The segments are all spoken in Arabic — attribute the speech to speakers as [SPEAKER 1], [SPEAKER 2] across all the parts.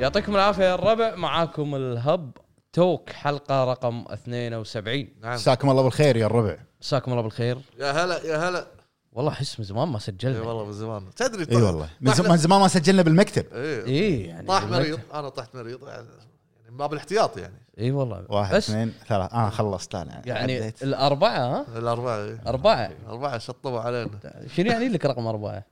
[SPEAKER 1] يعطيكم العافيه يا الربع معاكم الهب توك حلقه رقم 72
[SPEAKER 2] نعم
[SPEAKER 3] مساكم الله بالخير يا الربع
[SPEAKER 1] مساكم الله بالخير
[SPEAKER 2] يا هلا يا هلا
[SPEAKER 1] والله احس من زمان ما
[SPEAKER 2] اي
[SPEAKER 1] سجلنا
[SPEAKER 2] والله من زمان تدري
[SPEAKER 1] طيب.
[SPEAKER 2] طيب،
[SPEAKER 3] اي والله من زم- من زمان ما سجلنا بالمكتب
[SPEAKER 2] اي
[SPEAKER 1] اي يعني
[SPEAKER 2] طاح مريض انا طحت مريض يعني ما بالاحتياط يعني
[SPEAKER 1] اي والله
[SPEAKER 3] واحد
[SPEAKER 1] بس
[SPEAKER 3] اثنين ثلاث انا خلصت انا
[SPEAKER 1] يعني
[SPEAKER 3] عديت.
[SPEAKER 1] الاربعه ها
[SPEAKER 2] الاربعه إيه.
[SPEAKER 1] اربعه
[SPEAKER 2] الاربعه شطبوا علينا
[SPEAKER 1] شنو يعني لك رقم اربعه؟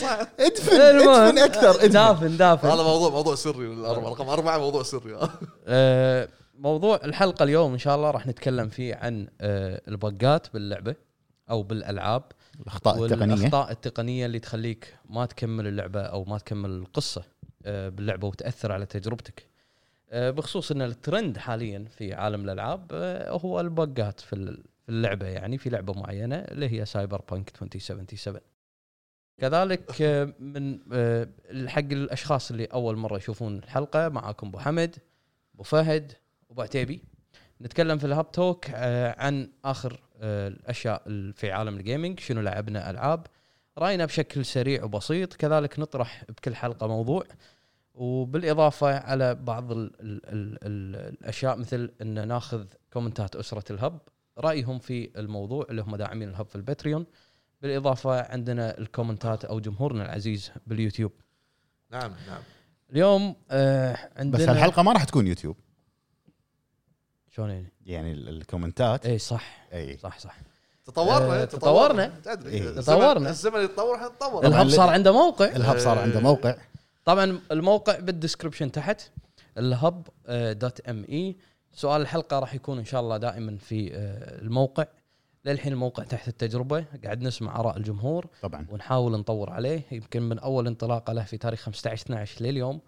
[SPEAKER 2] صح
[SPEAKER 1] إيه،
[SPEAKER 3] ادفن ادفن اكثر ادفن
[SPEAKER 1] دافن دافن
[SPEAKER 2] هذا موضوع موضوع سري الاربعه رقم اربعه موضوع سري
[SPEAKER 1] آه، موضوع الحلقه اليوم ان شاء الله راح نتكلم فيه عن آه، البقات باللعبه او بالالعاب
[SPEAKER 3] الاخطاء التقنيه
[SPEAKER 1] والاخطاء التقنيه اللي تخليك ما تكمل اللعبه او ما تكمل القصه آه، باللعبه وتاثر على تجربتك آه، بخصوص ان الترند حاليا في عالم الالعاب آه، هو البقات في ال- في اللعبه يعني في لعبه معينه اللي هي سايبر بانك 2077 كذلك آه، من آه، حق الاشخاص اللي اول مره يشوفون الحلقه معاكم ابو حمد ابو فهد ابو عتيبي نتكلم في الهاب توك آه، عن اخر آه، الاشياء ال- في عالم الجيمنج شنو لعبنا العاب راينا بشكل سريع وبسيط كذلك نطرح بكل حلقه موضوع وبالاضافه على بعض ال ال ال ال الاشياء مثل ان ناخذ كومنتات اسره الهب رايهم في الموضوع اللي هم داعمين الهب في البتريون بالاضافه عندنا الكومنتات او جمهورنا العزيز باليوتيوب
[SPEAKER 2] نعم نعم
[SPEAKER 1] اليوم آه عندنا
[SPEAKER 3] بس الحلقه ما راح تكون يوتيوب
[SPEAKER 1] شلون يعني؟
[SPEAKER 3] يعني ال- الكومنتات
[SPEAKER 1] اي صح
[SPEAKER 3] اي
[SPEAKER 1] صح صح آه،
[SPEAKER 2] تطورنا
[SPEAKER 1] تطورنا.
[SPEAKER 2] تدري
[SPEAKER 3] إيه.
[SPEAKER 2] الزمن-
[SPEAKER 1] تطورنا.
[SPEAKER 2] الزمن يتطور احنا نتطور
[SPEAKER 1] الهب صار عنده موقع
[SPEAKER 3] الهب صار عنده
[SPEAKER 1] إيه.
[SPEAKER 3] موقع
[SPEAKER 1] طبعا الموقع بالدسكربشن تحت الهب دوت ام اي سؤال الحلقه راح يكون ان شاء الله دائما في آه، الموقع للحين الموقع تحت التجربه قاعد نسمع اراء الجمهور
[SPEAKER 3] طبعا
[SPEAKER 1] ونحاول نطور عليه يمكن من اول انطلاقه له في تاريخ 15 12 لليوم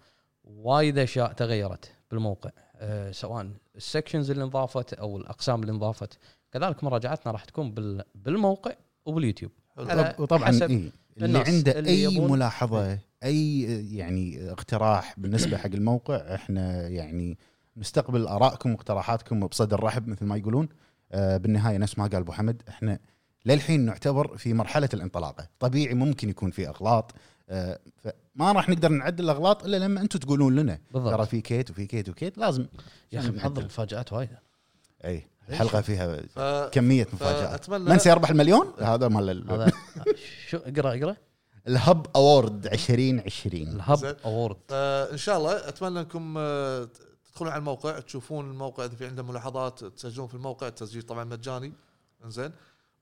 [SPEAKER 1] وايد اشياء تغيرت بالموقع أه سواء السكشنز اللي انضافت او الاقسام اللي انضافت كذلك مراجعتنا راح تكون بال- بالموقع وباليوتيوب على
[SPEAKER 3] وطب- وطبعا
[SPEAKER 1] حسب
[SPEAKER 3] إيه. اللي
[SPEAKER 1] الناس
[SPEAKER 3] عنده
[SPEAKER 1] اللي
[SPEAKER 3] اي
[SPEAKER 1] يبون- إيه.
[SPEAKER 3] ملاحظه اي يعني اقتراح بالنسبه حق الموقع احنا يعني نستقبل ارائكم واقتراحاتكم بصدر رحب مثل ما يقولون آه بالنهايه نفس ما قال ابو حمد احنا للحين نعتبر في مرحله الانطلاقه طبيعي ممكن يكون في اغلاط آه فما راح نقدر نعدل الاغلاط الا لما انتم تقولون لنا ترى
[SPEAKER 1] بالضبط
[SPEAKER 3] في كيت وفي كيت وكيت لازم
[SPEAKER 1] يا اخي محضر
[SPEAKER 3] نعدل.
[SPEAKER 1] مفاجات وايد
[SPEAKER 3] اي الحلقه فيها
[SPEAKER 2] ف...
[SPEAKER 3] كميه مفاجات
[SPEAKER 2] فاتمنى
[SPEAKER 3] من سيربح المليون هذا مال ال-
[SPEAKER 1] هذا شو اقرا اقرا
[SPEAKER 3] الهب اوورد 2020
[SPEAKER 1] الهب
[SPEAKER 2] زين.
[SPEAKER 1] اوورد
[SPEAKER 2] آه، ان شاء الله اتمنى انكم آه، ت- تدخلون على الموقع تشوفون الموقع اذا في عنده ملاحظات تسجلون في الموقع التسجيل طبعا مجاني زين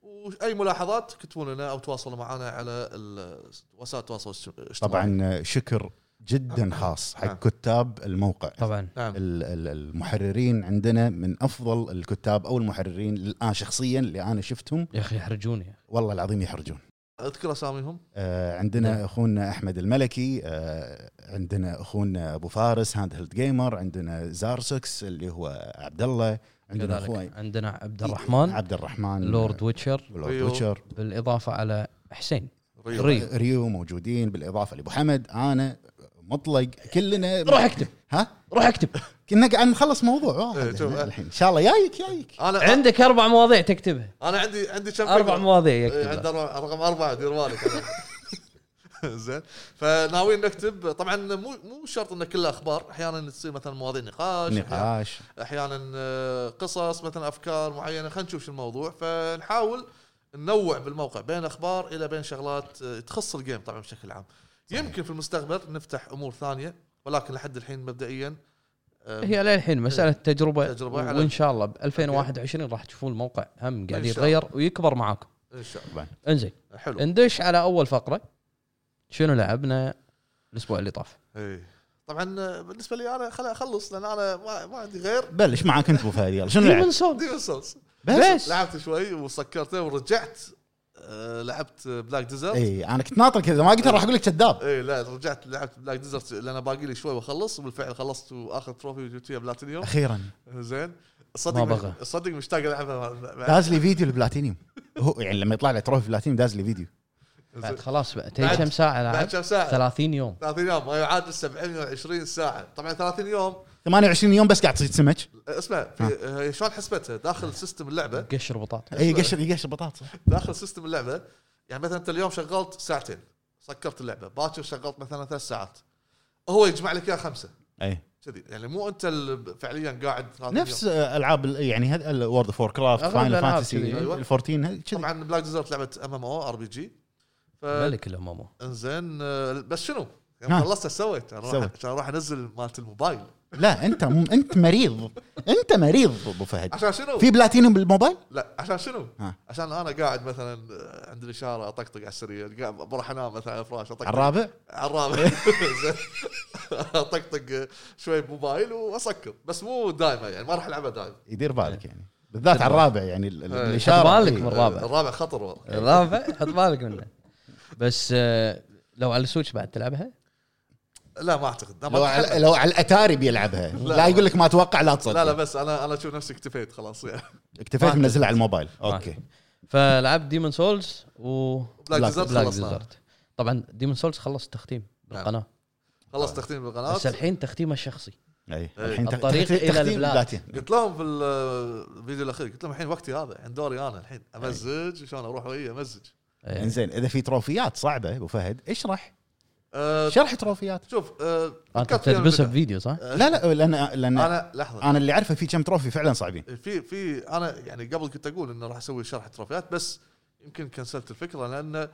[SPEAKER 2] واي ملاحظات كتبوا لنا او تواصلوا معنا على ال- وسائل التواصل الاجتماعي
[SPEAKER 3] طبعا شكر
[SPEAKER 1] آه.
[SPEAKER 3] جدا خاص حق
[SPEAKER 2] نعم.
[SPEAKER 3] كتاب الموقع
[SPEAKER 1] طبعا
[SPEAKER 2] نعم
[SPEAKER 3] ال- ال- المحررين عندنا من افضل الكتاب او المحررين الان شخصيا اللي انا شفتهم
[SPEAKER 1] يا اخي يحرجوني
[SPEAKER 3] والله العظيم يحرجون
[SPEAKER 2] اذكر اساميهم
[SPEAKER 3] آه، عندنا
[SPEAKER 1] نعم.
[SPEAKER 3] اخونا احمد الملكي آه، عندنا اخونا ابو فارس هاند هيلد جيمر عندنا زارسكس اللي هو عبد الله عندنا
[SPEAKER 1] كذلك
[SPEAKER 3] اخوي
[SPEAKER 1] عندنا عبد الرحمن
[SPEAKER 3] عبد الرحمن آه،
[SPEAKER 1] لورد ويتشر
[SPEAKER 3] لورد
[SPEAKER 2] ريو.
[SPEAKER 3] ويتشر
[SPEAKER 1] بالاضافه على حسين
[SPEAKER 2] ريو.
[SPEAKER 1] ريو
[SPEAKER 3] ريو موجودين بالاضافه لابو حمد انا مطلق كلنا
[SPEAKER 1] روح اكتب
[SPEAKER 3] ها
[SPEAKER 1] روح اكتب
[SPEAKER 3] كنا قاعد نخلص موضوع
[SPEAKER 2] إيه،
[SPEAKER 3] واحد
[SPEAKER 2] شوف.
[SPEAKER 3] إحنا الحين ان شاء الله جايك جايك
[SPEAKER 2] انا
[SPEAKER 1] عندك اربع مواضيع تكتبها
[SPEAKER 2] انا عندي عندي كم
[SPEAKER 1] اربع
[SPEAKER 2] فكرة.
[SPEAKER 1] مواضيع
[SPEAKER 2] إيه، عند
[SPEAKER 1] يكتب
[SPEAKER 2] رقم- رقم اربعه دير بالك زين فناويين نكتب طبعا مو مو شرط ان كلها اخبار احيانا تصير مثلا مواضيع نقاش أحياناً
[SPEAKER 3] نقاش
[SPEAKER 2] احيانا آه، قصص مثلا افكار معينه خلينا نشوف شو الموضوع فنحاول ننوع بالموقع بين اخبار الى بين شغلات آه، تخص الجيم طبعا بشكل عام يمكن في المستقبل نفتح امور ثانيه ولكن لحد الحين مبدئيا آه،
[SPEAKER 1] هي للحين مساله تجربه
[SPEAKER 2] تجربة على-
[SPEAKER 1] وان شاء الله ب 2021 راح تشوفون الموقع هم قاعد
[SPEAKER 2] إن شاء
[SPEAKER 1] يتغير ويكبر معاكم
[SPEAKER 2] ان شاء
[SPEAKER 1] انزين
[SPEAKER 2] الله حلو
[SPEAKER 1] ندش على اول فقره شنو لعبنا الاسبوع اللي طاف
[SPEAKER 2] إيه. طبعا آه، بالنسبه لي انا خل اخلص لان انا ما, ما عندي غير
[SPEAKER 3] بلش معك انت ابو فهد يلا
[SPEAKER 2] إيه،
[SPEAKER 3] شنو لعب؟
[SPEAKER 1] ديمون سولز
[SPEAKER 2] ديمون سولز
[SPEAKER 1] بس
[SPEAKER 2] لعبت شوي وسكرته ورجعت آه، لعبت بلاك ديزرت
[SPEAKER 3] اي انا إيه، كنت ناطر كذا ما قلت راح اقول لك كذاب
[SPEAKER 2] اي إيه، لا رجعت لعبت بلاك ديزرت لان باقي لي شوي واخلص وبالفعل خلصت واخر تروفي وجبت فيها بلاتينيوم
[SPEAKER 3] اخيرا
[SPEAKER 2] زين
[SPEAKER 1] ما
[SPEAKER 2] صدق
[SPEAKER 1] بغى.
[SPEAKER 2] صدق مشتاق العبها مع- مع-
[SPEAKER 3] داز لي فيديو البلاتينيوم هو يعني لما يطلع له تروفي بلاتينيوم داز لي فيديو
[SPEAKER 1] بعد
[SPEAKER 2] زين.
[SPEAKER 1] خلاص بقى تدري
[SPEAKER 2] بعد-
[SPEAKER 1] كم ساعه
[SPEAKER 2] بعد
[SPEAKER 1] لعب
[SPEAKER 2] كم ساعه
[SPEAKER 1] 30 يوم
[SPEAKER 2] 30 يوم أيوة، ما يعادل 720 ساعه طبعا 30 يوم
[SPEAKER 3] 28 يوم بس قاعد تصيد سمك
[SPEAKER 2] آه، اسمع في- آه، شلون حسبتها داخل سيستم اللعبه
[SPEAKER 1] قشر بطاطا
[SPEAKER 3] إيه، اي قشر قشر بطاطا
[SPEAKER 2] داخل سيستم اللعبه يعني مثلا انت اليوم شغلت ساعتين سكرت اللعبه باكر شغلت مثلا ثلاث ساعات هو يجمع لك اياها خمسه
[SPEAKER 3] اي
[SPEAKER 2] كذي يعني مو انت اللي فعليا قاعد هذا
[SPEAKER 3] إيه. نفس آه، العاب ال- يعني وورد اوف وور كرافت
[SPEAKER 1] أغلب
[SPEAKER 3] فاينل
[SPEAKER 1] الألعاب
[SPEAKER 3] فانتسي
[SPEAKER 1] كذي.
[SPEAKER 2] أيوة.
[SPEAKER 3] 14 هذي
[SPEAKER 2] اليوم.
[SPEAKER 3] كذي
[SPEAKER 2] طبعا بلاك ديزرت لعبه ام ام او ار بي جي
[SPEAKER 1] ملك الامامو
[SPEAKER 2] انزين آه، بس شنو؟
[SPEAKER 3] ها.
[SPEAKER 2] يعني خلصت إيش سويت؟ أنا راح-
[SPEAKER 3] سويت.
[SPEAKER 2] عشان اروح انزل مالت الموبايل
[SPEAKER 3] لا انت م... انت مريض انت مريض ابو فهد
[SPEAKER 2] عشان شنو؟
[SPEAKER 3] في بلاتينيوم بالموبايل
[SPEAKER 2] لا عشان شنو؟
[SPEAKER 3] ها.
[SPEAKER 2] عشان انا قاعد مثلا آه، عند الاشاره اطقطق على السرير قاعد بروح انام مثلا على الفراش
[SPEAKER 3] على
[SPEAKER 2] اطقطق
[SPEAKER 3] الرابع
[SPEAKER 2] على الرابع زين. اطقطق آه، شوي بموبايل واسكر بس مو دائما يعني ما راح العبها دائما
[SPEAKER 3] يدير بالك يعني بالذات على الرابع يعني ال- ال-
[SPEAKER 2] إيه.
[SPEAKER 3] الاشاره
[SPEAKER 1] بالك
[SPEAKER 3] إيه.
[SPEAKER 1] مرة. الرابع.
[SPEAKER 2] الرابع خطر والله
[SPEAKER 1] رافع حط بالك منه بس آه، لو على السويتش بعد تلعبها
[SPEAKER 2] لا ما اعتقد لا ما
[SPEAKER 3] لو
[SPEAKER 2] أتحمل.
[SPEAKER 3] على لو على الاتاري بيلعبها لا, يقول لك ما اتوقع لا تصدق
[SPEAKER 2] لا لا بس انا انا اشوف نفسي اكتفيت خلاص يعني
[SPEAKER 3] اكتفيت
[SPEAKER 1] ما
[SPEAKER 3] منزلها على الموبايل اوكي
[SPEAKER 1] أوكي. فلعبت ديمون سولز و
[SPEAKER 3] بلاك
[SPEAKER 1] بلاك
[SPEAKER 2] ديزرت خلصناها.
[SPEAKER 1] ديزرت. طبعا ديمون سولز خلص تختيم بالقناه
[SPEAKER 3] نعم.
[SPEAKER 2] خلاص تختيم بالقناه
[SPEAKER 1] بس الحين تختيمه الشخصي
[SPEAKER 3] اي
[SPEAKER 2] إيه.
[SPEAKER 3] الحين تخ-
[SPEAKER 1] الطريق
[SPEAKER 3] تخ-
[SPEAKER 1] إلى
[SPEAKER 3] تختيم
[SPEAKER 1] البلاد.
[SPEAKER 3] بلاتين.
[SPEAKER 2] قلت لهم في ال- الفيديو الاخير قلت لهم الحين وقتي هذا الحين دوري انا الحين امزج شلون اروح وياه امزج
[SPEAKER 1] إيه.
[SPEAKER 3] انزين اذا في تروفيات صعبه ابو فهد اشرح
[SPEAKER 2] أه
[SPEAKER 3] شرح تروفيات
[SPEAKER 2] شوف أه
[SPEAKER 1] انت
[SPEAKER 2] فكرت فيها من
[SPEAKER 1] تلبسها
[SPEAKER 2] بدري.
[SPEAKER 1] بفيديو صح؟
[SPEAKER 3] لا لا لان لان
[SPEAKER 2] انا لحظه
[SPEAKER 3] انا اللي اعرفه في كم تروفي فعلا صعبين
[SPEAKER 2] في في انا يعني قبل كنت اقول انه راح اسوي شرح تروفيات بس يمكن كنسلت الفكره لان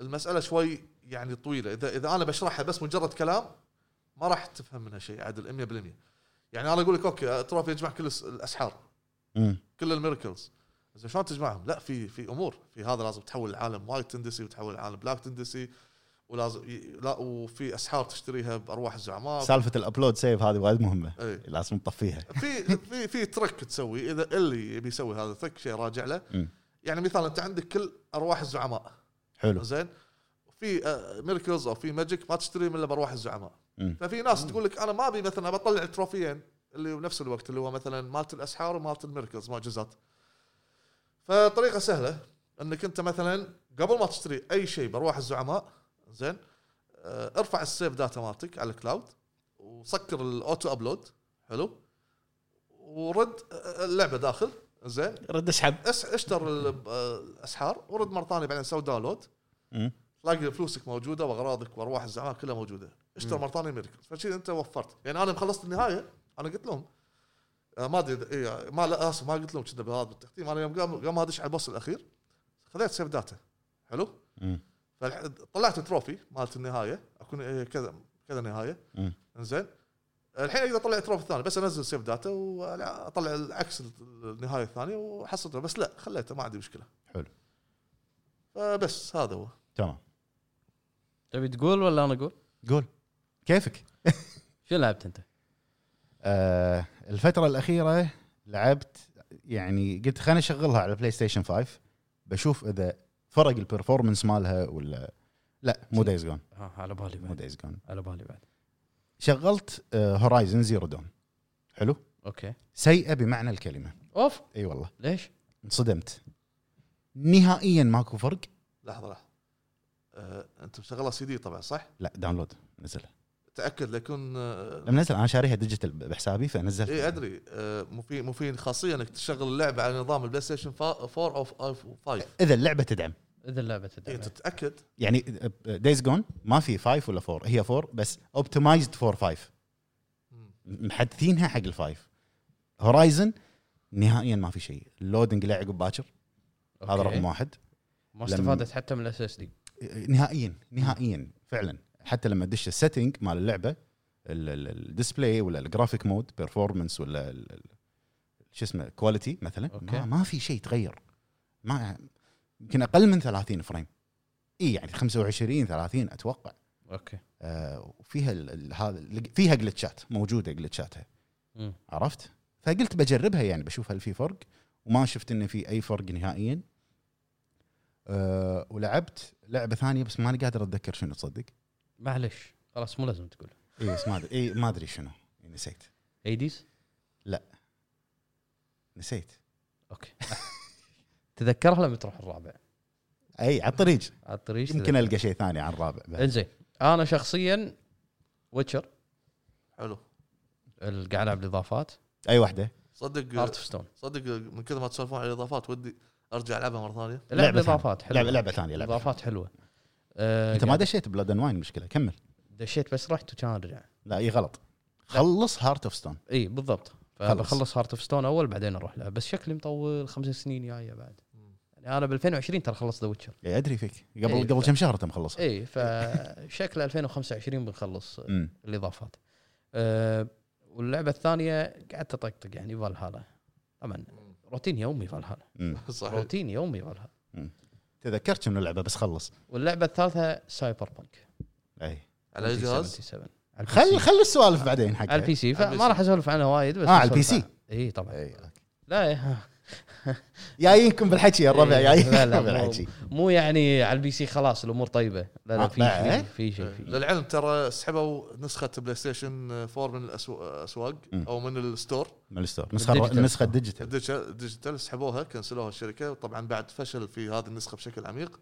[SPEAKER 2] المساله شوي يعني طويله اذا اذا انا بشرحها بس مجرد كلام ما راح تفهم منها شيء عدل 100% يعني انا اقول لك اوكي تروفي يجمع كل الس- الاسحار
[SPEAKER 3] مم.
[SPEAKER 2] كل الميركلز زين شلون تجمعهم؟ لا في في امور في هذا لازم تحول العالم وايت تندسي وتحول العالم بلاك تندسي ولازم ي- لا وفي اسحار تشتريها بارواح الزعماء
[SPEAKER 3] سالفه الابلود سيف هذه وايد مهمه
[SPEAKER 2] إيه.
[SPEAKER 3] لازم تطفيها
[SPEAKER 2] في في في ترك تسوي اذا اللي يبي يسوي هذا الترك شيء راجع له
[SPEAKER 3] مم.
[SPEAKER 2] يعني مثلا انت عندك كل ارواح الزعماء
[SPEAKER 3] حلو
[SPEAKER 2] زين في آه، ميركلز او في ماجيك ما تشتري من الا بارواح الزعماء
[SPEAKER 3] مم.
[SPEAKER 2] ففي ناس تقول لك انا ما ابي مثلا بطلع التروفيين اللي بنفس الوقت اللي هو مثلا مالت الاسحار ومالت الميركلز معجزات فطريقه سهله انك انت مثلا قبل ما تشتري اي شيء بارواح الزعماء زين آه، ارفع السيف داتا مالتك على الكلاود وسكر الاوتو ابلود حلو ورد آه، اللعبه داخل زين
[SPEAKER 3] رد اسحب
[SPEAKER 2] اس- اشتر ال- آه، الاسحار ورد مره ثانيه بعدين سوي داونلود
[SPEAKER 3] مم.
[SPEAKER 2] تلاقي فلوسك موجوده واغراضك وارواح الزعماء كلها موجوده اشتر مره ثانيه ميركل فشي انت وفرت يعني انا خلصت النهايه انا قلت لهم آه، ما ادري إذا- إيه، ما لا اسف ما قلت لهم كنا بهذا بالتختيم انا يوم قام قام ادش على البوس الاخير خذيت سيف داتا حلو
[SPEAKER 3] مم.
[SPEAKER 2] فالح- طلعت تروفي مالت النهايه اكون إيه، كذا كذا نهايه
[SPEAKER 3] مم.
[SPEAKER 2] انزين الحين اقدر اطلع تروفي الثاني بس انزل سيف داتا واطلع العكس النهايه الثانيه واحصلته بس لا خليته ما عندي مشكله
[SPEAKER 3] حلو.
[SPEAKER 2] فبس هذا هو
[SPEAKER 3] تمام
[SPEAKER 1] تبي تقول ولا انا اقول؟
[SPEAKER 3] قول كيفك
[SPEAKER 1] شو لعبت انت؟
[SPEAKER 3] آه الفتره الاخيره لعبت يعني قلت خليني اشغلها على بلاي ستيشن 5 بشوف اذا فرق البرفورمنس مالها ولا لا مو دايز جون
[SPEAKER 1] آه على بالي
[SPEAKER 3] مو
[SPEAKER 1] بعد
[SPEAKER 3] دايز جون
[SPEAKER 1] على بالي بعد
[SPEAKER 3] شغلت آه، هورايزن زيرو دون حلو
[SPEAKER 1] اوكي
[SPEAKER 3] سيئه بمعنى الكلمه
[SPEAKER 1] اوف
[SPEAKER 3] اي والله
[SPEAKER 1] ليش؟
[SPEAKER 3] انصدمت نهائيا ماكو فرق
[SPEAKER 2] لحظه لحظه أه، انت مشغلها سي دي طبعا صح؟
[SPEAKER 3] لا داونلود نزلها
[SPEAKER 2] تاكد ليكون أه،
[SPEAKER 3] لما نزل انا شاريها ديجيتال بحسابي فنزلت
[SPEAKER 2] اي ادري أه، مو في مو في خاصيه انك تشغل اللعبه على نظام البلاي ستيشن 4 او 5
[SPEAKER 3] اذا اللعبه تدعم
[SPEAKER 1] اذا اللعبه تدعم
[SPEAKER 3] إيه،
[SPEAKER 2] اي تتاكد
[SPEAKER 3] يعني دايز جون ما في 5 ولا 4 هي 4 بس اوبتمايزد فور 5
[SPEAKER 2] مم.
[SPEAKER 3] محدثينها حق الفايف هورايزن نهائيا ما في شيء اللودنج لا عقب باكر هذا
[SPEAKER 1] أوكي.
[SPEAKER 3] رقم واحد
[SPEAKER 1] ما
[SPEAKER 3] لما-
[SPEAKER 1] استفادت حتى من الاس اس دي
[SPEAKER 3] نهائيا نهائيا فعلا حتى لما تدش السيتنج مال اللعبه الديسبلاي ولا الجرافيك مود بيرفورمنس ولا ال- ال- شو اسمه كواليتي مثلا
[SPEAKER 1] أوكي.
[SPEAKER 3] ما, ما في شيء تغير ما يمكن اقل من 30 فريم اي يعني 25 30 اتوقع
[SPEAKER 1] اوكي
[SPEAKER 3] آه، وفيها ال- ال- هذا ال- فيها جلتشات موجوده جلتشاتها
[SPEAKER 1] مم.
[SPEAKER 3] عرفت فقلت بجربها يعني بشوف هل في فرق وما شفت انه في اي فرق نهائيا أه ولعبت لعبه ثانيه بس ماني قادر اتذكر شنو تصدق
[SPEAKER 1] معلش خلاص مو لازم تقول
[SPEAKER 3] اي بس ما ادري اي ما ادري شنو إيه، نسيت
[SPEAKER 1] ايديز
[SPEAKER 3] نسيت
[SPEAKER 1] اوكي تذكرها لما تروح الرابع
[SPEAKER 3] اي على الطريق
[SPEAKER 1] على الطريق
[SPEAKER 3] يمكن القى شيء ثاني عن الرابع بعد.
[SPEAKER 1] انزين انا شخصيا ويتشر
[SPEAKER 2] حلو
[SPEAKER 1] اللي قاعد العب الاضافات
[SPEAKER 3] اي واحده
[SPEAKER 2] صدق
[SPEAKER 1] هارت ستون
[SPEAKER 2] صدق من كثر ما تسولفون عن الاضافات ودي ارجع العبها مره ثانيه
[SPEAKER 1] لعب
[SPEAKER 3] ثانية.
[SPEAKER 1] الاضافات حلوه
[SPEAKER 3] لعبه لعبه ثانيه لعبه
[SPEAKER 1] الاضافات حلوه آه،
[SPEAKER 3] انت ما
[SPEAKER 1] قاعد-
[SPEAKER 3] دشيت بلاد اند واين مشكله كمل
[SPEAKER 1] دشيت بس رحت وكان ارجع
[SPEAKER 3] لا اي غلط خلص هارت اوف ستون
[SPEAKER 1] اي بالضبط
[SPEAKER 3] خلص.
[SPEAKER 1] فبخلص هارت اوف ستون اول بعدين اروح لها بس شكلي مطول خمس سنين جايه بعد يعني انا ب 2020 ترى خلصت ذا ويتشر
[SPEAKER 3] ادري فيك
[SPEAKER 1] إيه،
[SPEAKER 3] قبل قبل
[SPEAKER 1] ف-
[SPEAKER 3] كم شهر انت مخلص
[SPEAKER 1] اي فشكله 2025 بنخلص
[SPEAKER 3] امم
[SPEAKER 1] الاضافات أه واللعبه الثانيه قعدت اطقطق يعني فالهالا طبعا روتين يومي فالهالا
[SPEAKER 3] أمم.
[SPEAKER 2] صحيح
[SPEAKER 1] روتين يومي فالهالا
[SPEAKER 3] تذكرت انه لعبه بس خلص
[SPEAKER 1] واللعبه الثالثه سايبر بانك
[SPEAKER 3] اي
[SPEAKER 2] على اي جهاز؟
[SPEAKER 1] 77. على البي
[SPEAKER 3] خل
[SPEAKER 1] سي.
[SPEAKER 3] خل السوالف بعدين
[SPEAKER 1] على
[SPEAKER 3] حق
[SPEAKER 1] البي سي
[SPEAKER 2] على البي
[SPEAKER 1] فما
[SPEAKER 2] سي.
[SPEAKER 1] راح اسولف عنها وايد بس
[SPEAKER 3] آه، على البي سي.
[SPEAKER 1] اي طبعا لا إيه.
[SPEAKER 3] جايينكم بالحكي يا الربع
[SPEAKER 1] إيه،
[SPEAKER 3] جايينكم
[SPEAKER 1] لا، لا، مو-
[SPEAKER 3] بالحكي
[SPEAKER 1] مو يعني على البي سي خلاص الامور طيبه لا لا
[SPEAKER 3] آه،
[SPEAKER 1] في
[SPEAKER 3] بعد؟
[SPEAKER 1] شيء في شيء في شيء.
[SPEAKER 2] إيه. للعلم ترى سحبوا نسخه بلاي ستيشن 4 من الاسواق
[SPEAKER 3] مم.
[SPEAKER 2] او من الستور
[SPEAKER 3] من الستور نسخه
[SPEAKER 1] الديجيتال.
[SPEAKER 3] النسخه الديجيتال
[SPEAKER 2] الديجيتال ديجيتال سحبوها كنسلوها الشركه طبعا بعد فشل في هذه النسخه بشكل عميق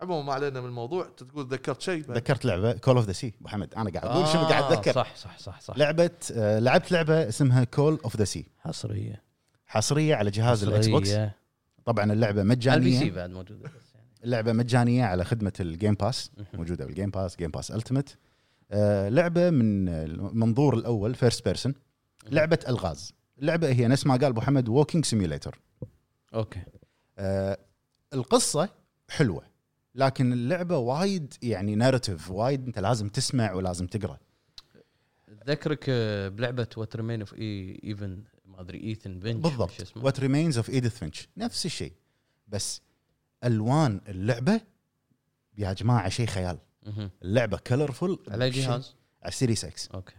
[SPEAKER 2] عموما ما علينا من الموضوع أنت تقول تذكرت شيء بعد؟
[SPEAKER 3] ذكرت لعبه كول اوف ذا سي ابو حمد انا قاعد اقول شنو
[SPEAKER 1] آه،
[SPEAKER 3] قاعد اتذكر
[SPEAKER 1] صح صح صح صح
[SPEAKER 3] لعبه آه، لعبت لعبه اسمها كول اوف ذا سي
[SPEAKER 1] حصريه
[SPEAKER 3] حصريه على جهاز الاكس بوكس
[SPEAKER 1] حصرية.
[SPEAKER 3] طبعا اللعبه
[SPEAKER 1] على البي سي
[SPEAKER 3] مجانيه
[SPEAKER 1] بعد موجوده بس يعني.
[SPEAKER 3] اللعبه مجانيه على خدمه الجيم باس موجوده بالجيم باس جيم باس التيمت آه، لعبه من المنظور الاول فيرست بيرسون لعبه الغاز اللعبه هي نفس ما قال ابو حمد ووكينج سيميوليتر
[SPEAKER 1] اوكي
[SPEAKER 3] آه، القصه حلوه لكن اللعبه وايد يعني ناريتيف وايد انت لازم تسمع ولازم تقرا
[SPEAKER 1] تذكرك آه، بلعبه وات ريمين اوف ايفن E- ما ادري ايثن بنش
[SPEAKER 3] بالضبط
[SPEAKER 1] شو اسمه
[SPEAKER 3] وات ريمينز اوف ايديث فينش نفس الشيء بس الوان اللعبه يا جماعه شيء خيال
[SPEAKER 1] مهم.
[SPEAKER 3] اللعبه كلرفول
[SPEAKER 1] على أي جهاز
[SPEAKER 3] على السيريس اكس
[SPEAKER 1] اوكي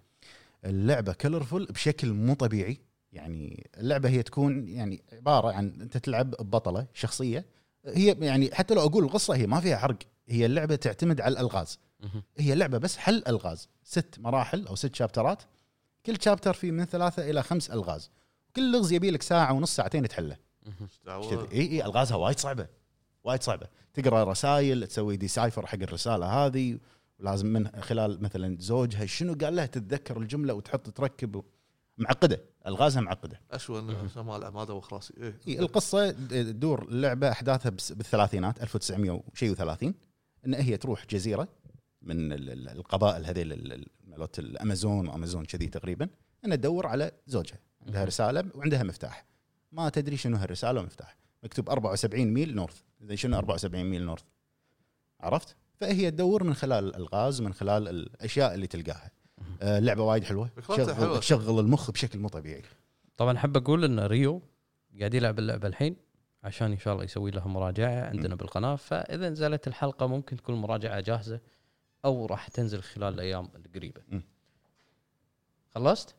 [SPEAKER 3] اللعبه كلرفول بشكل مو طبيعي يعني اللعبه هي تكون يعني عباره عن انت تلعب ببطله شخصيه هي يعني حتى لو اقول القصه هي ما فيها حرق هي اللعبه تعتمد على الالغاز
[SPEAKER 1] مهم.
[SPEAKER 3] هي لعبه بس حل الغاز ست مراحل او ست شابترات كل شابتر فيه من ثلاثه الى خمس الغاز كل لغز يبي لك ساعه ونص ساعتين تحله
[SPEAKER 1] مهم.
[SPEAKER 2] دعوة.
[SPEAKER 3] كذي اي اي الغازها وايد صعبه وايد صعبه تقرا رسائل تسوي ديسايفر حق الرساله هذه ولازم من خلال مثلا زوجها شنو قال لها تتذكر الجمله وتحط تركب و- معقده الغازها معقده
[SPEAKER 2] اشوى انه عشان ما العب هذا وخلاص إيه.
[SPEAKER 3] إي القصه د- تدور اللعبه احداثها بس- بالثلاثينات 1930 ان هي تروح جزيره من ال- ال- القبائل هذيل ال- ال- مالت الامازون وامازون كذي تقريبا ان تدور على زوجها عندها
[SPEAKER 1] مهم.
[SPEAKER 3] رساله وعندها مفتاح ما تدري شنو هالرساله ومفتاح مكتوب 74 ميل نورث زين شنو 74 ميل نورث عرفت فهي تدور من خلال الالغاز ومن خلال الاشياء اللي تلقاها آه، اللعبه وايد حلوه
[SPEAKER 2] فكرتها حلوة.
[SPEAKER 3] تشغل تشغل المخ بشكل مو طبيعي
[SPEAKER 1] طبعا حاب اقول ان ريو قاعد يلعب اللعبه الحين عشان ان شاء الله يسوي لها مراجعه عندنا
[SPEAKER 3] مم.
[SPEAKER 1] بالقناه فاذا نزلت الحلقه ممكن تكون المراجعه جاهزه او راح تنزل خلال الايام القريبه.
[SPEAKER 3] مم.
[SPEAKER 1] خلصت؟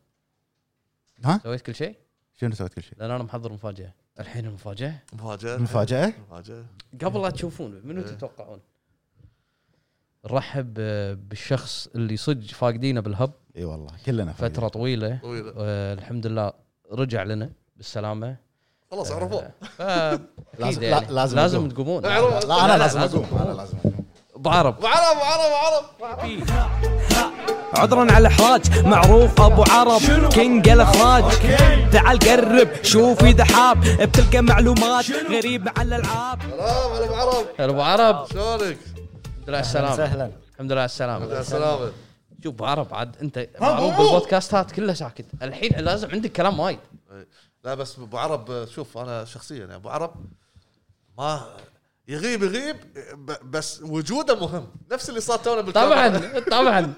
[SPEAKER 3] ها؟
[SPEAKER 1] سويت كل شيء؟
[SPEAKER 3] شنو سويت كل شيء
[SPEAKER 1] لان انا محضر مفاجاه. الحين المفاجاه
[SPEAKER 2] مفاجاه
[SPEAKER 3] مفاجاه
[SPEAKER 2] مفاجاه
[SPEAKER 1] قبل لا تشوفون منو
[SPEAKER 2] إيه.
[SPEAKER 1] تتوقعون؟ نرحب آه، بالشخص اللي صدق فاقدينه بالهب
[SPEAKER 3] اي والله كلنا فايزين.
[SPEAKER 1] فتره طويله
[SPEAKER 2] طويله
[SPEAKER 1] آه، الحمد لله رجع لنا بالسلامه
[SPEAKER 3] آه.
[SPEAKER 2] خلاص عرفوه
[SPEAKER 1] لازم
[SPEAKER 3] لازم-
[SPEAKER 1] يعني.
[SPEAKER 3] لازم
[SPEAKER 1] لازم لازم
[SPEAKER 3] نقوم.
[SPEAKER 1] تقومون
[SPEAKER 2] عرفوا.
[SPEAKER 3] لا
[SPEAKER 1] لا،
[SPEAKER 3] انا
[SPEAKER 1] لا،
[SPEAKER 3] لازم
[SPEAKER 1] لازم.
[SPEAKER 3] اقوم انا لازم اقوم
[SPEAKER 1] بعرب
[SPEAKER 2] وعرب وعرب وعرب
[SPEAKER 4] عذرا على الاحراج معروف ابو عرب كينج الاخراج تعال قرب شوف اذا حاب بتلقى معلومات غريب عن الالعاب
[SPEAKER 2] سلام على ابو عرب
[SPEAKER 1] هلا ابو عرب
[SPEAKER 2] شلونك؟
[SPEAKER 1] الحمد لله على السلامه
[SPEAKER 5] سهلا
[SPEAKER 1] الحمد لله على
[SPEAKER 2] يا
[SPEAKER 1] السلامه
[SPEAKER 2] سلامة
[SPEAKER 1] شوف أبو عرب عاد انت معروف بالبودكاستات كلها ساكت الحين لازم عندك كلام وايد
[SPEAKER 2] لا بس ابو عرب شوف انا شخصيا يعني ابو عرب ما يغيب يغيب ب- بس وجوده مهم نفس اللي صار تونا بالكاميرا.
[SPEAKER 1] طبعا طبعا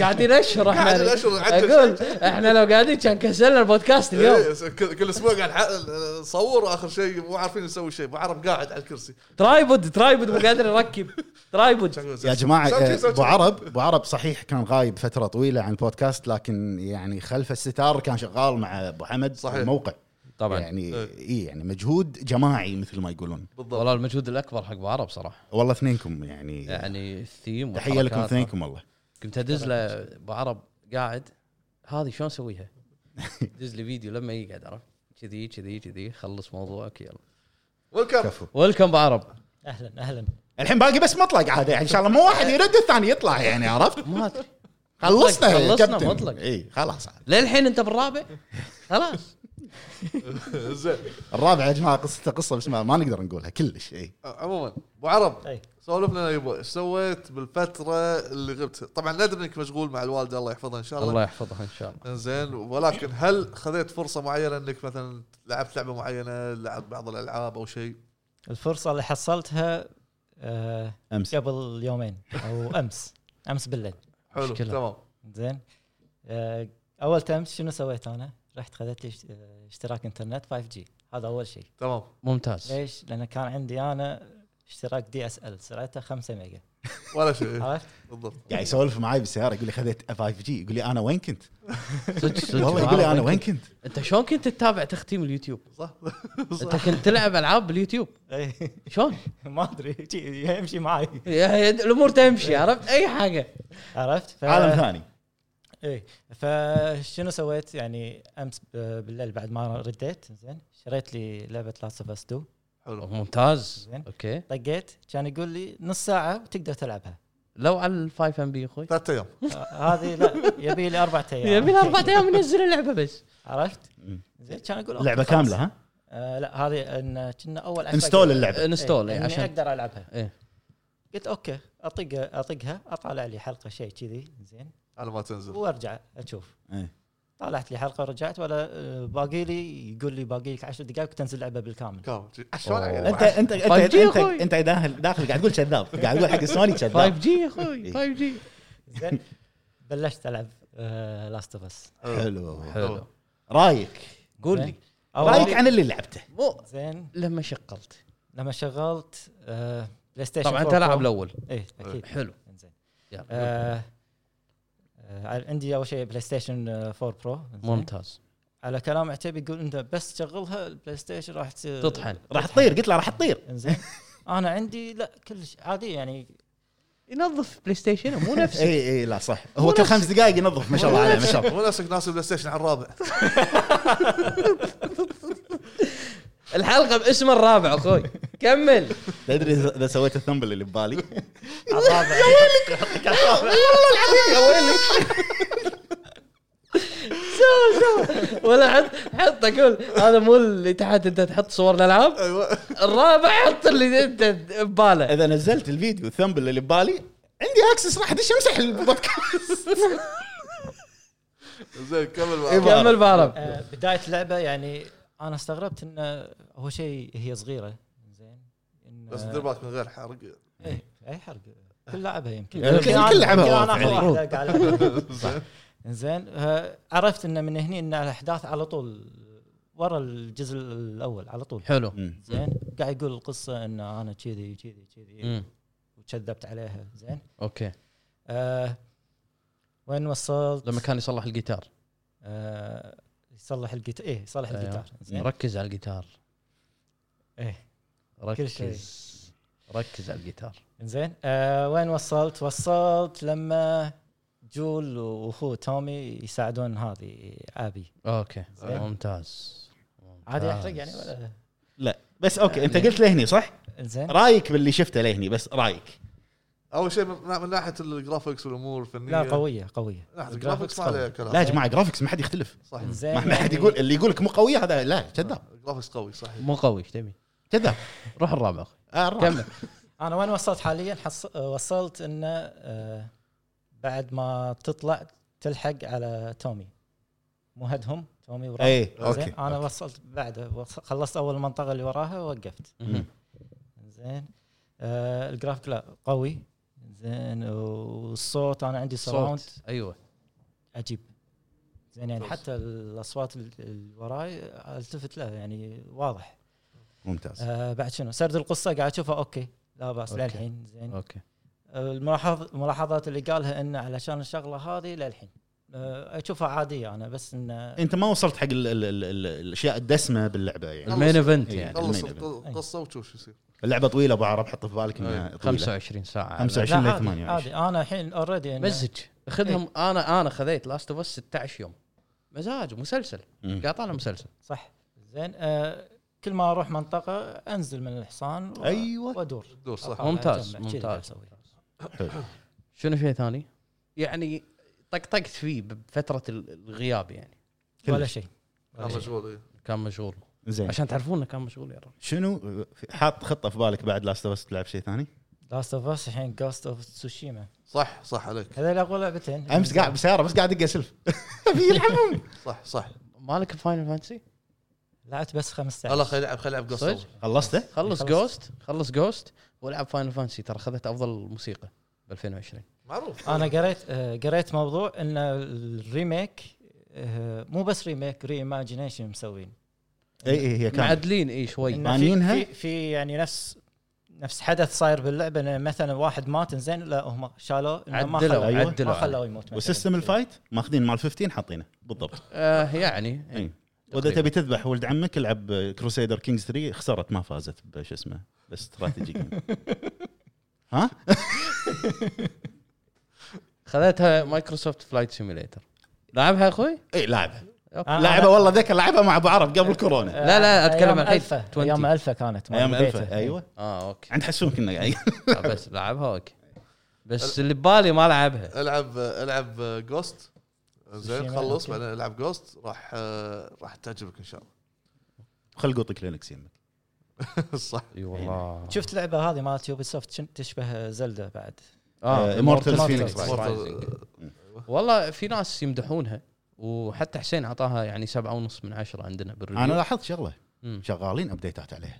[SPEAKER 1] قاعدين اشهر احنا
[SPEAKER 2] قاعدين أشهر، عدل
[SPEAKER 1] اقول احنا لو قاعدين كان كسلنا البودكاست اليوم
[SPEAKER 2] إيه، كل كل اسبوع قاعد ح- نصور واخر شيء مو عارفين نسوي شيء ابو عرب قاعد على الكرسي
[SPEAKER 1] ترايبود ترايبود مو قادر يركب ترايبود
[SPEAKER 3] يا جماعه
[SPEAKER 2] سوي شيء،
[SPEAKER 3] آه،
[SPEAKER 2] سوي
[SPEAKER 3] ابو
[SPEAKER 2] شيء.
[SPEAKER 3] عرب ابو عرب صحيح كان غايب فتره طويله عن البودكاست لكن يعني خلف الستار كان شغال مع ابو حمد
[SPEAKER 2] صحيح.
[SPEAKER 3] صحيح. الموقع
[SPEAKER 1] طبعا
[SPEAKER 3] يعني
[SPEAKER 2] إيه.
[SPEAKER 3] اي يعني مجهود جماعي مثل ما يقولون
[SPEAKER 2] بالضبط
[SPEAKER 1] والله المجهود الاكبر حق ابو عرب صراحه
[SPEAKER 3] والله اثنينكم يعني,
[SPEAKER 1] يعني الثيم
[SPEAKER 3] تحيه لكم
[SPEAKER 1] والحركات.
[SPEAKER 3] اثنينكم والله
[SPEAKER 1] كنت ادز له ابو عرب قاعد هذه شلون اسويها؟ دز لي فيديو لما يقعد عرفت كذي كذي كذي خلص موضوعك يلا
[SPEAKER 2] ويلكم
[SPEAKER 3] كفو
[SPEAKER 1] ويلكم ابو عرب
[SPEAKER 5] اهلا اهلا
[SPEAKER 3] الحين باقي بس مطلق عاد يعني ان شاء الله مو واحد يرد الثاني يطلع يعني عرفت
[SPEAKER 1] ما ادري
[SPEAKER 3] خلصنا يا
[SPEAKER 1] خلصنا
[SPEAKER 3] كابتن.
[SPEAKER 1] مطلق.
[SPEAKER 3] اي خلاص عاد.
[SPEAKER 1] للحين انت بالرابع خلاص
[SPEAKER 2] زين
[SPEAKER 3] الرابع يا جماعه قصته قصه بس ما, ما نقدر نقولها كلش اي
[SPEAKER 2] عموما ابو عرب
[SPEAKER 5] أي.
[SPEAKER 2] سولف لنا يبا ايش سويت بالفتره اللي غبت طبعا ندري انك مشغول مع الوالده الله يحفظها ان شاء الله
[SPEAKER 1] الله يحفظها ان شاء الله
[SPEAKER 2] زين ولكن هل خذيت فرصه معينه انك مثلا لعبت لعبه معينه لعبت بعض الالعاب او شيء
[SPEAKER 5] الفرصه اللي حصلتها آه،
[SPEAKER 3] امس
[SPEAKER 5] قبل يومين او امس امس بالليل
[SPEAKER 2] حلو
[SPEAKER 1] مشكلة.
[SPEAKER 2] تمام
[SPEAKER 5] زين آه، اول امس شنو سويت انا؟ رحت خذيت لي اشت- آه، اشتراك انترنت 5 جي هذا اول شيء
[SPEAKER 2] تمام
[SPEAKER 1] ممتاز
[SPEAKER 5] ليش؟ لان كان عندي انا اشتراك دي اس ال سرعته 5 ميجا
[SPEAKER 2] ولا شيء
[SPEAKER 5] عرفت؟
[SPEAKER 2] بالضبط
[SPEAKER 3] قاعد يعني يسولف معاي بالسياره يقول لي خذيت 5 جي يقول لي انا وين كنت؟
[SPEAKER 1] صدق صدق
[SPEAKER 3] والله يقول لي انا وين كنت؟
[SPEAKER 1] انت شلون كنت تتابع تختيم اليوتيوب؟
[SPEAKER 2] صح
[SPEAKER 1] انت كنت تلعب العاب باليوتيوب
[SPEAKER 5] إيه،
[SPEAKER 1] شلون؟
[SPEAKER 5] ما ادري شي يمشي معي
[SPEAKER 1] يا- الامور تمشي عرفت اي حاجه
[SPEAKER 5] عرفت؟ ف...
[SPEAKER 3] عالم ثاني
[SPEAKER 5] ايه فشنو سويت يعني امس آه، بالليل بعد ما رديت زين شريت لي لعبه لاست اوف اس 2
[SPEAKER 2] حلو
[SPEAKER 1] ممتاز
[SPEAKER 5] زين.
[SPEAKER 1] اوكي
[SPEAKER 5] طقيت كان يقول لي نص ساعه وتقدر تلعبها
[SPEAKER 1] لو على الفايف ام بي اخوي
[SPEAKER 2] ثلاث ايام
[SPEAKER 5] آه، هذه لا يبي لي اربع ايام
[SPEAKER 1] يبي لها اربع ايام ينزل اللعبه بس
[SPEAKER 5] عرفت؟ زين كان اقول أوكي،
[SPEAKER 3] لعبه
[SPEAKER 5] خلاص.
[SPEAKER 3] كامله ها؟
[SPEAKER 5] آه لا هذه ان كنا اول عشرة
[SPEAKER 3] انستول
[SPEAKER 5] جيم.
[SPEAKER 3] اللعبه
[SPEAKER 1] انستول
[SPEAKER 5] إيه،
[SPEAKER 1] إيه،
[SPEAKER 5] إني
[SPEAKER 1] عشان
[SPEAKER 5] اقدر العبها
[SPEAKER 1] إيه.
[SPEAKER 5] قلت اوكي اطق اطقها اطالع لي حلقه شيء كذي زين
[SPEAKER 2] على ما تنزل
[SPEAKER 5] وارجع اشوف
[SPEAKER 3] إيه.
[SPEAKER 5] طالعت لي حلقه ورجعت ولا آه، باقي لي يقول لي باقي لك 10 دقائق تنزل اللعبه بالكامل
[SPEAKER 2] كامل
[SPEAKER 3] انت
[SPEAKER 2] شلون
[SPEAKER 3] انت
[SPEAKER 1] فايف
[SPEAKER 3] انت
[SPEAKER 1] جي
[SPEAKER 3] انت,
[SPEAKER 1] أخوي.
[SPEAKER 3] انت داخل داخل قاعد تقول كذاب قاعد تقول حق سوني
[SPEAKER 1] 5
[SPEAKER 3] كذاب
[SPEAKER 1] جي يا اخوي 5 جي
[SPEAKER 5] زين بلشت آه، العب لاست اوف اس
[SPEAKER 3] حلو
[SPEAKER 1] حلو
[SPEAKER 3] رايك
[SPEAKER 1] قول لي
[SPEAKER 3] رايك عن اللي لعبته
[SPEAKER 1] مو
[SPEAKER 5] زين
[SPEAKER 1] لما شغلت
[SPEAKER 5] لما شغلت آه، بلاي ستيشن
[SPEAKER 1] طبعا
[SPEAKER 5] 4
[SPEAKER 1] انت لاعب
[SPEAKER 5] برو.
[SPEAKER 1] الاول
[SPEAKER 5] ايه اكيد
[SPEAKER 1] حلو
[SPEAKER 5] زين
[SPEAKER 1] يلا.
[SPEAKER 5] آه، آه، عندي اول شيء بلاي ستيشن آه، 4 برو زين.
[SPEAKER 1] ممتاز
[SPEAKER 5] على كلام عتيبي يقول انت بس تشغلها البلاي ستيشن راح تصير
[SPEAKER 1] تطحن
[SPEAKER 3] راح تطير قلت له راح تطير
[SPEAKER 5] انزين انا عندي لا كلش عادي يعني
[SPEAKER 1] ينظف بلاي ستيشن مو نفسه
[SPEAKER 3] اي اي إيه، لا صح هو كل خمس دقائق ينظف ما شاء الله عليه ما شاء الله
[SPEAKER 2] مو نفسك ناس البلاي ستيشن على الرابع
[SPEAKER 1] الحلقه باسم الرابع اخوي كمل
[SPEAKER 3] تدري اذا إذا سويت الثمبل اللي ببالي
[SPEAKER 5] الرابع
[SPEAKER 1] سو سو ولا حط حط اقول هذا مو اللي تحت انت تحط صور الالعاب
[SPEAKER 2] ايوه
[SPEAKER 1] الرابع حط اللي انت بباله
[SPEAKER 3] اذا نزلت الفيديو الثمبل اللي ببالي عندي اكسس راح ادش امسح البودكاست
[SPEAKER 2] زين كمل
[SPEAKER 3] إيه،
[SPEAKER 2] معك.
[SPEAKER 3] بارب.
[SPEAKER 1] كمل بارب
[SPEAKER 5] آه، بدايه اللعبه يعني انا استغربت انه هو شيء هي صغيره زين إن-
[SPEAKER 2] بس دير بالك من غير حرق
[SPEAKER 5] ايه اي حرق كل لعبه يمكن
[SPEAKER 3] كل-
[SPEAKER 5] يمكن
[SPEAKER 3] يعني كل
[SPEAKER 5] أنا-
[SPEAKER 3] لعبة يعني.
[SPEAKER 5] يمكن
[SPEAKER 3] واضح.
[SPEAKER 5] انا اخر
[SPEAKER 1] المفروض.
[SPEAKER 5] واحده قاعد ألعبها.
[SPEAKER 2] زين
[SPEAKER 5] زين آه، عرفت انه من هني ان الاحداث على طول ورا الجزء الاول على طول
[SPEAKER 1] حلو
[SPEAKER 5] زين قاعد يقول القصه ان انا كذي كذي كذي
[SPEAKER 1] مم.
[SPEAKER 5] وكذبت عليها زين
[SPEAKER 1] اوكي
[SPEAKER 5] آه وين وصلت؟
[SPEAKER 1] لما كان يصلح الجيتار
[SPEAKER 5] آه يصلح الجيتار ايه يصلح
[SPEAKER 1] أيوة.
[SPEAKER 5] الجيتار زين
[SPEAKER 1] ركز على الجيتار
[SPEAKER 5] ايه كل شيء.
[SPEAKER 1] ركز ركز على الجيتار
[SPEAKER 5] زين آه وين وصلت؟ وصلت لما جول واخوه تومي يساعدون هذه ابي
[SPEAKER 1] اوكي
[SPEAKER 5] زين.
[SPEAKER 1] ممتاز
[SPEAKER 5] عادي
[SPEAKER 1] ممتاز.
[SPEAKER 5] احرق يعني ولا
[SPEAKER 3] لا يعني. إيه. بس اوكي انت قلت لهني صح؟
[SPEAKER 5] زين
[SPEAKER 3] رايك باللي شفته لهني بس رايك
[SPEAKER 2] اول شيء من من ناحيه الجرافكس والامور الفنيه
[SPEAKER 5] لا قويه قويه
[SPEAKER 2] ناحيه الجرافكس ما عليه كلام
[SPEAKER 3] لا يا جماعه جرافكس ما حد يختلف
[SPEAKER 2] صح
[SPEAKER 5] زين
[SPEAKER 3] ما ما حد يقول اللي يقولك مو قويه هذا لا كذاب
[SPEAKER 2] جرافكس آه، قوي صحيح
[SPEAKER 1] مو قوي ايش تبي؟
[SPEAKER 3] كذاب
[SPEAKER 1] روح الرابع اخوي
[SPEAKER 3] آه، الرابع.
[SPEAKER 1] كمل
[SPEAKER 5] انا وين وصلت حاليا حص... وصلت انه آه، بعد ما تطلع تلحق على تومي مو هدهم تومي وراها
[SPEAKER 3] اي
[SPEAKER 5] زين
[SPEAKER 3] اوكي
[SPEAKER 5] انا وصلت بعد وص- خلصت اول منطقه اللي وراها ووقفت
[SPEAKER 1] مم.
[SPEAKER 5] زين آه الجرافيك لا قوي زين والصوت انا عندي سراوند
[SPEAKER 1] صوت ايوه
[SPEAKER 5] عجيب زين يعني
[SPEAKER 2] صوت.
[SPEAKER 5] حتى الاصوات ال- اللي وراي التفت لها يعني واضح
[SPEAKER 3] ممتاز
[SPEAKER 5] آه بعد شنو سرد القصه قاعد اشوفها اوكي لا باس
[SPEAKER 1] أوكي.
[SPEAKER 5] للحين زين
[SPEAKER 1] اوكي
[SPEAKER 5] الملاحظ الملاحظات اللي قالها انه علشان الشغله هذه للحين أه، اشوفها عاديه انا بس انه
[SPEAKER 3] انت ما وصلت حق ال- ال- ال- ال- الاشياء الدسمه باللعبه يعني
[SPEAKER 1] المين ايفنت
[SPEAKER 3] إيه.
[SPEAKER 1] يعني
[SPEAKER 2] خلص
[SPEAKER 3] المين
[SPEAKER 2] الق- القصه وتشوف شو يصير
[SPEAKER 3] اللعبه طويله ابو عرب حط في بالك
[SPEAKER 1] نعم.
[SPEAKER 3] انها
[SPEAKER 2] إيه.
[SPEAKER 3] طويله
[SPEAKER 1] 25 ساعه
[SPEAKER 3] 25
[SPEAKER 5] لا
[SPEAKER 3] ل
[SPEAKER 5] عادي,
[SPEAKER 3] 28
[SPEAKER 5] عادي انا الحين اوريدي
[SPEAKER 1] مزج خذهم انا انا خذيت لاست اوف اس 16 يوم مزاج مسلسل
[SPEAKER 3] مم.
[SPEAKER 1] قاعد طالع مسلسل
[SPEAKER 5] صح زين أه كل ما اروح منطقه انزل من الحصان و-
[SPEAKER 3] أيوة.
[SPEAKER 5] وادور
[SPEAKER 2] دور صح
[SPEAKER 5] أطلع
[SPEAKER 1] ممتاز،
[SPEAKER 5] أجمع، كذي
[SPEAKER 1] ممتاز.
[SPEAKER 5] أسوي.
[SPEAKER 1] شنو شيء ثاني؟ يعني طقطقت فيه بفتره الغياب يعني
[SPEAKER 5] ولا شيء
[SPEAKER 2] انا مشغول إيه.
[SPEAKER 1] كان إيه. مشغول
[SPEAKER 3] زين
[SPEAKER 1] عشان تعرفون انه كان مشغول يا رب
[SPEAKER 3] شنو حاط خطه في بالك بعد لاست اوف تلعب شيء ثاني؟
[SPEAKER 1] إيه.
[SPEAKER 5] لاست اوف اس الحين جوست اوف تسوشيما
[SPEAKER 2] صح صح عليك
[SPEAKER 5] هذول اقوى لعبتين
[SPEAKER 3] امس قاعد بالسياره بس قاعد ادق اسلف ابي يلعبون
[SPEAKER 2] صح صح
[SPEAKER 1] مالك فاينل فانتسي؟
[SPEAKER 5] لعبت بس خمس
[SPEAKER 2] يلا
[SPEAKER 5] ساعات
[SPEAKER 2] خلينا نلعب خلينا نلعب
[SPEAKER 1] صدق؟
[SPEAKER 2] قصه
[SPEAKER 3] خلصته؟
[SPEAKER 1] خلص
[SPEAKER 5] خلص.
[SPEAKER 1] جوست خلص جوست والعب فاينل فانتسي ترى اخذت افضل موسيقى ب 2020
[SPEAKER 2] معروف
[SPEAKER 5] انا قريت آه، قريت موضوع ان الريميك آه، مو بس ريميك ريماجينيشن مسوين
[SPEAKER 3] اي اي إيه، هي كان
[SPEAKER 1] معدلين اي شوي
[SPEAKER 5] إن
[SPEAKER 3] بانينها؟
[SPEAKER 5] في, في, في يعني نفس نفس حدث صاير باللعبه إن مثلا واحد مات انزين لا هم شالوه إنه ما
[SPEAKER 1] عدلوا،
[SPEAKER 5] خلوه-
[SPEAKER 3] أيوة.
[SPEAKER 5] ما
[SPEAKER 1] عدلوا
[SPEAKER 5] خلوه يموت مثلاً.
[SPEAKER 3] وسيستم الفايت ماخذين مال 15 حاطينه بالضبط
[SPEAKER 1] آه يعني
[SPEAKER 3] اي واذا إيه. تبي تذبح ولد عمك العب كروسيدر كينجز 3 خسرت ما فازت بش اسمه باستراتيجي جيم. ها؟
[SPEAKER 1] خذتها مايكروسوفت فلايت سيميليتر لعبها يا اخوي؟
[SPEAKER 3] اي لاعبها
[SPEAKER 5] آه،
[SPEAKER 3] لاعبها
[SPEAKER 5] أنا-
[SPEAKER 3] إيه، والله ذكر لعبها مع ابو عرب قبل كورونا
[SPEAKER 1] لا لا اتكلم
[SPEAKER 5] أيام
[SPEAKER 1] عن إيه؟ الحين
[SPEAKER 5] آه، ألفة.
[SPEAKER 1] 20.
[SPEAKER 5] ايام الفا كانت ما
[SPEAKER 3] ايام
[SPEAKER 5] بديتها.
[SPEAKER 3] الفا ايوه
[SPEAKER 1] اه اوكي
[SPEAKER 3] عند حسون كنا قاعدين
[SPEAKER 1] آه، بس لعبها اوكي بس اللي ببالي ما لعبها
[SPEAKER 2] العب العب جوست زين
[SPEAKER 5] سوشيما،
[SPEAKER 2] خلص
[SPEAKER 5] أوكي.
[SPEAKER 2] بعدين العب جوست راح آه، راح تعجبك ان شاء الله
[SPEAKER 3] خل قوطك لينكس يمك
[SPEAKER 2] صح
[SPEAKER 1] اي والله
[SPEAKER 5] شفت لعبه هذه مالت يوبي سوفت تشبه زلدا بعد
[SPEAKER 3] آه، Immortals Phoenix
[SPEAKER 1] Rising.
[SPEAKER 2] Mortal-
[SPEAKER 1] والله في ناس يمدحونها وحتى حسين اعطاها يعني سبعة ونص من عشرة عندنا بالريفيو
[SPEAKER 3] انا لاحظت شغله
[SPEAKER 1] مم.
[SPEAKER 3] شغالين ابديتات عليها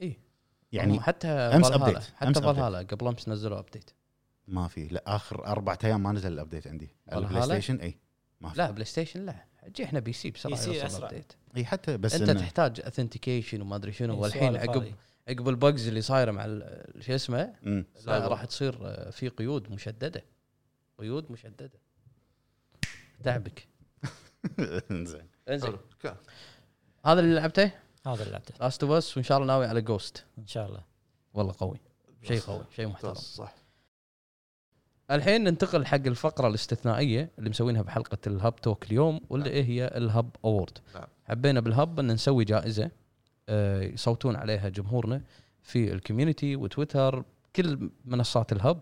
[SPEAKER 1] إيه.
[SPEAKER 3] يعني
[SPEAKER 1] هم حتى
[SPEAKER 3] أمس
[SPEAKER 1] فالهالا
[SPEAKER 3] update. أمس
[SPEAKER 1] حتى فالهالا قبل امس نزلوا ابديت
[SPEAKER 3] ما في لا اخر اربع ايام ما نزل الابديت عندي على البلاي
[SPEAKER 1] والهالة؟
[SPEAKER 3] ستيشن اي ما في
[SPEAKER 1] لا بلاي ستيشن لا جي احنا بي سي بسرعه
[SPEAKER 5] بي سي
[SPEAKER 1] يوصل
[SPEAKER 5] أسرع.
[SPEAKER 1] update.
[SPEAKER 3] اي حتى بس
[SPEAKER 1] انت
[SPEAKER 3] إنه-
[SPEAKER 1] تحتاج اثنتيكيشن وما ادري شنو
[SPEAKER 5] يعني
[SPEAKER 1] والحين
[SPEAKER 5] سؤال
[SPEAKER 1] عقب
[SPEAKER 5] فاضي.
[SPEAKER 1] عقب البجز اللي صايره مع ال- شو اسمه
[SPEAKER 3] مم.
[SPEAKER 1] لا
[SPEAKER 2] سايبر.
[SPEAKER 1] راح تصير آه، في قيود مشدده قيود مشدده تعبك
[SPEAKER 3] زين
[SPEAKER 1] انزين
[SPEAKER 2] حلو. ك-
[SPEAKER 1] هذا اللي لعبته
[SPEAKER 5] هذا اللي لعبته
[SPEAKER 1] لاست اوف اس وان شاء الله ناوي على جوست
[SPEAKER 5] ان شاء الله
[SPEAKER 1] والله قوي شيء قوي شيء محترم
[SPEAKER 2] صح
[SPEAKER 1] الحين ننتقل حق الفقره الاستثنائيه اللي مسوينها بحلقه الهب توك اليوم واللي إيه هي الهب اوورد
[SPEAKER 2] نعم.
[SPEAKER 1] حبينا بالهب ان نسوي جائزه آه، يصوتون عليها جمهورنا في الكوميونتي وتويتر كل منصات الهب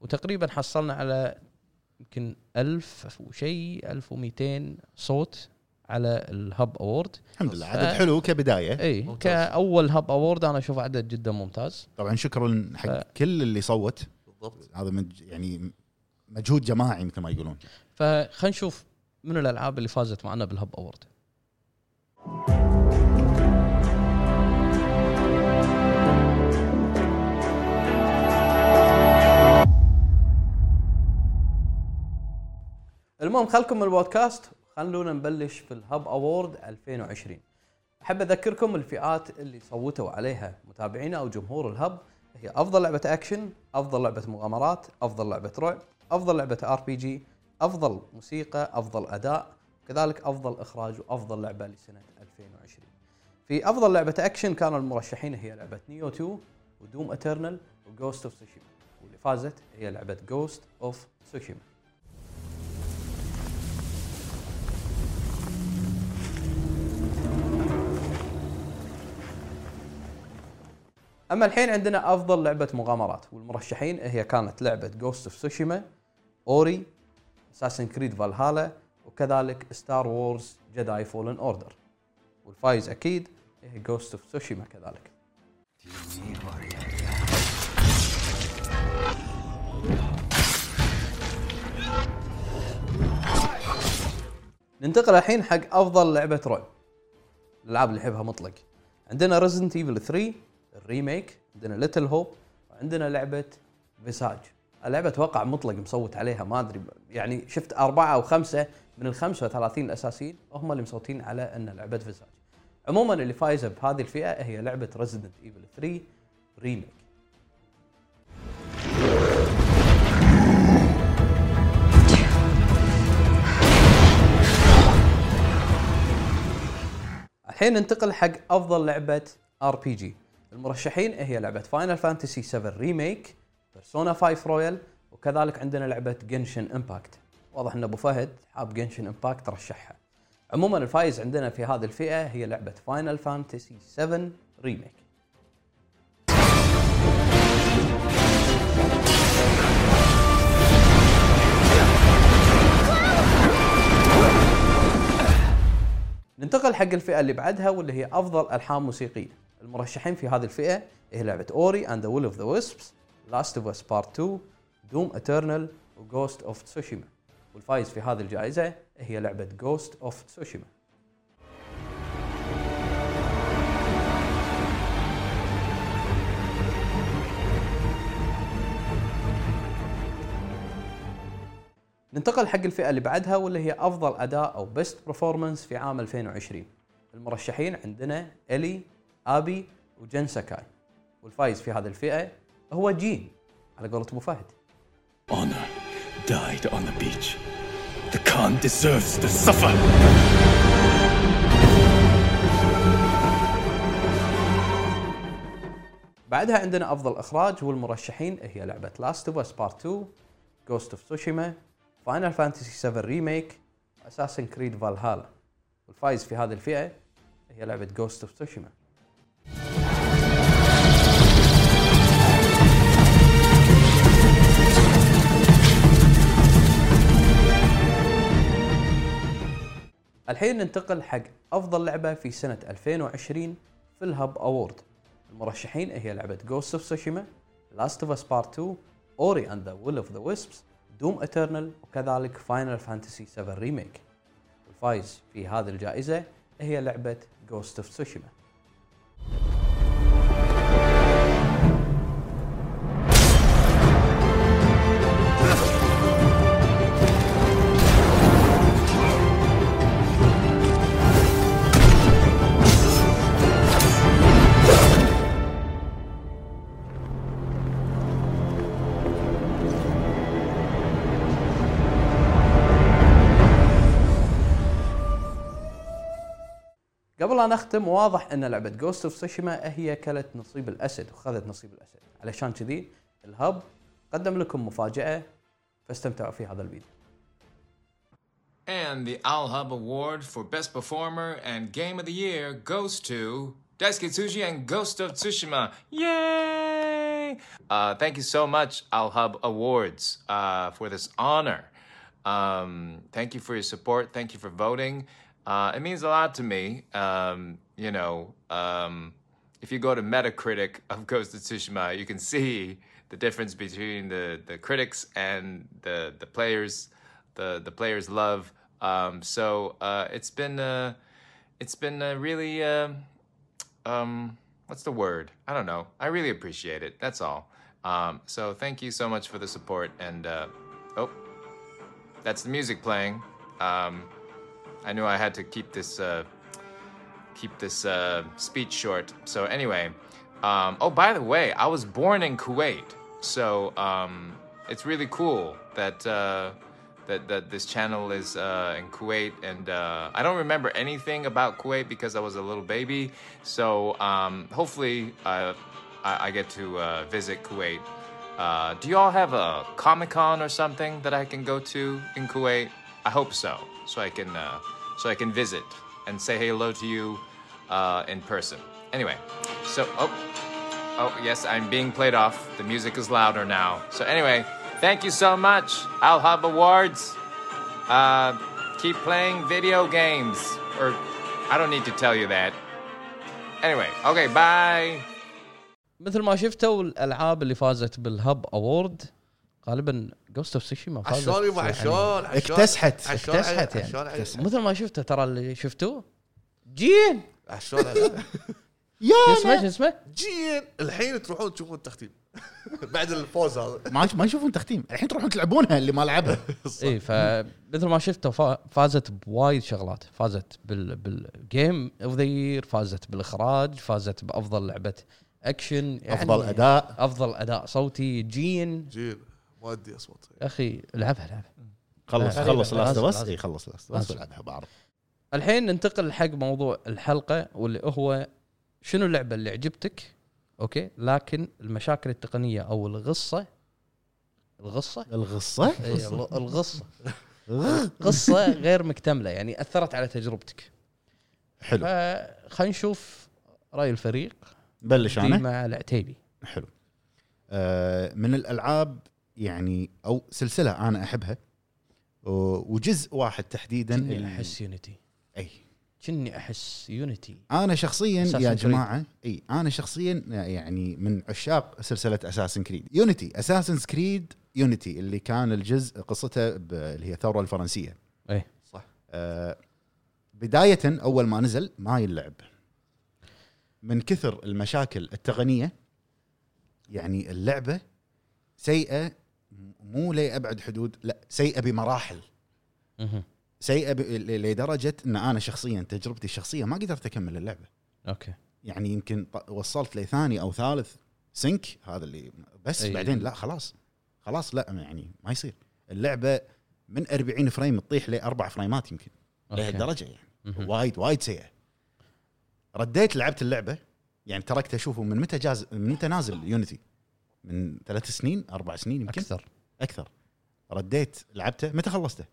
[SPEAKER 1] وتقريبا حصلنا على يمكن ألف وشيء 1200 صوت على الهب اوورد
[SPEAKER 3] الحمد لله
[SPEAKER 1] آه.
[SPEAKER 3] عدد حلو كبدايه
[SPEAKER 1] اي
[SPEAKER 2] ممتاز.
[SPEAKER 1] كاول هب اوورد انا اشوف عدد جدا ممتاز
[SPEAKER 3] طبعا شكرا حق
[SPEAKER 1] آه.
[SPEAKER 3] كل اللي صوت
[SPEAKER 2] بالضبط
[SPEAKER 3] هذا مج يعني مجهود جماعي مثل ما يقولون
[SPEAKER 1] فخلينا نشوف من الالعاب اللي فازت معنا بالهب اوورد المهم خلكم البودكاست خلونا نبلش في الهب اوورد 2020 احب اذكركم الفئات اللي صوتوا عليها متابعينا او جمهور الهب هي افضل لعبه اكشن افضل لعبه مغامرات افضل لعبه رعب افضل لعبه ار بي جي افضل موسيقى افضل اداء كذلك افضل اخراج وافضل لعبه لسنه 2020 في افضل لعبه اكشن كانوا المرشحين هي لعبه نيو 2 ودوم اترنال وجوست اوف سوشيما واللي فازت هي لعبه جوست اوف سوشيما اما الحين عندنا افضل لعبه مغامرات والمرشحين هي كانت لعبه جوست اوف سوشيما اوري اساسن كريد فالهالا وكذلك ستار وورز جداي فولن اوردر والفايز اكيد هي جوست اوف سوشيما كذلك ننتقل الحين حق افضل لعبه رعب الالعاب اللي يحبها مطلق عندنا ريزنت ايفل 3 الريميك عندنا ليتل هوب وعندنا لعبه فيساج اللعبه اتوقع مطلق مصوت عليها ما ادري يعني شفت اربعه او خمسه من ال 35 الاساسيين هم اللي مصوتين على ان لعبه فيساج عموما اللي فايزه بهذه الفئه هي لعبه ريزدنت ايفل 3 ريميك الحين ننتقل حق افضل لعبه ار بي جي المرشحين هي لعبه فاينل فانتسي 7 ريميك بيرسونا 5 رويال وكذلك عندنا لعبه جنشن امباكت واضح ان ابو فهد حاب جنشن امباكت رشحها عموما الفايز عندنا في هذه الفئه هي لعبه فاينل فانتسي 7 ريميك ننتقل ننتقل حق الفئه اللي بعدها واللي هي افضل الحان موسيقيه المرشحين في هذه الفئه هي لعبه اوري اند ذا ويل اوف ذا ويسبس لاست اوف اس بارت 2 دوم اترنال وجوست اوف تسوشيما والفايز في هذه الجائزه هي لعبه جوست اوف تسوشيما ننتقل حق الفئة اللي بعدها واللي هي أفضل أداء أو بيست برفورمانس في عام 2020 المرشحين عندنا إلي أبي وجن ساكاي والفايز في هذه الفئة هو جين على قولة أبو فهد
[SPEAKER 6] Honor died on the beach. The Khan deserves to suffer.
[SPEAKER 1] بعدها عندنا أفضل إخراج والمرشحين هي لعبة لاست اوف اس بارت 2 جوست اوف سوشيما فاينل فانتسي 7 ريميك اساسن كريد فالهالا والفايز في هذه الفئة هي لعبة جوست اوف سوشيما الحين ننتقل حق افضل لعبه في سنه 2020 في الهب اوورد المرشحين هي لعبه جوست اوف سوشيما لاست اوف اس بارت 2 اوري اند ذا ويل اوف ذا ويسبس دوم اترنال وكذلك فاينل فانتسي 7 ريميك الفايز في هذه الجائزه هي لعبه جوست اوف سوشيما قبل لا نختم واضح ان لعبه جوست اوف سوشيما هي كلت نصيب الاسد وخذت نصيب الاسد علشان كذي الهب قدم لكم مفاجاه فاستمتعوا في هذا الفيديو
[SPEAKER 7] And the Al Hub Award for Best Performer and Game of the Year goes to Daisuke Tsuji and Ghost of Tsushima. Yay! Uh, thank you so much, Al Hub Awards, uh, for this honor. Um, thank you for your support. Thank you for voting. Uh, it means a lot to me. Um, you know, um, if you go to Metacritic of Ghost of Tsushima, you can see the difference between the, the critics and the the players, the the players love. Um, so uh, it's been uh, it's been uh, really uh, um, what's the word? I don't know. I really appreciate it. That's all. Um, so thank you so much for the support and uh, oh, that's the music playing. Um, I knew I had to keep this uh, keep this uh, speech short. So anyway, um, oh by the way, I was born in Kuwait, so um, it's really cool that uh, that that this channel is uh, in Kuwait, and uh, I don't remember anything about Kuwait because I was a little baby. So um, hopefully, uh, I, I get to uh, visit Kuwait. Uh, do you all have a Comic Con or something that I can go to in Kuwait? I hope so, so I can uh, so I can visit and say hello to you uh, in person. Anyway, so oh. Oh, yes, I'm being played off. The music is louder now. So, anyway, thank you so much, Al Hub Awards. Uh, keep playing video games. Or, I don't need to tell you that. Anyway, okay, bye.
[SPEAKER 1] مثل ما شفتوا الالعاب اللي فازت بالهب اوورد غالبا جوست اوف سوشيما فازت
[SPEAKER 2] عشان يبا
[SPEAKER 1] يعني
[SPEAKER 2] عشان عشان
[SPEAKER 3] اكتسحت،
[SPEAKER 2] عشان
[SPEAKER 3] اكتسحت يعني،
[SPEAKER 2] عشان
[SPEAKER 3] اكتسحت.
[SPEAKER 1] مثل ما شفته ترى اللي شفتوه جين
[SPEAKER 2] عشان
[SPEAKER 1] شو اسمه شو اسمه
[SPEAKER 2] جين الحين تروحون تشوفون التختيم بعد الفوز هذا
[SPEAKER 3] ما ما يشوفون تختيم الحين تروحون تلعبونها اللي ما لعبها
[SPEAKER 1] اي فمثل إيه، ما شفته فا- فازت بوايد شغلات فازت بال بالجيم اوف ذا يير فازت بالاخراج فازت بافضل لعبه اكشن يعني
[SPEAKER 3] افضل اداء
[SPEAKER 1] افضل اداء صوتي جين
[SPEAKER 2] جين مؤدي اصوات
[SPEAKER 1] يا اخي لعبها لعبها
[SPEAKER 3] خلص
[SPEAKER 1] آه،
[SPEAKER 3] خلص
[SPEAKER 1] لازم-
[SPEAKER 3] لاست اوف اس
[SPEAKER 1] لازم.
[SPEAKER 3] اي خلص لاست اوف اس
[SPEAKER 1] لازم.
[SPEAKER 3] العبها بعرض
[SPEAKER 1] الحين ننتقل حق موضوع الحلقه واللي هو شنو اللعبه اللي عجبتك اوكي لكن المشاكل التقنيه او الغصه الغصه
[SPEAKER 3] الغصه
[SPEAKER 1] إي، إيه، الغ- الغصه قصه غير مكتمله يعني اثرت على تجربتك
[SPEAKER 3] حلو
[SPEAKER 1] فخلينا نشوف راي الفريق
[SPEAKER 3] بلش انا
[SPEAKER 1] دي مع العتيبي
[SPEAKER 3] حلو آه، من الالعاب يعني او سلسله انا احبها و- وجزء واحد تحديدا ال-
[SPEAKER 1] احس يونيتي
[SPEAKER 3] اي
[SPEAKER 1] كني احس يونيتي
[SPEAKER 3] انا شخصيا
[SPEAKER 1] Assassin's
[SPEAKER 3] يا
[SPEAKER 1] Creed.
[SPEAKER 3] جماعه اي انا شخصيا يعني من عشاق سلسله اساسن كريد يونيتي اساسن كريد يونيتي اللي كان الجزء قصته ب- اللي هي الثوره الفرنسيه
[SPEAKER 1] إيه.
[SPEAKER 2] صح.
[SPEAKER 3] آه بدايه اول ما نزل ما يلعب من كثر المشاكل التقنيه يعني اللعبه سيئه مو لابعد حدود لا سيئه بمراحل
[SPEAKER 1] مهم.
[SPEAKER 3] سيئه ب- ل- لدرجه ان انا شخصيا تجربتي الشخصيه ما قدرت اكمل اللعبه
[SPEAKER 1] اوكي
[SPEAKER 3] يعني يمكن ط- وصلت لثاني او ثالث سنك هذا اللي بس
[SPEAKER 1] أي.
[SPEAKER 3] أي. بعدين لا خلاص خلاص لا يعني ما يصير اللعبه من 40 فريم تطيح لاربع فريمات يمكن
[SPEAKER 1] اوكي
[SPEAKER 3] لهالدرجه يعني
[SPEAKER 1] مهم.
[SPEAKER 3] وايد وايد سيئه رديت لعبت اللعبه يعني تركت اشوفه من متى جاز من متى نازل يونيتي من ثلاث سنين اربع سنين يمكن
[SPEAKER 1] اكثر
[SPEAKER 3] اكثر رديت لعبته متى خلصته؟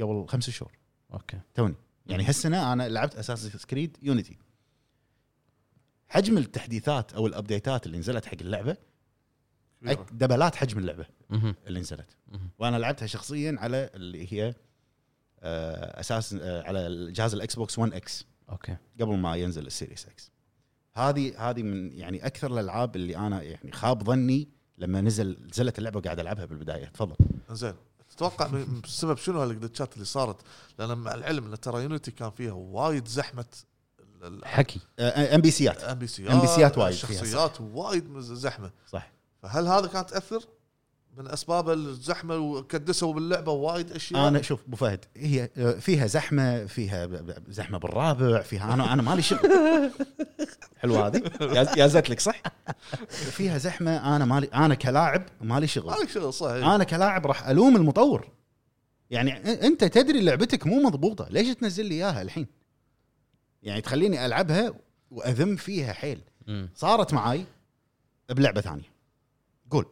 [SPEAKER 3] قبل خمس شهور
[SPEAKER 1] اوكي
[SPEAKER 3] توني يعني هالسنه انا لعبت اساس كريد يونيتي حجم التحديثات او الابديتات اللي نزلت حق اللعبه
[SPEAKER 2] كبيرة.
[SPEAKER 3] أك- دبلات حجم اللعبه
[SPEAKER 1] مهم.
[SPEAKER 3] اللي نزلت
[SPEAKER 1] مهم.
[SPEAKER 3] وانا لعبتها شخصيا على اللي هي آه، اساس آه، على جهاز الاكس بوكس 1 اكس
[SPEAKER 1] اوكي
[SPEAKER 3] قبل ما ينزل السيريس اكس هذه هذه من يعني اكثر الالعاب اللي انا يعني خاب ظني لما نزل نزلت اللعبه وقاعد العبها بالبدايه تفضل
[SPEAKER 2] زين تتوقع ب- بسبب شنو هالجلتشات اللي صارت؟ لان مع العلم ان ترى يونيتي كان فيها وايد زحمه
[SPEAKER 1] حكي
[SPEAKER 3] ام بي سيات
[SPEAKER 2] الام بي سيات
[SPEAKER 3] NPCات وايد فيها، صح.
[SPEAKER 2] آه، شخصيات وايد مز- زحمه
[SPEAKER 3] صح
[SPEAKER 2] فهل هذا كانت تاثر من اسباب الزحمه وكدسوا باللعبه وايد اشياء؟
[SPEAKER 3] انا شوف ابو فهد هي آه، فيها زحمه فيها ب- ب- زحمه بالرابع فيها انا انا مالي شغل حلو هذه يا- يا زت لك صح فيها زحمه انا مالي انا كلاعب مالي شغل
[SPEAKER 2] مالك شغل صحيح
[SPEAKER 3] انا كلاعب راح الوم المطور يعني أ- انت تدري لعبتك مو مضبوطه ليش تنزل لي اياها الحين يعني تخليني العبها واذم فيها حيل
[SPEAKER 1] مم.
[SPEAKER 3] صارت معاي بلعبه ثانيه قول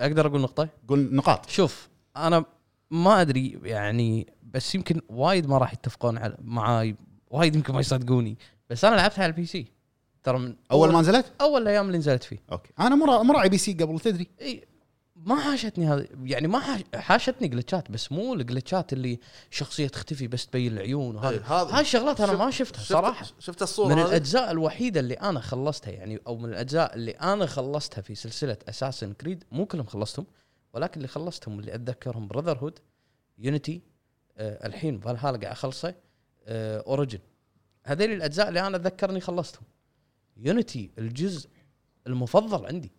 [SPEAKER 1] اقدر اقول نقطه
[SPEAKER 3] قول نقاط
[SPEAKER 1] شوف انا ما ادري يعني بس يمكن وايد ما راح يتفقون على معاي وايد يمكن ما يصدقوني بس انا لعبتها على البي سي ترى من
[SPEAKER 3] اول ما نزلت
[SPEAKER 1] اول الايام اللي نزلت فيه
[SPEAKER 3] اوكي انا مرا مراعي بي سي قبل تدري
[SPEAKER 1] اي ما حاشتني هذا يعني ما حاش حاشتني جلتشات بس مو الجلتشات اللي شخصيه تختفي بس تبين العيون
[SPEAKER 2] إيه،
[SPEAKER 1] وهذا
[SPEAKER 2] هذا
[SPEAKER 1] هاي الشغلات انا
[SPEAKER 2] شفت-
[SPEAKER 1] ما شفتها
[SPEAKER 2] شفت-
[SPEAKER 1] صراحه
[SPEAKER 2] شفت الصوره
[SPEAKER 1] من
[SPEAKER 2] هذه؟
[SPEAKER 1] الاجزاء الوحيده اللي انا خلصتها يعني او من الاجزاء اللي انا خلصتها في سلسله اساسن كريد مو كلهم خلصتهم ولكن اللي خلصتهم اللي اتذكرهم براذر هود يونيتي آه الحين فالهالا قاعد اخلصه آه اوريجن هذيل الاجزاء اللي انا اتذكرني خلصتهم يونيتي الجزء المفضل عندي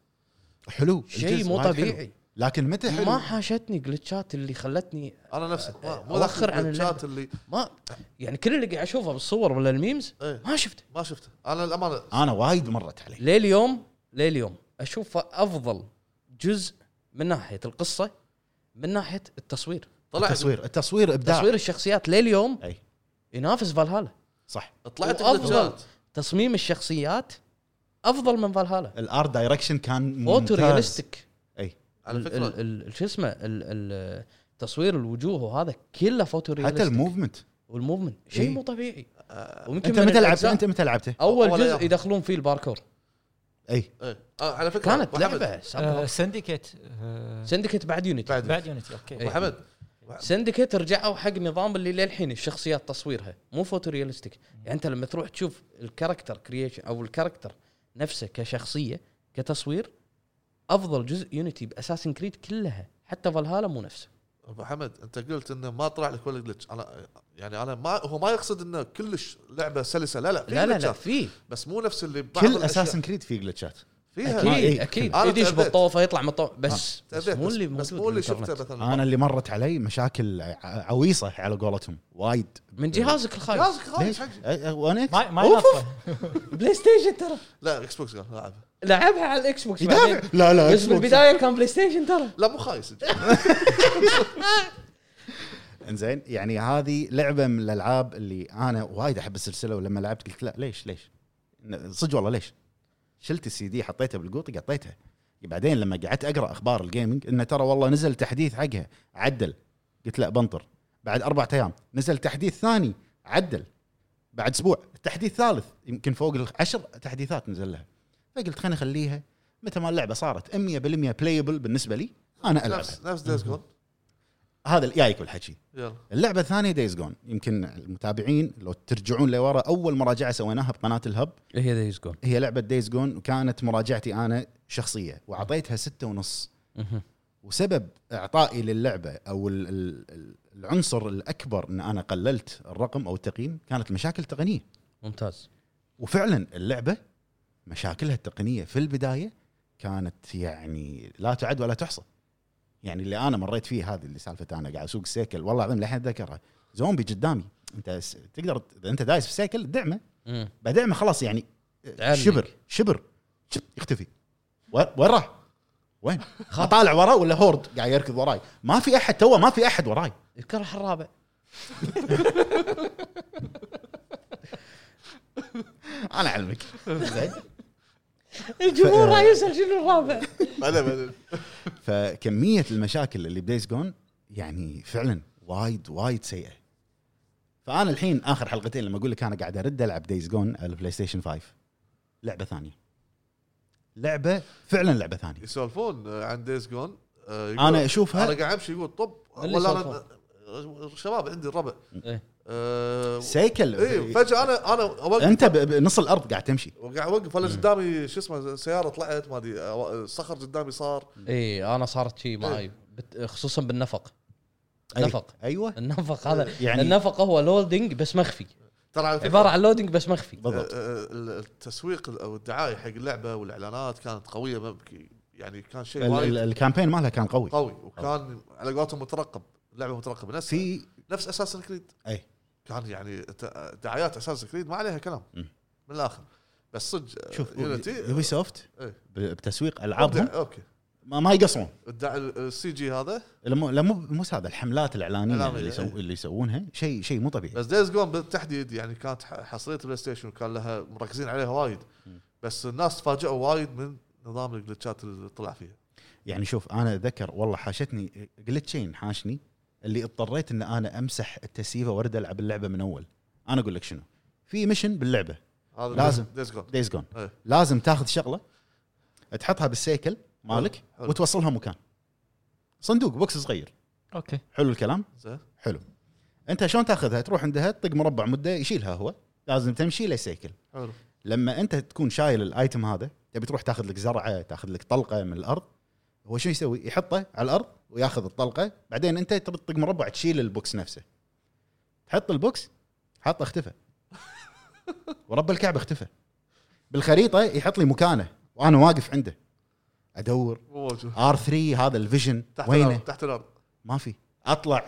[SPEAKER 3] حلو
[SPEAKER 1] شيء
[SPEAKER 3] الجزء
[SPEAKER 1] مو
[SPEAKER 3] وايد حلو.
[SPEAKER 1] طبيعي
[SPEAKER 3] لكن متى حلو
[SPEAKER 1] ما حاشتني جلتشات اللي خلتني
[SPEAKER 2] انا نفسي ما- مو
[SPEAKER 1] أوخر
[SPEAKER 2] ذاك
[SPEAKER 1] عن
[SPEAKER 2] الجلتشات اللي
[SPEAKER 1] ما يعني كل اللي قاعد اشوفه بالصور ولا الميمز
[SPEAKER 2] إيه.
[SPEAKER 1] ما شفته
[SPEAKER 2] ما شفته انا الامانه
[SPEAKER 3] انا وايد مرت علي
[SPEAKER 1] لليوم لليوم اشوفه افضل جزء من ناحيه القصه من ناحيه التصوير
[SPEAKER 2] طلعت
[SPEAKER 3] التصوير التصوير ابداع
[SPEAKER 1] تصوير الشخصيات لليوم
[SPEAKER 3] اي
[SPEAKER 1] ينافس فالهالا
[SPEAKER 3] صح
[SPEAKER 2] طلعت
[SPEAKER 1] وأفضل.
[SPEAKER 2] الجلتشات
[SPEAKER 1] تصميم الشخصيات افضل من فالهالا
[SPEAKER 3] الارت دايركشن كان
[SPEAKER 1] اوتو
[SPEAKER 3] ممتاز
[SPEAKER 1] ريالستيك
[SPEAKER 2] على
[SPEAKER 1] ال- ال-
[SPEAKER 2] فكره
[SPEAKER 1] ال- شو اسمه ال- ال- تصوير الوجوه وهذا كله فوتو
[SPEAKER 3] حتى
[SPEAKER 1] ريالستيك
[SPEAKER 3] الموفمنت
[SPEAKER 1] والموفمنت شيء
[SPEAKER 3] إيه.
[SPEAKER 1] مو طبيعي
[SPEAKER 2] آه،
[SPEAKER 1] ويمكن
[SPEAKER 3] انت
[SPEAKER 1] من
[SPEAKER 3] متى لعبته
[SPEAKER 1] الأجزاء-
[SPEAKER 3] انت متى لعبته
[SPEAKER 1] اول
[SPEAKER 2] أول
[SPEAKER 1] جزء
[SPEAKER 2] أيام.
[SPEAKER 1] يدخلون فيه الباركور
[SPEAKER 3] اي
[SPEAKER 2] إيه. آه، على فكره
[SPEAKER 1] كانت
[SPEAKER 2] أبو حمد،
[SPEAKER 1] لعبه
[SPEAKER 5] آه،
[SPEAKER 1] سابقة.
[SPEAKER 5] سندكيت آه،
[SPEAKER 1] سندكيت بعد يونيتي
[SPEAKER 2] بعد
[SPEAKER 5] بعد يونيتي اوكي
[SPEAKER 1] إيه.
[SPEAKER 2] ابو حمد
[SPEAKER 1] سندكيت رجعوا حق نظام اللي للحين الشخصيات تصويرها مو فوتو ريالستيك يعني انت لما تروح تشوف الكاركتر كرييشن او الكاركتر نفسه كشخصيه كتصوير افضل جزء يونيتي باساسن كريد كلها حتى فالهالا مو نفسه
[SPEAKER 2] ابو حمد انت قلت انه ما طلع لك ولا جلتش انا يعني انا ما هو ما يقصد انه كلش لعبه سلسه لا لا في
[SPEAKER 1] لا لا لا
[SPEAKER 2] glitchات،
[SPEAKER 1] في
[SPEAKER 2] بس مو نفس اللي ببعض
[SPEAKER 3] كل
[SPEAKER 2] الأشياء.
[SPEAKER 3] اساسن كريد في جلتشات
[SPEAKER 2] فيها
[SPEAKER 1] اكيد
[SPEAKER 3] إيه،
[SPEAKER 1] اكيد
[SPEAKER 2] أنا
[SPEAKER 1] يدش
[SPEAKER 2] تعبت.
[SPEAKER 1] بالطوفه يطلع من الطوفه بس, بس
[SPEAKER 2] تعبت،
[SPEAKER 1] مو اللي
[SPEAKER 2] بس
[SPEAKER 1] موجود
[SPEAKER 2] مو اللي
[SPEAKER 1] بالإنترنت.
[SPEAKER 2] شفته مثلا
[SPEAKER 3] انا اللي مرت علي مشاكل ع- عويصه على قولتهم وايد
[SPEAKER 1] من جهازك الخايس
[SPEAKER 2] جهازك خايس
[SPEAKER 3] ليش؟
[SPEAKER 2] حق-
[SPEAKER 3] أي- أي- وانا إكس.
[SPEAKER 5] ما ما
[SPEAKER 1] أوف،
[SPEAKER 5] ينطفى.
[SPEAKER 1] بلاي ستيشن ترى
[SPEAKER 2] لا اكس بوكس قال لاعب
[SPEAKER 1] لعبها على الاكس بوكس
[SPEAKER 3] يدافع
[SPEAKER 1] بعدين.
[SPEAKER 3] لا لا
[SPEAKER 1] بس
[SPEAKER 3] إكس بوكس.
[SPEAKER 1] بالبدايه كان بلاي ستيشن ترى
[SPEAKER 2] لا مو خايس
[SPEAKER 3] انزين يعني هذه لعبه من الالعاب اللي انا وايد احب السلسله ولما لعبت قلت لا ليش ليش؟ ن- صدق والله ليش؟ شلت السي دي حطيته بالقوط قطيتها بعدين لما قعدت اقرا اخبار الجيمنج انه ترى والله نزل تحديث حقها عدل قلت لا بنطر بعد اربع ايام نزل تحديث ثاني عدل بعد اسبوع تحديث ثالث يمكن فوق العشر تحديثات نزل لها فقلت خليني اخليها متى ما اللعبه صارت 100% بلايبل بالنسبه لي انا العبها
[SPEAKER 2] نفس نفس دايز جون
[SPEAKER 3] هذا اللي جايك بالحكي
[SPEAKER 2] يلا
[SPEAKER 3] اللعبه الثانيه دايز جون يمكن المتابعين لو ترجعون لورا اول مراجعه سويناها بقناه الهب
[SPEAKER 1] إيه، هي دايز جون
[SPEAKER 3] هي لعبه دايز جون وكانت مراجعتي انا شخصيه واعطيتها ستة ونص وسبب اعطائي للعبه او ال- ال- ال- العنصر الاكبر ان انا قللت الرقم او التقييم كانت مشاكل تقنيه
[SPEAKER 1] ممتاز
[SPEAKER 3] وفعلا اللعبه مشاكلها التقنيه في البدايه كانت يعني لا تعد ولا تحصى يعني اللي انا مريت فيه هذه اللي سالفه انا قاعد اسوق سيكل والله العظيم لحين اتذكرها زومبي قدامي انت س- تقدر اذا انت دايس في سيكل دعمه
[SPEAKER 1] مم.
[SPEAKER 3] بعدين ما خلاص يعني
[SPEAKER 1] تعلق.
[SPEAKER 3] شبر شبر شب، يختفي وين وين راح؟ وين؟ اطالع وراه ولا هورد قاعد يركض وراي؟ ما في احد توه ما في احد وراي
[SPEAKER 1] الكرح الرابع
[SPEAKER 3] انا اعلمك زين
[SPEAKER 8] الجمهور راح يسال شنو الرابع
[SPEAKER 2] بعدين بعدين
[SPEAKER 3] فكميه المشاكل اللي بدايز جون يعني فعلا وايد وايد سيئه فانا الحين اخر حلقتين لما اقول لك انا قاعد ارد العب دايز جون على البلاي ستيشن 5 لعبه ثانيه لعبه فعلا لعبه ثانيه
[SPEAKER 2] يسولفون آه، عن دايز جون
[SPEAKER 3] انا
[SPEAKER 2] انا
[SPEAKER 3] اشوفها
[SPEAKER 2] قاعد امشي يقول طب
[SPEAKER 1] اللي
[SPEAKER 2] ولا انا شباب عندي الربع
[SPEAKER 1] إيه.
[SPEAKER 2] آه،
[SPEAKER 3] سيكل
[SPEAKER 2] اي فجاه انا انا اوقف
[SPEAKER 3] انت ب- بنص الارض قاعد تمشي
[SPEAKER 2] قاعد اوقف ولا قدامي شو اسمه سياره طلعت ما ادري آه، صخر قدامي صار
[SPEAKER 1] اي انا إيه، صارت
[SPEAKER 2] إيه.
[SPEAKER 1] شي معي بت- خصوصا بالنفق
[SPEAKER 3] أي-
[SPEAKER 1] نفق.
[SPEAKER 3] ايوه
[SPEAKER 1] النفق هذا
[SPEAKER 3] يعني-
[SPEAKER 1] يعني النفق هو لودنج بس مخفي
[SPEAKER 2] ترى على فكرة،
[SPEAKER 1] عباره عن لودنج بس مخفي
[SPEAKER 3] بالضبط
[SPEAKER 2] آه، آه، التسويق او الدعايه حق اللعبه والاعلانات كانت قويه مبكي يعني كان شيء
[SPEAKER 3] ال- ال-
[SPEAKER 2] وايد
[SPEAKER 3] الكامبين مالها كان قوي
[SPEAKER 2] قوي وكان على قولتهم مترقب اللعبه مترقبه نفس
[SPEAKER 3] في
[SPEAKER 2] نفس اساس كريد
[SPEAKER 3] أي.
[SPEAKER 2] كان يعني ت- دعايات اساس كريد ما عليها كلام
[SPEAKER 3] مم.
[SPEAKER 2] من الاخر بس صدق
[SPEAKER 3] شوف يوبي
[SPEAKER 2] يونيتي
[SPEAKER 3] سوفت
[SPEAKER 2] إيه.
[SPEAKER 3] بتسويق العابهم
[SPEAKER 2] أبدع، اوكي
[SPEAKER 3] ما, ما يقصرون
[SPEAKER 2] الدع- السي جي هذا
[SPEAKER 3] لا مو لا مو مو هذا الحملات الاعلانيه
[SPEAKER 2] إعلانية،
[SPEAKER 3] اللي يسو
[SPEAKER 2] إيه.
[SPEAKER 3] اللي يسوونها شيء شيء مو طبيعي
[SPEAKER 2] بس دايز جون بالتحديد يعني كانت ح- حصريه بلاي ستيشن وكان لها مركزين عليها وايد بس الناس تفاجئوا وايد من نظام الجلتشات اللي طلع فيها
[SPEAKER 3] يعني شوف انا اتذكر والله حاشتني جلتشين حاشني اللي اضطريت ان انا امسح التسييفه وارد العب اللعبه من اول انا اقول لك شنو في ميشن باللعبه
[SPEAKER 2] هذا
[SPEAKER 3] لازم.
[SPEAKER 2] دايز جون
[SPEAKER 3] دايز جون
[SPEAKER 2] إيه.
[SPEAKER 3] لازم تاخذ شغله تحطها بالسيكل مالك
[SPEAKER 2] حلو.
[SPEAKER 3] وتوصلها مكان صندوق بوكس صغير
[SPEAKER 5] اوكي
[SPEAKER 3] حلو الكلام
[SPEAKER 2] زين
[SPEAKER 3] حلو انت شلون تاخذها تروح عندها تطق مربع مده يشيلها هو لازم تمشي لسيكل
[SPEAKER 2] حلو
[SPEAKER 3] لما انت تكون شايل الايتم هذا تبي تروح تاخذ لك زرعه تاخذ لك طلقه من الارض هو شو يسوي؟ يحطه على الارض وياخذ الطلقه بعدين انت تطق مربع تشيل البوكس نفسه تحط البوكس حطه اختفى ورب الكعبه اختفى بالخريطه يحط لي مكانه وانا واقف عنده ادور
[SPEAKER 2] مو موجود
[SPEAKER 3] ار 3 هذا الفيجن
[SPEAKER 2] تحت
[SPEAKER 3] وينه؟
[SPEAKER 2] الارض تحت الارض
[SPEAKER 3] ما في اطلع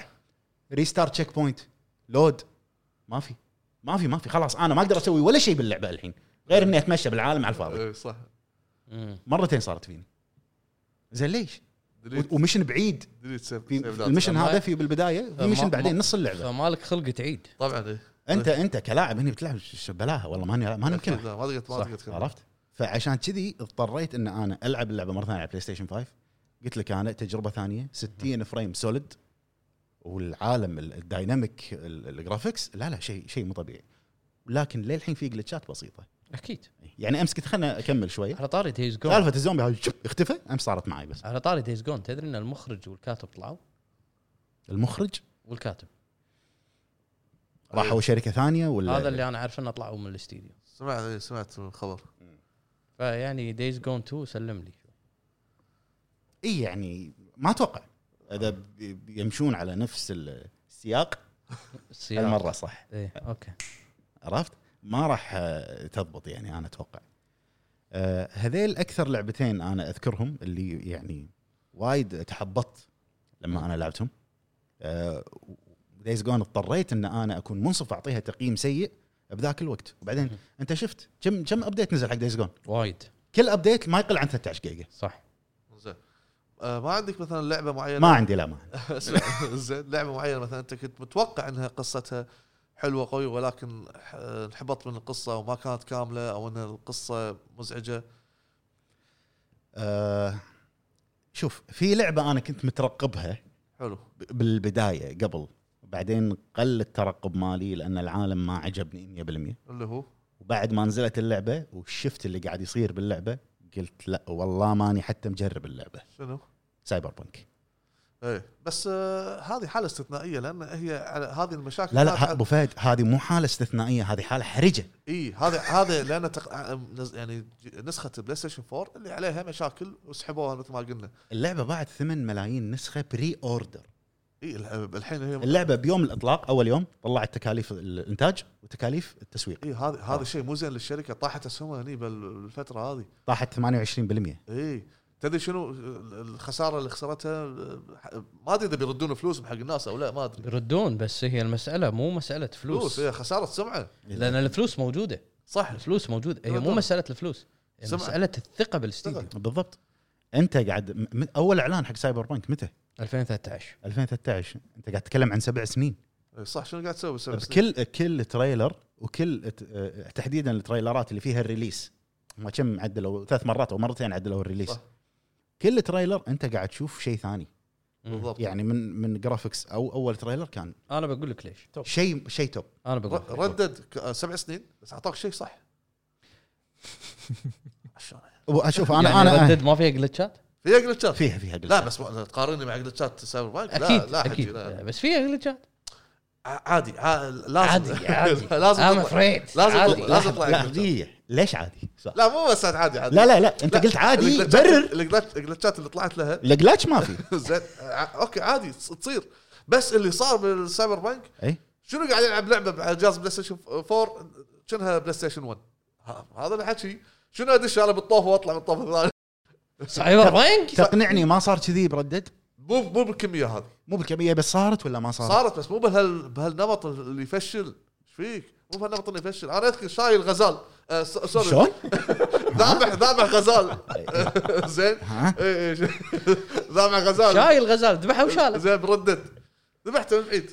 [SPEAKER 3] ريستار تشيك بوينت لود ما في ما في ما في خلاص انا ما اقدر اسوي ولا شيء باللعبه الحين غير اني اتمشى بالعالم على الفاضي
[SPEAKER 2] اي إيه، صح
[SPEAKER 1] مم.
[SPEAKER 3] مرتين صارت فيني زين ليش؟
[SPEAKER 2] ديليت
[SPEAKER 3] و- ومشن بعيد
[SPEAKER 2] ديليت سيف
[SPEAKER 3] في
[SPEAKER 2] سيف
[SPEAKER 3] في
[SPEAKER 2] داتا.
[SPEAKER 3] المشن
[SPEAKER 1] ما-
[SPEAKER 3] هذا في بالبدايه وفي
[SPEAKER 1] ما-
[SPEAKER 3] مشن بعدين
[SPEAKER 1] ما-
[SPEAKER 3] نص اللعبه
[SPEAKER 1] فمالك خلق تعيد
[SPEAKER 2] طبعا اي
[SPEAKER 3] انت انت كلاعب هنا بتلعب ش- ش- بلاها والله ماني ماني
[SPEAKER 2] أكيد
[SPEAKER 3] ممكن
[SPEAKER 2] لا، ما تقدر ما
[SPEAKER 3] صح،
[SPEAKER 2] تقدر تكمل.
[SPEAKER 3] عرفت؟ فعشان كذي اضطريت ان انا العب اللعبه مره ثانيه على بلاي ستيشن 5 قلت لك انا تجربه ثانيه 60 فريم سوليد والعالم ال- الدايناميك ال- الجرافيكس لا لا شيء شيء مو طبيعي لكن للحين في جلتشات بسيطه
[SPEAKER 1] اكيد
[SPEAKER 3] يعني امس كنت خلنا اكمل شويه
[SPEAKER 1] على طاري دايز جون
[SPEAKER 3] سالفه الزومبي هذه شب، اختفى امس صارت معي بس
[SPEAKER 1] على طاري دايز جون تدري ان المخرج والكاتب طلعوا
[SPEAKER 3] المخرج
[SPEAKER 1] والكاتب
[SPEAKER 3] راحوا شركه ثانيه ولا
[SPEAKER 1] أيوه. هذا اللي انا عارف انه طلعوا من الاستديو
[SPEAKER 2] سمعت إيه، سمعت الخبر
[SPEAKER 1] فيعني دايز جون 2 سلم لي
[SPEAKER 3] اي يعني ما اتوقع اذا ب- يمشون على نفس ال- السياق
[SPEAKER 1] السيارة.
[SPEAKER 3] المره صح
[SPEAKER 1] ايه اوكي
[SPEAKER 3] عرفت ما راح آه، تضبط يعني انا اتوقع آه، هذيل اكثر لعبتين انا اذكرهم اللي يعني وايد تحبطت لما انا لعبتهم دايز جون اضطريت ان انا اكون منصف اعطيها تقييم سيء بذاك الوقت وبعدين انت شفت كم كم ابديت نزل حق دايز جون
[SPEAKER 1] وايد
[SPEAKER 3] كل ابديت ما يقل عن 13 جيجا
[SPEAKER 1] صح
[SPEAKER 2] زين آه، ما عندك مثلا لعبه معينه
[SPEAKER 3] ما عندي لا ما عندي.
[SPEAKER 2] اسمع، زين لعبه معينه مثلا انت كنت متوقع انها قصتها حلوه قويه ولكن ح- انحبطت من القصه وما كانت كامله او ان القصه مزعجه
[SPEAKER 3] آه، شوف في لعبه انا كنت مترقبها
[SPEAKER 2] حلو
[SPEAKER 3] ب- بالبدايه قبل بعدين قل الترقب مالي لان العالم ما عجبني 100%
[SPEAKER 2] اللي هو
[SPEAKER 3] وبعد ما نزلت اللعبه وشفت اللي قاعد يصير باللعبه قلت لا والله ماني حتى مجرب اللعبه
[SPEAKER 2] شنو؟
[SPEAKER 3] سايبر بنك
[SPEAKER 2] اي بس آه، هذه حاله استثنائيه لان هي على هذه المشاكل
[SPEAKER 3] لا لا ه- ابو فهد هذه مو حاله استثنائيه هذه حاله حرجه
[SPEAKER 2] اي هذا هذا لان تق... نز- يعني ج- نسخه بلاي ستيشن 4 اللي عليها مشاكل وسحبوها مثل ما قلنا
[SPEAKER 3] اللعبه باعت 8 ملايين نسخه بري اوردر
[SPEAKER 2] اي الح- الحين هي
[SPEAKER 3] اللعبه بيوم الاطلاق اول يوم طلعت تكاليف الانتاج وتكاليف التسويق
[SPEAKER 2] اي إيه، هذا هذا شيء مو زين للشركه طاحت اسهمها هني بال- بالفتره هذه
[SPEAKER 3] طاحت 28%
[SPEAKER 2] اي تدري شنو ال- الخساره اللي خسرتها ال- ما ادري اذا بيردون فلوسهم حق الناس او لا ما ادري
[SPEAKER 1] يردون بس هي المساله مو مساله
[SPEAKER 2] فلوس إيه.
[SPEAKER 1] فلوس
[SPEAKER 2] هي خساره سمعه
[SPEAKER 1] لان الفلوس موجوده
[SPEAKER 2] صح
[SPEAKER 1] الفلوس موجوده هي مو
[SPEAKER 2] بالضبط.
[SPEAKER 1] مساله الفلوس هي
[SPEAKER 2] نعم. سمع.
[SPEAKER 1] مساله الثقه بالاستديو
[SPEAKER 3] بالضبط انت قاعد م- اول اعلان حق سايبر بانك متى
[SPEAKER 1] 2013
[SPEAKER 3] 2013 انت قاعد تتكلم عن سبع سنين
[SPEAKER 2] إي إيه، صح شنو قاعد تسوي
[SPEAKER 3] طيب،
[SPEAKER 2] سبع سنين؟
[SPEAKER 3] كل كل تريلر وكل ت- آه، تحديدا التريلرات اللي فيها الريليس ما كم عدلوا ثلاث مرات او مرتين عدلوا الريليس
[SPEAKER 2] صح.
[SPEAKER 3] كل تريلر انت قاعد تشوف شيء ثاني
[SPEAKER 2] بالضبط
[SPEAKER 3] يعني من من جرافيكس او اول تريلر كان
[SPEAKER 1] انا بقول لك ليش
[SPEAKER 3] شيء شيء توب
[SPEAKER 1] انا
[SPEAKER 2] ر-
[SPEAKER 1] بقول لك.
[SPEAKER 2] ردد ك- آه، سبع سنين بس اعطاك شيء صح عشان
[SPEAKER 3] اشوف انا
[SPEAKER 1] يعني
[SPEAKER 3] انا
[SPEAKER 1] ردد ما فيها جلتشات
[SPEAKER 2] فيها جلتشات
[SPEAKER 3] فيها فيها
[SPEAKER 2] لا بس ما- تقارني مع جلتشات سايبر بانك لا
[SPEAKER 1] اكيد
[SPEAKER 2] لا حجي،
[SPEAKER 1] اكيد
[SPEAKER 2] لا.
[SPEAKER 1] بس فيها جلتشات
[SPEAKER 2] ع- عادي ع- لازم
[SPEAKER 1] عادي عادي
[SPEAKER 2] لازم
[SPEAKER 1] I'm
[SPEAKER 2] تطلع.
[SPEAKER 1] afraid.
[SPEAKER 2] لازم
[SPEAKER 1] عادي.
[SPEAKER 2] تطلع. لازم تطلع
[SPEAKER 3] لا
[SPEAKER 2] جلتشات.
[SPEAKER 3] عادية ليش عادي؟ صح.
[SPEAKER 2] لا مو بس عادي عادي
[SPEAKER 3] لا لا لا انت قلت عادي
[SPEAKER 2] الجلتشات-
[SPEAKER 3] برر
[SPEAKER 2] الجلتش- الجلتشات اللي طلعت لها
[SPEAKER 3] الجلتش ما في
[SPEAKER 2] زين ع- اوكي عادي تص- تصير بس اللي صار بالسايبر بانك
[SPEAKER 3] اي
[SPEAKER 2] شنو قاعد يلعب لعبه على جهاز بلاي ستيشن 4 شنها بلاي ستيشن 1 ه- هذا الحكي شنو ادش انا بالطوف واطلع من الطوف الثاني
[SPEAKER 1] سايبر بانك
[SPEAKER 3] تقنعني ما صار كذي بردد
[SPEAKER 2] مو مو بالكميه هذه
[SPEAKER 3] مو بالكميه بس صارت ولا ما صارت؟
[SPEAKER 2] صارت بس مو بهال بهالنمط اللي يفشل ايش فيك؟ مو بهالنمط اللي يفشل انا اذكر شايل غزال آه، س- سوري
[SPEAKER 3] شلون؟
[SPEAKER 2] ذابح ذابح غزال زين
[SPEAKER 3] ها؟
[SPEAKER 2] إي، إي، ش- ذابح غزال
[SPEAKER 1] شايل غزال ذبحه وشاله
[SPEAKER 2] زين بردد ذبحته من بعيد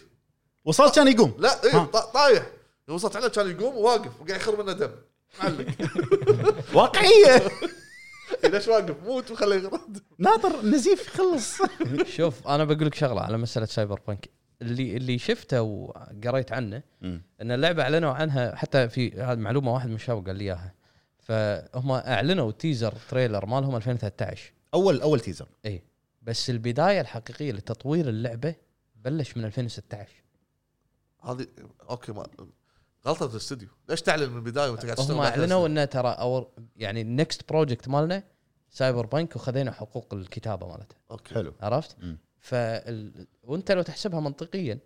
[SPEAKER 3] وصلت كان يقوم
[SPEAKER 2] لا اي
[SPEAKER 3] ها.
[SPEAKER 2] ط- طايح يوم وصلت عليه كان يقوم وواقف وقاعد يخر منه دم معلق
[SPEAKER 3] واقعيه
[SPEAKER 2] إيه، ليش واقف موت وخليه يرد
[SPEAKER 3] ناطر نزيف خلص
[SPEAKER 1] شوف انا بقول لك شغله على مساله سايبر بانك اللي اللي شفته وقريت عنه
[SPEAKER 3] مم.
[SPEAKER 1] ان اللعبه اعلنوا عنها حتى في هذه معلومه واحد من الشباب قال لي اياها فهم اعلنوا تيزر تريلر مالهم 2013
[SPEAKER 3] اول اول تيزر
[SPEAKER 1] اي بس البدايه الحقيقيه لتطوير اللعبه بلش من 2016
[SPEAKER 2] هذه اوكي ما غلطه الاستوديو ليش تعلن من البدايه وانت قاعد
[SPEAKER 1] هم
[SPEAKER 2] على
[SPEAKER 1] اعلنوا
[SPEAKER 2] الأساس؟
[SPEAKER 1] انه ترى اور يعني النكست بروجكت مالنا سايبر بانك وخذينا حقوق الكتابه مالته
[SPEAKER 2] اوكي
[SPEAKER 3] حلو
[SPEAKER 1] عرفت؟
[SPEAKER 3] مم.
[SPEAKER 1] فال... وانت لو تحسبها منطقيا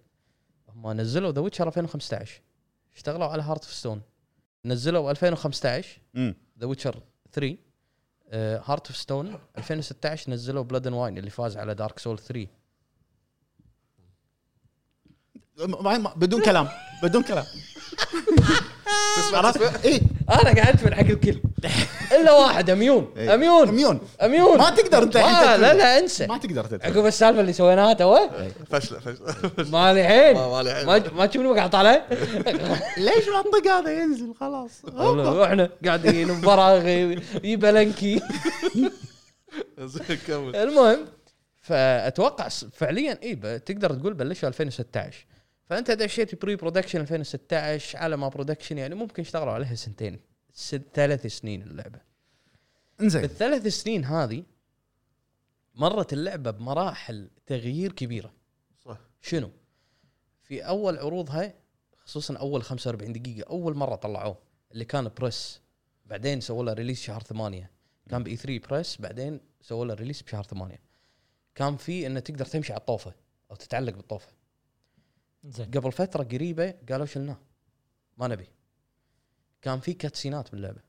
[SPEAKER 1] هم نزلوا ذا ويتشر 2015 اشتغلوا على هارت اوف ستون نزلوا 2015
[SPEAKER 3] امم
[SPEAKER 1] ذا ويتشر 3 هارت اوف ستون 2016 نزلوا بلاد اند واين اللي فاز على دارك سول 3
[SPEAKER 3] ما- ما- بدون كلام بدون كلام إيه،
[SPEAKER 2] تسمع
[SPEAKER 3] عرفت؟
[SPEAKER 2] تسمع
[SPEAKER 3] اي
[SPEAKER 1] انا قاعد ادفن حق الكل الا واحد اميون
[SPEAKER 3] إي.
[SPEAKER 1] اميون
[SPEAKER 3] اميون
[SPEAKER 1] اميون
[SPEAKER 3] إيه. ما تقدر انت الحين
[SPEAKER 1] ما-
[SPEAKER 3] تدخل.
[SPEAKER 1] آه، لا لا انسى
[SPEAKER 3] ما إيه. تقدر تدخل.
[SPEAKER 1] عقب السالفه اللي سويناها توه
[SPEAKER 2] فشله فشله
[SPEAKER 1] مالي عين
[SPEAKER 2] ما- مالي عين.
[SPEAKER 1] ما ما تشوفني قاعد طالع
[SPEAKER 3] ليش ما الطق هذا ينزل خلاص
[SPEAKER 1] رحنا قاعدين ببراغي يبلنكي
[SPEAKER 2] زين كمل
[SPEAKER 1] المهم فاتوقع س- فعليا اي ب- تقدر تقول بلشوا 2016 فانت دشيت بري برودكشن 2016 على ما برودكشن يعني ممكن اشتغلوا عليها سنتين س- ثلاث سنين اللعبه
[SPEAKER 3] انزين
[SPEAKER 1] الثلاث سنين هذه مرت اللعبه بمراحل تغيير كبيره
[SPEAKER 2] صح.
[SPEAKER 1] شنو؟ في اول عروضها خصوصا اول 45 دقيقه اول مره طلعوه اللي كان بريس بعدين سووا له ريليس شهر ثمانية كان باي 3 بريس بعدين سووا له ريليس بشهر ثمانية كان في انه تقدر تمشي على الطوفه او تتعلق بالطوفه
[SPEAKER 5] زين
[SPEAKER 1] قبل فتره قريبه قالوا شلناه ما نبي كان في كاتسينات باللعبه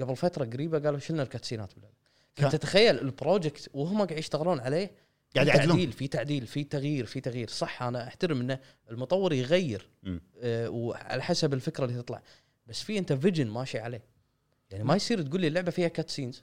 [SPEAKER 1] قبل فتره قريبه قالوا شلنا الكاتسينات باللعبه
[SPEAKER 3] كان-
[SPEAKER 1] فانت تخيل البروجكت وهم قاعد يشتغلون عليه
[SPEAKER 3] قاعد
[SPEAKER 1] في
[SPEAKER 3] يعدلون.
[SPEAKER 1] تعديل في تعديل في تغيير في تغيير صح انا احترم انه المطور يغير
[SPEAKER 3] مم.
[SPEAKER 1] آه وعلى حسب الفكره اللي تطلع بس في انت فيجن ماشي عليه يعني ما يصير تقول لي اللعبه فيها كاتسينز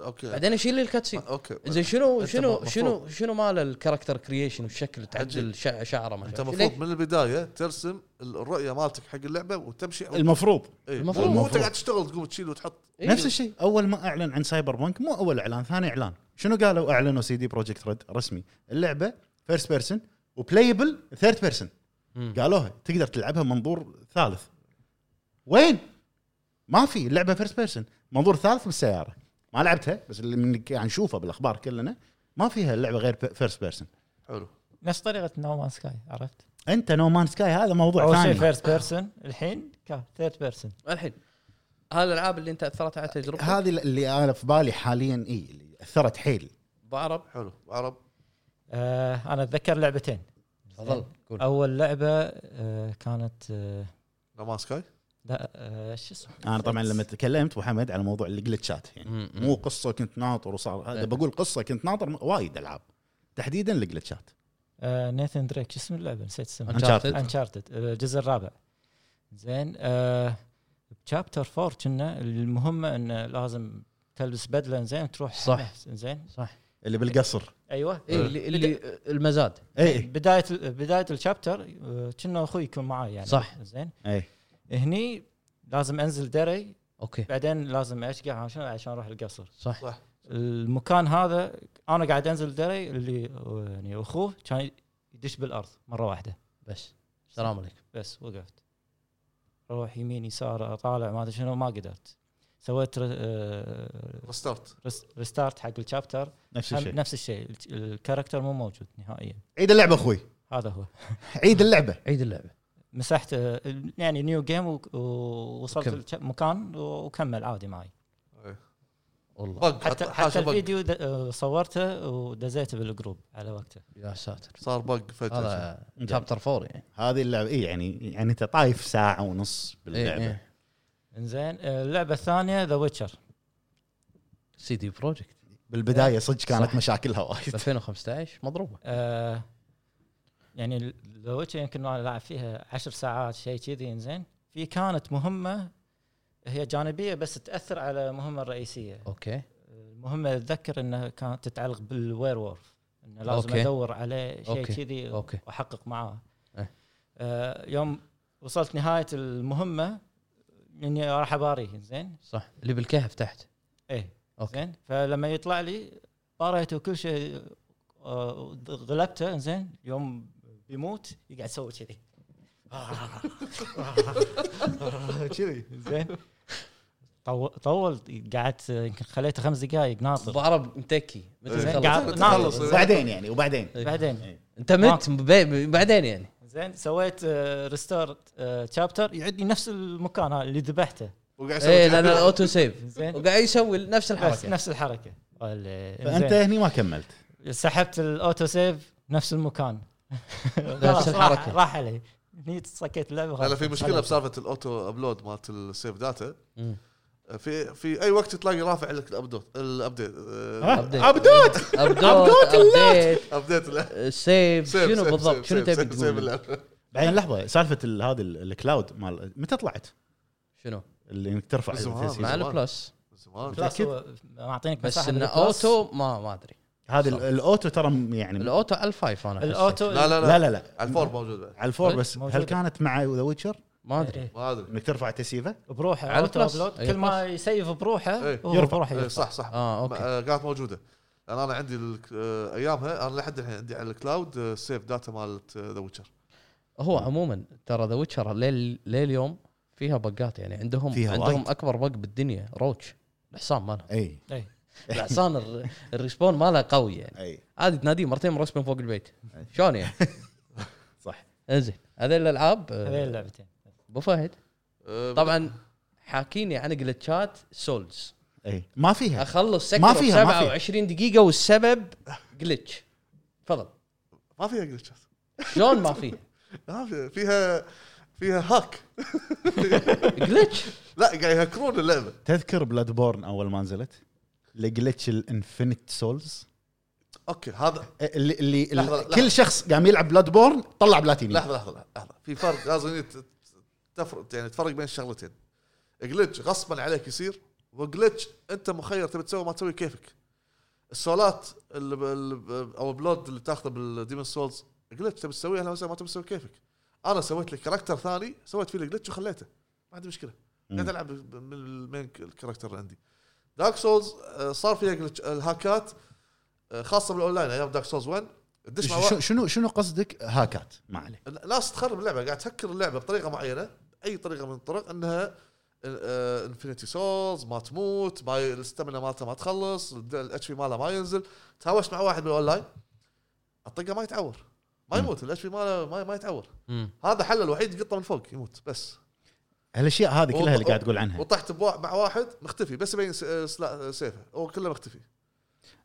[SPEAKER 2] اوكي
[SPEAKER 1] بعدين اشيل لي الكاتسين
[SPEAKER 2] اوكي
[SPEAKER 1] زين شنو
[SPEAKER 2] أنت
[SPEAKER 1] شنو
[SPEAKER 2] مفروض-
[SPEAKER 1] شنو شنو مال الكاركتر كرييشن والشكل تعدل
[SPEAKER 2] عجيب.
[SPEAKER 1] شع- شعره ما
[SPEAKER 2] انت
[SPEAKER 1] شعره.
[SPEAKER 2] المفروض
[SPEAKER 1] ليش؟
[SPEAKER 2] من البدايه ترسم الرؤيه مالتك حق اللعبه وتمشي
[SPEAKER 3] المفروض
[SPEAKER 2] إيه.
[SPEAKER 1] المفروض.
[SPEAKER 2] مو انت
[SPEAKER 3] المفروض.
[SPEAKER 2] قاعد تشتغل تقوم تشيل وتحط
[SPEAKER 1] إيه.
[SPEAKER 3] نفس الشيء اول ما اعلن عن سايبر بانك مو اول اعلان ثاني اعلان شنو قالوا اعلنوا سي دي بروجكت ريد رسمي اللعبه فيرست بيرسون وبلايبل ثيرد بيرسون
[SPEAKER 1] مم.
[SPEAKER 3] قالوها تقدر تلعبها منظور ثالث وين ما في اللعبه فيرست بيرسون منظور ثالث بالسياره ما لعبتها بس اللي من قاعد نشوفه بالاخبار يعني كلنا ما فيها اللعبه غير فيرست بيرسون
[SPEAKER 2] حلو
[SPEAKER 5] نفس طريقه نومان سكاي عرفت؟
[SPEAKER 3] انت نو مان سكاي هذا موضوع
[SPEAKER 5] اول شيء
[SPEAKER 3] ثاني
[SPEAKER 5] فيرست بيرسون الحين ثيرد بيرسون
[SPEAKER 1] الحين هالالعاب اللي انت اثرت على تجربتك
[SPEAKER 3] هذه اللي انا في بالي حاليا اي اللي اثرت حيل
[SPEAKER 1] بعرب
[SPEAKER 2] حلو عرب
[SPEAKER 5] آه انا اتذكر لعبتين
[SPEAKER 1] تفضل قول
[SPEAKER 5] اول لعبه آه كانت آه
[SPEAKER 2] نومان سكاي
[SPEAKER 5] لا آه شو اسمه
[SPEAKER 3] انا طبعا لما تكلمت ابو حمد على موضوع الجلتشات يعني
[SPEAKER 1] مم، مم.
[SPEAKER 3] مو قصه كنت ناطر وصار هذا
[SPEAKER 1] إيه.
[SPEAKER 3] بقول قصه كنت ناطر م- وايد العاب تحديدا الجلتشات
[SPEAKER 5] آه نيثن دريك شو اسم اللعبه نسيت اسمها
[SPEAKER 3] Uncharted.
[SPEAKER 5] انشارتد الجزء الرابع زين آه بشابتر 4 كنا المهمه انه لازم تلبس بدله زين تروح
[SPEAKER 1] صح.
[SPEAKER 5] زين
[SPEAKER 3] اللي بالقصر
[SPEAKER 5] ايوه
[SPEAKER 1] إيه اللي, اللي المزاد
[SPEAKER 3] اي
[SPEAKER 5] بدايه بدايه الشابتر آه، كنا اخوي يكون معاي يعني
[SPEAKER 1] صح.
[SPEAKER 5] زين
[SPEAKER 1] إيه.
[SPEAKER 3] اي
[SPEAKER 5] هني لازم انزل دري
[SPEAKER 1] اوكي
[SPEAKER 5] بعدين لازم اشقع عشان عشان اروح القصر
[SPEAKER 1] صح
[SPEAKER 2] صح.
[SPEAKER 5] المكان هذا انا قاعد انزل دري اللي يعني اخوه كان يدش بالارض مره واحده
[SPEAKER 1] بس السلام عليكم
[SPEAKER 5] بس وقفت روح يمين يسار اطالع ما ادري شنو ما قدرت سويت ر- آه،
[SPEAKER 2] ريستارت
[SPEAKER 5] رس- ريستارت حق الشابتر
[SPEAKER 3] نفس
[SPEAKER 5] هم-
[SPEAKER 3] الشيء
[SPEAKER 5] نفس الشيء ال- الكاركتر مو موجود نهائيا
[SPEAKER 3] عيد اللعبه اخوي
[SPEAKER 5] هذا هو
[SPEAKER 3] عيد اللعبه
[SPEAKER 1] عيد اللعبه
[SPEAKER 5] مسحت آه، ال- يعني نيو جيم و- ووصلت
[SPEAKER 1] وكمل.
[SPEAKER 5] المكان وكمل عادي معي
[SPEAKER 1] والله
[SPEAKER 2] بق
[SPEAKER 5] حتى
[SPEAKER 2] حط- حاشا
[SPEAKER 5] حتى
[SPEAKER 2] بق.
[SPEAKER 5] الفيديو د- آه، صورته ودزيته بالجروب على وقته
[SPEAKER 1] يا ساتر
[SPEAKER 2] صار بق فجاه
[SPEAKER 1] هذا شابتر فور يعني
[SPEAKER 3] هذه اللعبه اي يعني يعني انت طايف ساعه ونص
[SPEAKER 1] إيه،
[SPEAKER 3] باللعبه
[SPEAKER 1] إيه.
[SPEAKER 5] انزين آه، اللعبه الثانيه ذا ويتشر
[SPEAKER 1] سي دي بروجكت
[SPEAKER 3] بالبدايه صدق
[SPEAKER 1] صح.
[SPEAKER 3] كانت مشاكلها وايد
[SPEAKER 1] 2015 مضروبه
[SPEAKER 5] آه، يعني ذا ويتشر يمكن انا لاعب فيها عشر ساعات شيء كذي انزين في كانت مهمه هي جانبيه بس تاثر على المهمه الرئيسيه
[SPEAKER 1] اوكي
[SPEAKER 5] المهمه اتذكر انها كانت تتعلق بالوير وورف انه لازم
[SPEAKER 1] أوكي.
[SPEAKER 5] ادور عليه شيء
[SPEAKER 1] أوكي.
[SPEAKER 5] كذي
[SPEAKER 1] أوكي.
[SPEAKER 5] واحقق معاه
[SPEAKER 1] إيه.
[SPEAKER 5] آه يوم وصلت نهايه المهمه اني راح اباريه زين
[SPEAKER 1] صح اللي بالكهف تحت
[SPEAKER 5] ايه
[SPEAKER 1] أوكي.
[SPEAKER 5] زين فلما يطلع لي باريته وكل شيء آه، غلبته زين يوم بيموت يقعد يسوي كذي
[SPEAKER 3] كذي
[SPEAKER 5] زين طو- طول قعدت آه، يمكن خليته خمس دقائق
[SPEAKER 1] ابو
[SPEAKER 5] ناطر
[SPEAKER 1] عرب متكي متى
[SPEAKER 5] زين،
[SPEAKER 1] تخلص؟
[SPEAKER 5] إيه. قاعد
[SPEAKER 2] تخلص.
[SPEAKER 5] ناطر
[SPEAKER 3] بعدين يعني وبعدين
[SPEAKER 1] إيه.
[SPEAKER 5] بعدين
[SPEAKER 1] انت مت بي- بعدين يعني
[SPEAKER 5] زين سويت آه، ريستور تشابتر يعد لي نفس المكان هذا اللي ذبحته
[SPEAKER 2] وقاعد
[SPEAKER 1] ايه
[SPEAKER 2] يسوي
[SPEAKER 1] لان
[SPEAKER 2] كذا.
[SPEAKER 1] الاوتو سيف
[SPEAKER 5] زين.
[SPEAKER 1] وقاعد يسوي نفس
[SPEAKER 5] بس
[SPEAKER 1] الحركه
[SPEAKER 5] نفس الحركه وال-
[SPEAKER 3] فانت
[SPEAKER 5] زين.
[SPEAKER 3] هني ما كملت
[SPEAKER 1] إيه،
[SPEAKER 5] سحبت الاوتو سيف نفس المكان
[SPEAKER 1] نفس
[SPEAKER 5] راح,
[SPEAKER 1] الحركه
[SPEAKER 5] راح علي هني سكيت اللعبه
[SPEAKER 2] لا
[SPEAKER 1] طيب،
[SPEAKER 5] وخلاص.
[SPEAKER 2] لا في مشكله بسالفه الاوتو ابلود مالت السيف داتا
[SPEAKER 1] مم.
[SPEAKER 2] في في اي وقت تلاقي رافع لك الابدوت الابديت آه،
[SPEAKER 1] أبديت. إيه.
[SPEAKER 2] ابدوت
[SPEAKER 1] ابدوت ابديت
[SPEAKER 2] ابديت لا.
[SPEAKER 1] سيف
[SPEAKER 2] سيف،
[SPEAKER 1] شنو
[SPEAKER 2] سيف،
[SPEAKER 1] بالضبط
[SPEAKER 2] سيف،
[SPEAKER 1] شنو
[SPEAKER 2] سيف،
[SPEAKER 1] تبي
[SPEAKER 2] سيف، سيف
[SPEAKER 1] تقول
[SPEAKER 2] اللعبة.
[SPEAKER 3] بعدين لحظه سالفه ال- هذه ال- الكلاود مال متى طلعت
[SPEAKER 1] شنو
[SPEAKER 3] اللي انك ترفع
[SPEAKER 2] بس
[SPEAKER 3] التسجيل.
[SPEAKER 1] مع
[SPEAKER 2] زمان.
[SPEAKER 1] البلس
[SPEAKER 2] زمان.
[SPEAKER 5] بلس هو معطينك
[SPEAKER 1] بس
[SPEAKER 5] مساحه
[SPEAKER 1] انه
[SPEAKER 5] بالبلس.
[SPEAKER 1] اوتو ما ما ادري
[SPEAKER 3] هذا ال- الاوتو ترى يعني
[SPEAKER 1] الاوتو الفايف انا حسيت.
[SPEAKER 5] الاوتو
[SPEAKER 2] لا لا
[SPEAKER 3] لا
[SPEAKER 2] لا
[SPEAKER 3] لا لا
[SPEAKER 2] على الفور موجود بعد.
[SPEAKER 3] على الفور
[SPEAKER 5] إيه،
[SPEAKER 3] بس هل
[SPEAKER 5] موجودة.
[SPEAKER 3] كانت مع ذا ويتشر
[SPEAKER 1] ما ادري
[SPEAKER 5] إيه،
[SPEAKER 2] ما ادري
[SPEAKER 3] انك ترفع تسييفه؟
[SPEAKER 5] بروحه
[SPEAKER 1] على
[SPEAKER 5] اوتو
[SPEAKER 1] البلس.
[SPEAKER 5] ابلود
[SPEAKER 1] إيه،
[SPEAKER 5] كل ما يسيف بروحه
[SPEAKER 2] إيه.
[SPEAKER 5] هو
[SPEAKER 3] يرفع.
[SPEAKER 5] بروحه
[SPEAKER 2] إيه،
[SPEAKER 5] يرفع.
[SPEAKER 2] صح صح
[SPEAKER 1] اه اوكي
[SPEAKER 2] آه، كانت موجوده لان انا عندي ال- آه، ايامها انا لحد الحين عندي على الكلاود آه، السيف داتا مالت آه، ذا ويتشر
[SPEAKER 1] هو عموما ترى ذا ويتشر ليل لليوم فيها بقات يعني عندهم
[SPEAKER 3] فيها
[SPEAKER 1] عندهم
[SPEAKER 3] وايد.
[SPEAKER 1] اكبر بق بالدنيا روتش الحصان ماله
[SPEAKER 3] اي
[SPEAKER 5] إيه.
[SPEAKER 1] الحصان الر- الريسبون ماله قوي يعني
[SPEAKER 3] اي
[SPEAKER 1] عادي تناديه مرتين مرسبن فوق البيت شلون يعني
[SPEAKER 3] صح
[SPEAKER 1] انزين هذه الالعاب آه،
[SPEAKER 5] هذين اللعبتين
[SPEAKER 1] ابو فهد
[SPEAKER 2] آه،
[SPEAKER 1] طبعا حاكيني عن جلتشات سولز
[SPEAKER 3] اي ما
[SPEAKER 1] إيه.
[SPEAKER 3] فيها
[SPEAKER 1] اخلص سكر
[SPEAKER 3] ما فيها- ما فيها.
[SPEAKER 1] 27 دقيقه والسبب جلتش تفضل
[SPEAKER 2] ما فيها جلتشات
[SPEAKER 1] شلون ما فيها
[SPEAKER 2] ما فيها فيها فيها هاك
[SPEAKER 1] جلتش
[SPEAKER 2] لا قاعد يهكرون اللعبه
[SPEAKER 3] تذكر بلاد بورن اول ما نزلت؟ الجلتش الانفينيت سولز
[SPEAKER 2] اوكي هذا
[SPEAKER 3] اللي اللي
[SPEAKER 2] لحظة،
[SPEAKER 3] اللي-
[SPEAKER 2] لحظة.
[SPEAKER 3] كل شخص قام يلعب بلاد بورن طلع بلاتيني
[SPEAKER 2] لحظه لحظه لحظة، لحظه في فرق لازم يعني ت- تفرق يعني تفرق بين الشغلتين جلتش غصبا عليك يصير وجلتش انت مخير تبي تسوي ما تسوي كيفك السولات اللي ب- اللي ب- او بلود اللي تاخذه بالديمون سولز جلتش تبي تسويها لو ما تبي تسوي كيفك انا سويت لي كاركتر ثاني سويت فيه الجلتش وخليته ما عندي مشكله قاعد العب من المين الكاركتر اللي عندي دارك سولز صار فيها glitch- الهاكات آه، خاصه بالاونلاين ايام دارك سولز 1 تدش مع
[SPEAKER 3] ش-
[SPEAKER 2] واحد-
[SPEAKER 3] ش- شنو شنو قصدك هاكات ما عليه
[SPEAKER 2] ناس تخرب اللعبه قاعد تهكر اللعبه بطريقه معينه باي طريقه من الطرق انها انفنتي سولز ما تموت ما ي- الاستامينا مالته ما تخلص الاتش بي ماله ما ينزل تهاوشت مع واحد بالاونلاين الطقه ما يتعور ما يموت الاتش بي ماله ما, ما يتعور
[SPEAKER 1] مم.
[SPEAKER 2] هذا حل الوحيد يقطه من فوق يموت بس
[SPEAKER 3] هالاشياء هذه كلها اللي
[SPEAKER 2] وط-
[SPEAKER 3] قاعد تقول عنها
[SPEAKER 2] وطحت بوا- مع واحد مختفي بس يبين س- آه، سلا- سيفه هو كله مختفي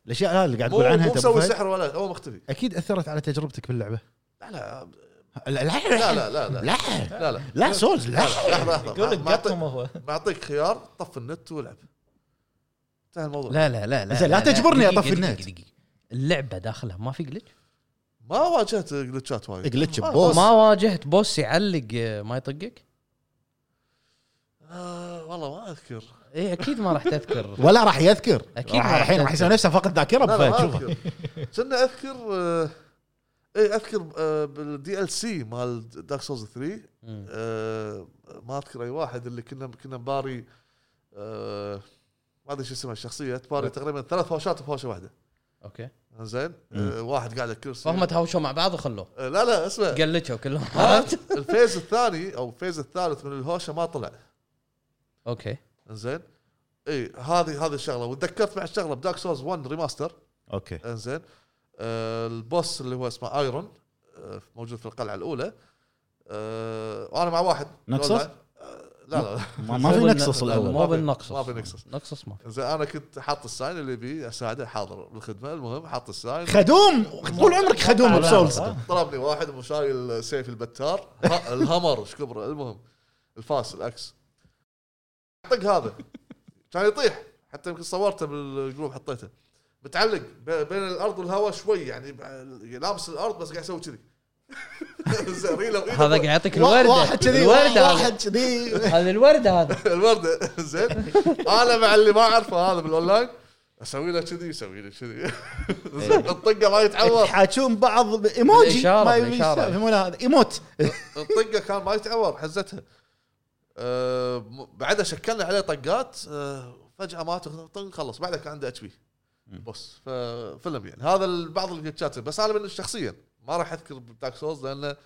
[SPEAKER 3] الاشياء هذه اللي قاعد
[SPEAKER 2] مو
[SPEAKER 3] تقول عنها
[SPEAKER 2] مو
[SPEAKER 3] أنت أبو
[SPEAKER 2] مسوي
[SPEAKER 3] فهد،
[SPEAKER 2] سحر ولا هو مختفي
[SPEAKER 3] اكيد اثرت على تجربتك باللعبه
[SPEAKER 2] لا لا
[SPEAKER 3] لا
[SPEAKER 2] لا
[SPEAKER 3] لا
[SPEAKER 2] لا لا لا لا
[SPEAKER 3] لا
[SPEAKER 2] لا
[SPEAKER 3] لا سولز لا
[SPEAKER 2] لحظه لحظه
[SPEAKER 5] يقول لك
[SPEAKER 2] مع- معطيك-
[SPEAKER 5] قطهم هو
[SPEAKER 2] معطيك خيار طف النت والعب انتهى الموضوع
[SPEAKER 1] لا لا لا لا
[SPEAKER 3] زين، لا تجبرني
[SPEAKER 1] دقيقة،
[SPEAKER 3] أطفي
[SPEAKER 1] دقيقة،
[SPEAKER 3] النت.
[SPEAKER 1] دقيقة. اللعبه داخلها ما في جلتش
[SPEAKER 2] ما واجهت جلتشات وايد آه،
[SPEAKER 3] جلتش
[SPEAKER 2] ما-
[SPEAKER 3] ببوس.
[SPEAKER 1] ما واجهت بوس يعلق آه، ما يطقك
[SPEAKER 2] آه، والله ما اذكر
[SPEAKER 1] اي اكيد إيه، ما راح تذكر
[SPEAKER 3] ولا راح يذكر
[SPEAKER 1] أكيد
[SPEAKER 3] راح-
[SPEAKER 1] ما راح
[SPEAKER 3] الحين راح
[SPEAKER 1] يذكر.
[SPEAKER 3] يسوي نفسه فاقد ذاكره
[SPEAKER 2] لا لا ما
[SPEAKER 3] بفهد شوفه
[SPEAKER 2] اذكر كنا اذكر آه، اي اذكر آه، بالدي ال سي مال دارك سولز 3
[SPEAKER 1] مم.
[SPEAKER 2] آه، ما اذكر اي واحد اللي كنا كنا مباري آه، ما ادري شو اسمها الشخصيه تباري تقريبا ثلاث هوشات بهوشه واحده
[SPEAKER 1] اوكي
[SPEAKER 2] زين
[SPEAKER 3] مم.
[SPEAKER 2] آه، واحد قاعد على الكرسي
[SPEAKER 1] فهم تهاوشوا مع بعض وخلوه
[SPEAKER 2] آه، لا لا اسمع
[SPEAKER 1] قلتشوا كلهم عرفت
[SPEAKER 2] عرفت؟ الفيز الثاني او الفيز الثالث من الهوشه ما طلع
[SPEAKER 1] اوكي
[SPEAKER 2] انزين اي إيه، هذه هذه الشغله وتذكرت بعد شغله بدارك سولز 1 ريماستر
[SPEAKER 3] اوكي
[SPEAKER 2] انزين آه البوس اللي هو اسمه ايرون آه موجود في القلعه الاولى آه وانا مع واحد
[SPEAKER 3] نكسس؟
[SPEAKER 2] لا لا لا
[SPEAKER 3] ما ما في نكسس الاول
[SPEAKER 1] ما بالنقصص
[SPEAKER 2] ما في نكسس.
[SPEAKER 1] نقصص ما في
[SPEAKER 2] زين انا كنت حاط الساين اللي بي اساعده حاضر بالخدمه المهم حاط الساين
[SPEAKER 3] خدوم طول عمرك خدوم
[SPEAKER 5] لا،
[SPEAKER 3] بسولز
[SPEAKER 5] لا.
[SPEAKER 2] ضربني واحد مو شايل سيف البتار ه- الهمر ايش كبره المهم الفاس الاكس طق هذا كان يطيح حتى يمكن صورته بالجروب حطيته متعلق ب- بين الارض والهواء شوي يعني ب- لامس الارض بس قاعد يسوي كذي زين، ريله وإيده
[SPEAKER 1] هذا قاعد
[SPEAKER 2] فوق.
[SPEAKER 1] يعطيك الورده
[SPEAKER 3] واحد كذي
[SPEAKER 1] الورده هذا.
[SPEAKER 3] واحد كذي
[SPEAKER 1] هذا الورده هذا
[SPEAKER 2] الورده زين انا مع اللي ما اعرفه هذا بالاونلاين اسوي له كذي يسوي لي كذي
[SPEAKER 1] إيه.
[SPEAKER 2] زين، الطقه ما يتعور
[SPEAKER 3] يحاكون بعض بايموجي
[SPEAKER 1] بالإشارة،
[SPEAKER 3] ما
[SPEAKER 1] بالإشارة.
[SPEAKER 3] يفهمون هذا ايموت
[SPEAKER 2] الطقه كان ما يتعور حزتها أه م- بعدها شكلنا عليه طقات أه فجاه مات وخ- طق خلص بعدها كان عنده اتش بي بص ففيلم يعني هذا ال- بعض الجلتشات بس انا من شخصيا ما راح اذكر بدارك سولز لانه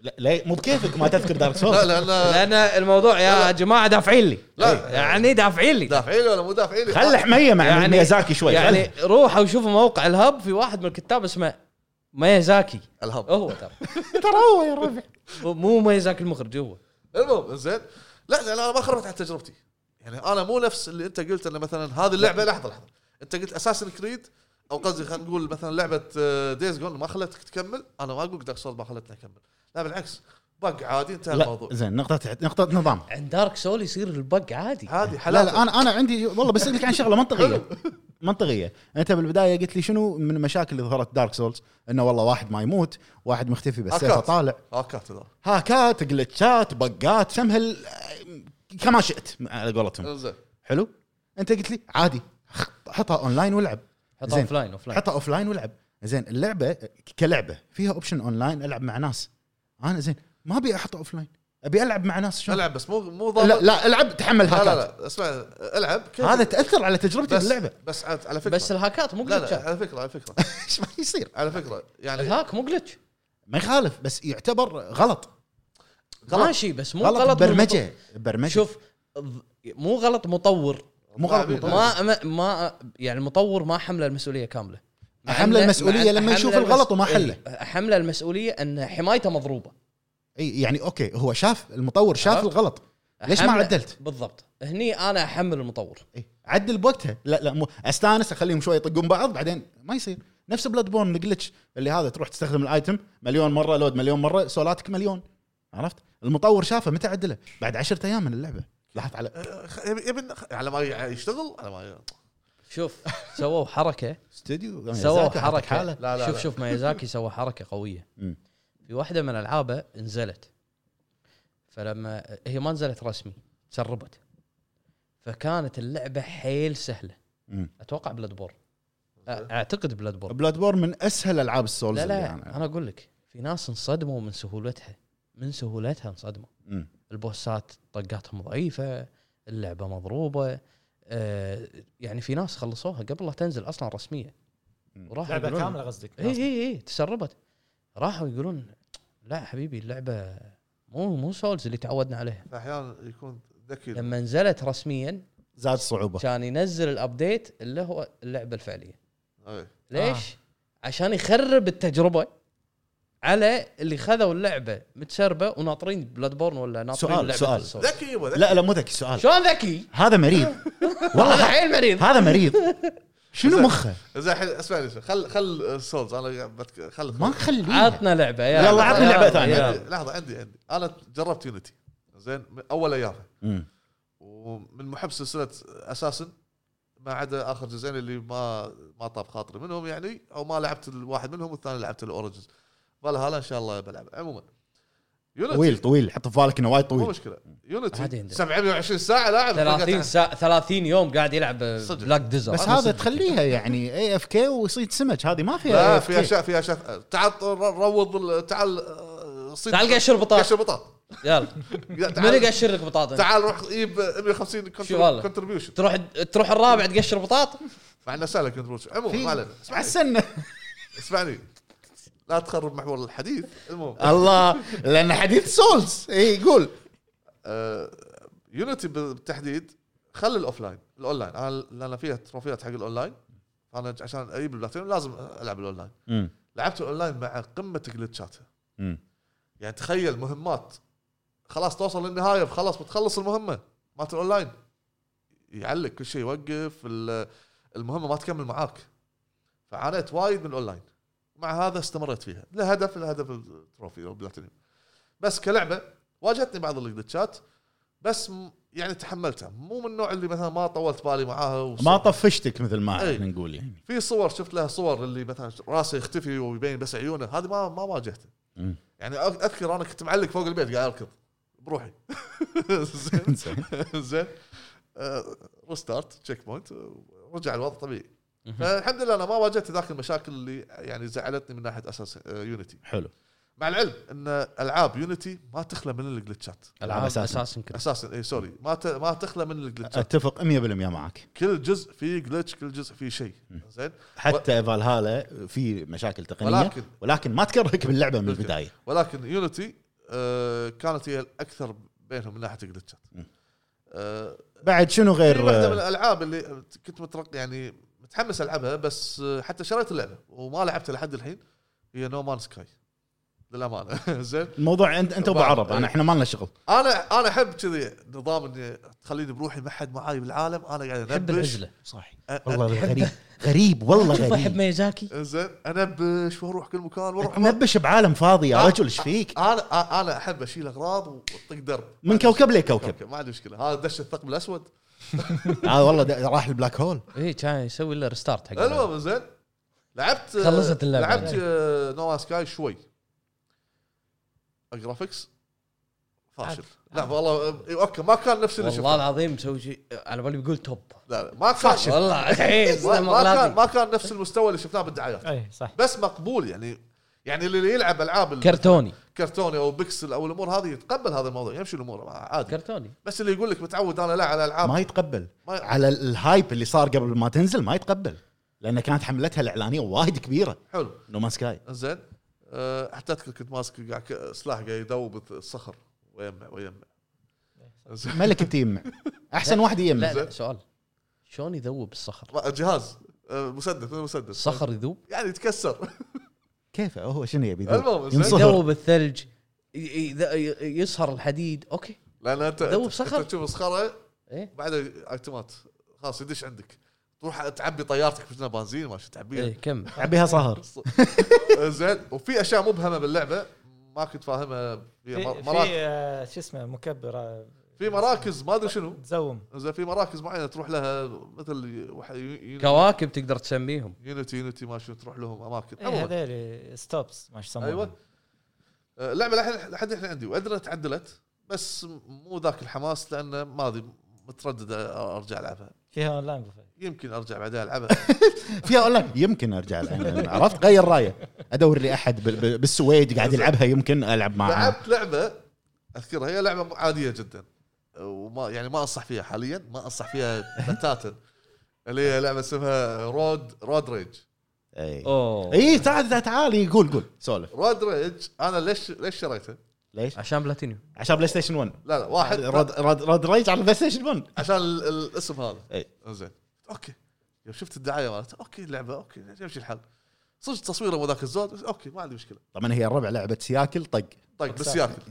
[SPEAKER 3] لا- لا مو بكيفك ما تذكر دارك
[SPEAKER 2] لا
[SPEAKER 3] سولز
[SPEAKER 2] لانه
[SPEAKER 1] لان الموضوع يا جماعه دافعين لي
[SPEAKER 2] لا.
[SPEAKER 1] يعني دافعين لي
[SPEAKER 2] دافعين لي ولا مو دافعين لي
[SPEAKER 3] خلي حميه مع
[SPEAKER 1] يعني-
[SPEAKER 3] ميازاكي شوي
[SPEAKER 1] يعني
[SPEAKER 3] يعني
[SPEAKER 1] روحوا وشوفوا موقع الهب في واحد من الكتاب اسمه ميازاكي
[SPEAKER 2] الهب
[SPEAKER 1] هو ترى
[SPEAKER 3] ترى هو يا ربع
[SPEAKER 1] مو ميازاكي المخرج هو
[SPEAKER 2] المهم زين لا لان انا ما خربت على تجربتي يعني انا مو نفس اللي انت قلت انه مثلا هذه اللعبه لحظه لحظه انت قلت اساسن كريد او قصدي خلينا نقول مثلا لعبه دايز جون ما خلتك تكمل انا ما اقول دارك سولز ما خلتني اكمل لا بالعكس بق عادي انتهى الموضوع
[SPEAKER 3] لا زين نقطه نقطه نظام
[SPEAKER 1] عند دارك سول يصير البق عادي
[SPEAKER 2] عادي
[SPEAKER 3] لا
[SPEAKER 2] حلال
[SPEAKER 3] لا انا انا عندي والله بسالك عن شغله منطقيه منطقيه انت بالبدايه قلت لي شنو من المشاكل اللي ظهرت دارك سولز انه والله واحد ما يموت واحد مختفي بس سيفه
[SPEAKER 2] هاكات.
[SPEAKER 3] طالع
[SPEAKER 2] هاكات هذول.
[SPEAKER 3] هاكات جلتشات بقات سمها ال- كما شئت على قولتهم
[SPEAKER 2] زين
[SPEAKER 3] حلو انت قلت لي عادي خ- حطها اونلاين والعب
[SPEAKER 1] حطها
[SPEAKER 3] زين.
[SPEAKER 1] اوف لاين اوف لاين
[SPEAKER 3] حطها اوف لاين والعب زين اللعبه كلعبه فيها اوبشن اونلاين العب مع ناس انا زين ما ابي احطها اوف لاين ابي العب مع ناس شلون
[SPEAKER 2] العب بس مو مو
[SPEAKER 3] لا
[SPEAKER 2] ضابط
[SPEAKER 3] لا العب تحمل
[SPEAKER 2] لا, لا,
[SPEAKER 3] هاكات
[SPEAKER 2] لا اسمع العب كيف
[SPEAKER 3] هذا تاثر على تجربتي
[SPEAKER 2] بس
[SPEAKER 3] باللعبه
[SPEAKER 2] بس عاد- على فكره
[SPEAKER 1] بس الهاكات مو
[SPEAKER 2] لا لا
[SPEAKER 1] جلتش
[SPEAKER 2] على فكره على فكره
[SPEAKER 3] ايش ما يصير
[SPEAKER 2] على فكره يعني
[SPEAKER 1] الهاك مو جلتش
[SPEAKER 3] ما يخالف بس يعتبر غلط
[SPEAKER 1] ماشي بس مو
[SPEAKER 3] غلط
[SPEAKER 1] غلط من
[SPEAKER 3] برمجه
[SPEAKER 1] المطور.
[SPEAKER 3] برمجه
[SPEAKER 1] شوف ض- مو غلط مطور
[SPEAKER 3] مو غلط
[SPEAKER 2] طيب.
[SPEAKER 3] بالطبع.
[SPEAKER 1] ما ما- ما يعني المطور ما حمله المسؤوليه كامله مع
[SPEAKER 3] حمل
[SPEAKER 1] إنه-
[SPEAKER 3] المسؤولية
[SPEAKER 1] مع-
[SPEAKER 3] لما
[SPEAKER 1] حمل
[SPEAKER 3] يشوف
[SPEAKER 1] المس-
[SPEAKER 3] الغلط وما حله.
[SPEAKER 1] إيه، حمله المسؤوليه ان حمايته مضروبه
[SPEAKER 3] اي يعني اوكي هو شاف المطور شاف
[SPEAKER 1] عرفت؟
[SPEAKER 3] الغلط ليش ما
[SPEAKER 1] حملة-
[SPEAKER 3] عدلت؟
[SPEAKER 1] بالضبط هني انا احمل المطور
[SPEAKER 3] إي، إيه، عدل بوقتها لا لا مو استانس اخليهم شوي يطقون بعض بعدين ما يصير نفس بلاد بورن جلتش اللي هذا تروح تستخدم الايتم مليون مره لود مليون مره سولاتك مليون عرفت؟ المطور شافه متى عدله؟ بعد عشرة ايام من اللعبه لاحظت على
[SPEAKER 2] خ- يبي يبي- على ما يشتغل على ما ي-
[SPEAKER 1] شوف سووا حركه
[SPEAKER 3] استوديو
[SPEAKER 1] سووا
[SPEAKER 3] ميازاكي يعني حاطك
[SPEAKER 1] حركه
[SPEAKER 3] حاله
[SPEAKER 1] لا لا شوف شوف مايازاكي سوى حركه قويه
[SPEAKER 3] مم.
[SPEAKER 1] في واحده من العابه نزلت فلما هي ما نزلت رسمي تسربت فكانت اللعبه حيل سهله
[SPEAKER 3] مم.
[SPEAKER 1] اتوقع بلاد بور اعتقد بلاد بور
[SPEAKER 3] بلاد بورن من اسهل العاب السولز
[SPEAKER 1] لا
[SPEAKER 3] اللي
[SPEAKER 1] لا
[SPEAKER 3] أنا-
[SPEAKER 1] انا اقول لك في ناس انصدموا من سهولتها من سهولتها انصدموا
[SPEAKER 3] مم.
[SPEAKER 1] البوسات طقاتهم ضعيفه اللعبه مضروبه آه يعني في ناس خلصوها قبل لا تنزل اصلا رسميه وراحوا
[SPEAKER 5] لعبه
[SPEAKER 1] يقولون- إيه.
[SPEAKER 5] كامله قصدك
[SPEAKER 1] اي اي اي تسربت راحوا يقولون لا حبيبي اللعبه مو مو سولز اللي تعودنا عليها
[SPEAKER 2] احيانا يكون ذكي
[SPEAKER 1] لما نزلت رسميا
[SPEAKER 3] زاد صعوبه
[SPEAKER 1] كان ينزل الابديت اللي هو اللعبه الفعليه
[SPEAKER 3] آه.
[SPEAKER 2] أي.
[SPEAKER 1] ليش؟ آه. عشان يخرب التجربه على اللي خذوا اللعبه متسربه وناطرين بلاد بورن ولا ناطرين
[SPEAKER 3] سؤال-
[SPEAKER 1] لعبة
[SPEAKER 3] سؤال.
[SPEAKER 1] الصوت.
[SPEAKER 2] ذكي يبا ذكي
[SPEAKER 3] طيب. لا لا مو ذكي سؤال
[SPEAKER 1] شلون ذكي؟
[SPEAKER 3] هذا مريض
[SPEAKER 1] هذا
[SPEAKER 3] والله
[SPEAKER 1] حيل مريض
[SPEAKER 3] هذا مريض شنو مخه
[SPEAKER 2] زين الحين اسمعني شوي. خل خل السولز انا بتك... خل
[SPEAKER 3] ما خليه
[SPEAKER 1] عطنا لعبه
[SPEAKER 3] يلا عطنا لعبة ثانية.
[SPEAKER 1] يلا.
[SPEAKER 2] عندي- لحظه عندي عندي انا جربت يونيتي زين من اول ايامها
[SPEAKER 3] مم.
[SPEAKER 2] ومن محب سلسله اساسن ما عدا اخر جزئين اللي ما ما طاب خاطري منهم يعني او ما لعبت الواحد منهم والثاني لعبت الاوريجنز فالهالا ان شاء الله بلعب عموما يونيتي
[SPEAKER 3] طويل طويل حط في بالك انه وايد
[SPEAKER 2] مو
[SPEAKER 3] طويل
[SPEAKER 2] مشكله
[SPEAKER 1] عادي
[SPEAKER 2] يونيتي
[SPEAKER 1] عندنا.
[SPEAKER 2] 720 ساعه لاعب
[SPEAKER 1] 30 ساعة 30 يوم قاعد يلعب
[SPEAKER 2] صدق.
[SPEAKER 1] بلاك ديزر
[SPEAKER 3] بس هذا تخليها يعني اي اف كي ويصيد سمك هذه ما فيها
[SPEAKER 2] لا
[SPEAKER 3] AFK.
[SPEAKER 2] في اشياء في اشياء تعال روض ال- تعال آه، صيد-
[SPEAKER 1] تعال قشر بطاط.
[SPEAKER 2] قشر بطاط
[SPEAKER 1] يلا
[SPEAKER 2] تعال-
[SPEAKER 1] من يقشر لك بطاطا
[SPEAKER 2] تعال روح جيب 150
[SPEAKER 1] شو والله؟
[SPEAKER 2] كونتربيوشن
[SPEAKER 1] تروح تروح الرابع تقشر بطاط
[SPEAKER 2] مع انه سهله كونتربيوشن عموما ما علينا
[SPEAKER 3] في على السنه
[SPEAKER 2] اسمعني لا تخرب محور الحديث المهم
[SPEAKER 3] الله لان حديث سولز اي قول
[SPEAKER 2] يونيتي آه، بالتحديد خلي الاوفلاين الاونلاين انا لان فيها تروفيات حق الاونلاين فانا عشان اجيب البلاتينيوم لازم العب الاونلاين لعبت الاونلاين مع قمه جلتشاتها
[SPEAKER 3] مم.
[SPEAKER 2] يعني تخيل مهمات خلاص توصل للنهايه خلاص بتخلص المهمه مالت الاونلاين يعلق كل شيء يوقف ال- المهمه ما تكمل معاك فعانيت وايد من الاونلاين مع هذا استمريت فيها لهدف الهدف التروفي او البلاتينيوم بس كلعبه واجهتني بعض الجلتشات بس م- يعني تحملتها مو من النوع اللي مثلا ما طولت بالي معاها وص-
[SPEAKER 3] ما طفشتك مثل ما
[SPEAKER 2] إي.
[SPEAKER 3] احنا نقول يعني
[SPEAKER 2] في صور شفت لها صور اللي مثلا راسه يختفي ويبين بس عيونه هذه ما ما واجهته
[SPEAKER 3] مم.
[SPEAKER 2] يعني أ- اذكر انا كنت معلق فوق البيت قاعد اركض بروحي زين
[SPEAKER 3] زين.
[SPEAKER 2] زين ريستارت تشيك بوينت رجع الوضع طبيعي فالحمد لله انا ما واجهت ذاك المشاكل اللي يعني زعلتني من ناحيه اساس يونيتي
[SPEAKER 3] حلو
[SPEAKER 2] مع العلم ان العاب يونيتي ما تخلى من الجلتشات
[SPEAKER 1] العاب
[SPEAKER 3] أساساً.
[SPEAKER 1] اساسا كريد
[SPEAKER 2] اساسا اي سوري إيه، ما ت... ما تخلى من الجلتشات
[SPEAKER 3] اتفق 100% معك
[SPEAKER 2] كل جزء فيه جلتش كل جزء فيه شيء زين
[SPEAKER 3] حتى فالهالا في مشاكل تقنيه
[SPEAKER 2] ولكن-
[SPEAKER 3] ولكن, ولكن ما تكرهك باللعبه من
[SPEAKER 2] بالضبط.
[SPEAKER 3] البدايه
[SPEAKER 2] ولكن يونيتي آه كانت هي الاكثر بينهم من ناحيه الجلتشات
[SPEAKER 3] مم.
[SPEAKER 2] آه
[SPEAKER 3] بعد شنو
[SPEAKER 2] في
[SPEAKER 3] غير
[SPEAKER 2] واحده من الالعاب اللي كنت مترق يعني متحمس العبها بس آه، حتى شريت اللعبه وما لعبتها لحد الحين هي نو مان سكاي للامانه زين
[SPEAKER 3] الموضوع انت انت ابو
[SPEAKER 2] بعد-
[SPEAKER 3] عرب انا احنا ما لنا شغل
[SPEAKER 2] انا انا احب كذي نظام اني تخليني بروحي ما حد معاي بالعالم انا قاعد
[SPEAKER 1] حب
[SPEAKER 2] انبش
[SPEAKER 1] العزله
[SPEAKER 3] صح
[SPEAKER 2] أ- أ-
[SPEAKER 3] والله غريب غريب والله
[SPEAKER 1] شوف احب
[SPEAKER 3] غريب
[SPEAKER 1] طيب، ميزاكي
[SPEAKER 2] زين انبش واروح كل مكان واروح
[SPEAKER 3] تنبش بعالم فاضي يا
[SPEAKER 2] آه.
[SPEAKER 3] رجل ايش فيك
[SPEAKER 2] انا انا احب اشيل اغراض واطق درب
[SPEAKER 3] من كوكب لكوكب
[SPEAKER 2] ما عندي مشكله هذا دش الثقب الاسود
[SPEAKER 3] هذا والله ده- راح البلاك هول
[SPEAKER 1] اي إيه، كان يسوي له ريستارت حق اللعبة.
[SPEAKER 2] المهم زين لعبت
[SPEAKER 1] خلصت اللعبة. إيه.
[SPEAKER 2] لعبت نو سكاي شوي الجرافكس فاشل لا والله إيه، اوكي ما كان نفس اللي
[SPEAKER 1] والله
[SPEAKER 2] شفته
[SPEAKER 1] العظيم مسوي شيء على بالي بيقول توب
[SPEAKER 2] لا لا ما كان
[SPEAKER 1] والله الحين
[SPEAKER 2] ما ما كان
[SPEAKER 1] مغلاطي.
[SPEAKER 2] ما كان نفس المستوى اللي شفناه بالدعايات
[SPEAKER 5] اي إيه، صح
[SPEAKER 2] بس مقبول يعني يعني اللي يلعب العاب ال-
[SPEAKER 1] كرتوني
[SPEAKER 2] كرتوني او بيكسل او الامور هذه يتقبل هذا الموضوع يمشي الامور عادي
[SPEAKER 1] كرتوني
[SPEAKER 2] بس اللي يقول لك متعود انا لا على العاب
[SPEAKER 3] ما يتقبل
[SPEAKER 2] ما ي-
[SPEAKER 3] على ال- الهايب اللي صار قبل ما تنزل ما يتقبل لان كانت حملتها الاعلانيه وايد كبيره
[SPEAKER 2] حلو
[SPEAKER 3] نومان سكاي
[SPEAKER 2] زين أه حتى اذكر كنت ماسك قاعد ك- سلاح قاعد يدوب الصخر ويجمع ويجمع زين.
[SPEAKER 3] ملك تيم احسن واحد
[SPEAKER 1] لا
[SPEAKER 3] يجمع
[SPEAKER 1] لا سؤال شلون يذوب الصخر؟
[SPEAKER 2] جهاز آه، مسدس مو مسدس
[SPEAKER 1] الصخر يذوب
[SPEAKER 2] يعني يتكسر
[SPEAKER 3] كيفه هو شنو يبي
[SPEAKER 2] المهم، زين.
[SPEAKER 3] ينصهر
[SPEAKER 1] يذوب الثلج ي- ي- ي- يصهر الحديد اوكي
[SPEAKER 2] لان انت
[SPEAKER 1] ذوب
[SPEAKER 2] أنت-
[SPEAKER 1] صخر.
[SPEAKER 2] أنت تشوف صخره
[SPEAKER 1] ايه
[SPEAKER 2] بعدين ايتمات خلاص يدش عندك تروح تعبي طيارتك في بنزين ما شو
[SPEAKER 1] ايه
[SPEAKER 2] تعبيها
[SPEAKER 1] كم
[SPEAKER 3] عبيها صهر
[SPEAKER 2] زين وفي اشياء مبهمه باللعبه ما كنت فاهمها في
[SPEAKER 5] في,
[SPEAKER 2] مر-
[SPEAKER 5] في
[SPEAKER 2] مراكز
[SPEAKER 5] آه، شو اسمه مكبر آه،
[SPEAKER 2] في مراكز ما ادري شنو
[SPEAKER 5] تزوم
[SPEAKER 2] زين في مراكز معينه تروح لها مثل وح- يو- يو-
[SPEAKER 1] كواكب تقدر تسميهم
[SPEAKER 2] يونيتي يونيتي ما شنو تروح لهم اماكن
[SPEAKER 5] إيه،
[SPEAKER 2] عموماً.
[SPEAKER 5] هذول ستوبس ما يسمونها
[SPEAKER 2] ايوه آه، اللعبه لحد لحد الحين عندي وادري إنها تعدلت بس مو ذاك الحماس لانه ما ادري متردد ارجع العبها
[SPEAKER 5] فيها اونلاين بوفيه
[SPEAKER 2] يمكن ارجع بعدين العبها
[SPEAKER 3] فيها اونلاين يمكن ارجع لها. عرفت غير رايه ادور لي احد بال- بال- بالسويد قاعد يلعبها يمكن العب معاه
[SPEAKER 2] لعبت لعبه اذكرها هي لعبه عاديه جدا وما يعني ما انصح فيها حاليا ما انصح فيها بتاتا اللي هي لعبه اسمها رود رود ريج
[SPEAKER 3] اي
[SPEAKER 1] اوه
[SPEAKER 3] اي تعال تعال- تعال يقول قول سولف
[SPEAKER 2] رود ريج انا ليش ليش شريتها؟
[SPEAKER 3] ليش؟
[SPEAKER 1] عشان بلاتينيوم
[SPEAKER 3] عشان بلاي ستيشن 1
[SPEAKER 2] لا لا واحد
[SPEAKER 3] رد رد رد ريج على البلاي ستيشن 1
[SPEAKER 2] عشان ال- الاسم هذا
[SPEAKER 3] إي.
[SPEAKER 2] زين اوكي يوم شفت الدعايه مالته اوكي اللعبه اوكي يمشي الحال صدق تصويره مو ذاك الزود اوكي ما عندي مشكله
[SPEAKER 3] طبعا هي الربع لعبه سياكل طق
[SPEAKER 2] طيب بس ياكل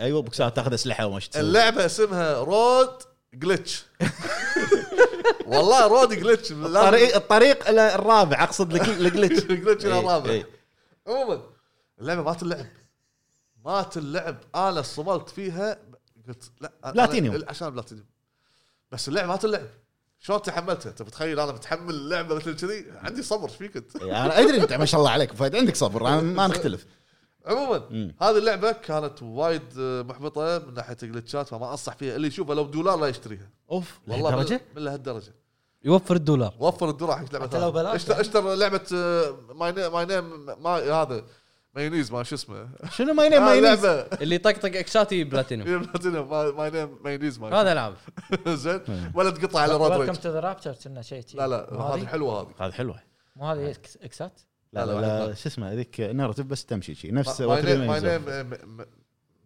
[SPEAKER 3] ايوه بوكسات تاخذ اسلحه وما إيش تسوي
[SPEAKER 2] اللعبه اسمها رود جلتش والله رود جلتش
[SPEAKER 3] الطريق الطريق إلى الرابع اقصد لك- الجلتش
[SPEAKER 2] جلتش
[SPEAKER 3] إي،
[SPEAKER 2] الرابع
[SPEAKER 3] إي.
[SPEAKER 2] عموما اللعبه مات اللعب مات اللعب انا صملت فيها قلت لا أنا-
[SPEAKER 3] بلاتينيوم.
[SPEAKER 2] عشان بلاتينيوم بس اللعبه مات اللعب شلون تحملتها؟ انت متخيل انا بتحمل اللعبه مثل كذي عندي صبر ايش فيك انت؟
[SPEAKER 3] إي، انا ادري انت ما شاء الله عليك فهد عندك صبر أنا ما نختلف
[SPEAKER 2] عموما هذه اللعبه كانت وايد آه، محبطه من ناحيه الجلتشات فما انصح فيها اللي يشوفها لو بدولار لا يشتريها
[SPEAKER 3] اوف
[SPEAKER 2] والله
[SPEAKER 3] لهالدرجة؟
[SPEAKER 2] من- من لهالدرجه
[SPEAKER 1] يوفر الدولار
[SPEAKER 2] وفر الدولار حق لعبه
[SPEAKER 5] حتى لو
[SPEAKER 2] ثانية.
[SPEAKER 5] بلاش
[SPEAKER 2] اشتر, اشتر لعبه آه، ماي نيم ماي نيم ماي هذا مايونيز ما شو اسمه آه،
[SPEAKER 3] شنو ما ينام ما
[SPEAKER 2] هاي
[SPEAKER 3] ينام
[SPEAKER 2] لعبه
[SPEAKER 1] اللي يطقطق اكساتي بلاتينيوم
[SPEAKER 2] ماي نيم مايونيز ما
[SPEAKER 1] هذا العاب
[SPEAKER 2] زين ولا تقطع على راد
[SPEAKER 5] ويلكم
[SPEAKER 2] ريج
[SPEAKER 5] تو ذا رابتر كنا شيء شي.
[SPEAKER 2] لا لا
[SPEAKER 5] مو
[SPEAKER 2] هذه
[SPEAKER 5] هذه
[SPEAKER 2] حلوه هذه
[SPEAKER 3] هذا حلوه
[SPEAKER 5] مو هذه إكس- اكسات
[SPEAKER 3] لا
[SPEAKER 2] لا،
[SPEAKER 3] لا,
[SPEAKER 2] لا،
[SPEAKER 3] لا شو اسمه هذيك نارتيف بس تمشي شي نفس
[SPEAKER 2] ماي
[SPEAKER 3] What
[SPEAKER 2] نيم
[SPEAKER 3] Remains
[SPEAKER 2] ماي
[SPEAKER 3] of-
[SPEAKER 2] نيم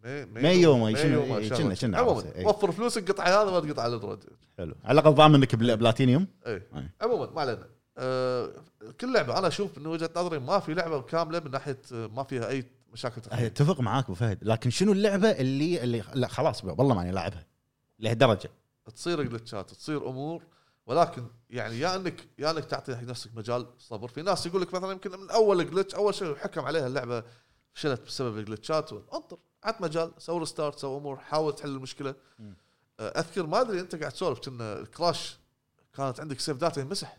[SPEAKER 3] مايو، ماي شنو-
[SPEAKER 2] ما
[SPEAKER 3] إيه،
[SPEAKER 2] شاء
[SPEAKER 3] شنو-
[SPEAKER 2] الله.
[SPEAKER 3] شنو
[SPEAKER 2] عموما
[SPEAKER 3] عرفت، إيه.
[SPEAKER 2] وفر فلوسك قطع هذا ولا تقطع على راد
[SPEAKER 3] حلو على الاقل ضامن لك بل- بلاتينيوم
[SPEAKER 2] ايه
[SPEAKER 3] أي.
[SPEAKER 2] عموما ما علينا آه كل لعبه انا اشوف من وجهه نظري ما في لعبه كامله من ناحيه آه، ما فيها اي مشاكل تقنيه
[SPEAKER 3] اتفق معاك ابو فهد لكن شنو اللعبه اللي اللي لا خلاص بقى، والله ماني لاعبها لهالدرجه
[SPEAKER 2] تصير جلتشات تصير امور ولكن يعني يا انك يا انك تعطي حق نفسك مجال صبر في ناس يقول لك مثلا يمكن من اول جلتش اول شيء حكم عليها اللعبه فشلت بسبب الجلتشات انطر عط مجال سوي ريستارت سوي امور حاول تحل المشكله آه، اذكر ما ادري انت قاعد تسولف كنا الكراش كانت عندك سيف داتا يمسح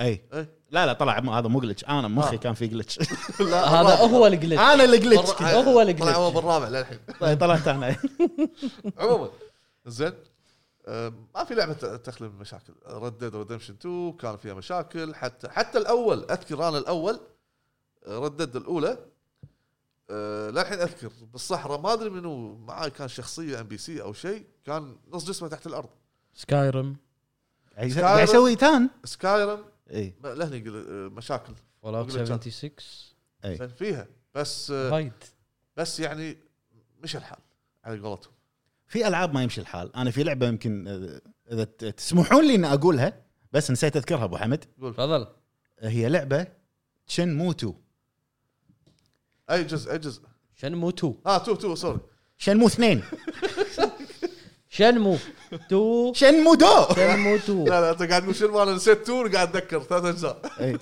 [SPEAKER 3] اي
[SPEAKER 2] إي.
[SPEAKER 3] لا لا طلع مو- هذا مو جلتش انا مخي كان في جلتش
[SPEAKER 2] لا
[SPEAKER 1] هذا
[SPEAKER 2] بالرابع.
[SPEAKER 1] هو الجلتش
[SPEAKER 3] انا اللي جلتش
[SPEAKER 2] بالرابع.
[SPEAKER 1] هو الجلتش.
[SPEAKER 2] طلع هو بالرابع للحين
[SPEAKER 5] إيه.
[SPEAKER 3] طلعت انا
[SPEAKER 2] عموما زين آه، ما في لعبه تخلو من مشاكل ريد ديد ريدمشن 2 كان فيها مشاكل حتى حتى الاول اذكر انا الاول ريد ديد الاولى آه، للحين اذكر بالصحراء ما ادري منو معاي كان شخصيه ام بي سي او شيء كان نص جسمه تحت الارض
[SPEAKER 1] سكايرم
[SPEAKER 3] قاعد اسوي يعني تان
[SPEAKER 2] سكايرم
[SPEAKER 3] اي
[SPEAKER 2] لهني قل- آه، مشاكل
[SPEAKER 1] فول اوت
[SPEAKER 2] وجلتشات.
[SPEAKER 1] 76
[SPEAKER 3] إي.
[SPEAKER 2] زين فيها بس آه،
[SPEAKER 1] وايد
[SPEAKER 2] بس يعني مش الحال على قولتهم
[SPEAKER 3] في العاب ما يمشي الحال انا في لعبه يمكن آه، اذا ت- تسمحون لي اني اقولها بس نسيت اذكرها ابو حمد
[SPEAKER 1] تفضل
[SPEAKER 3] هي لعبه تشن موتو
[SPEAKER 2] اي جزء اي جزء
[SPEAKER 1] شنمو 2
[SPEAKER 2] اه تو تو سوري
[SPEAKER 3] شنمو اثنين
[SPEAKER 1] شنمو 2
[SPEAKER 3] شنمو دو
[SPEAKER 1] شنمو 2
[SPEAKER 2] لا لا انت قاعد تقول شنو انا نسيت تور قاعد اتذكر ثلاث اجزاء
[SPEAKER 3] إي.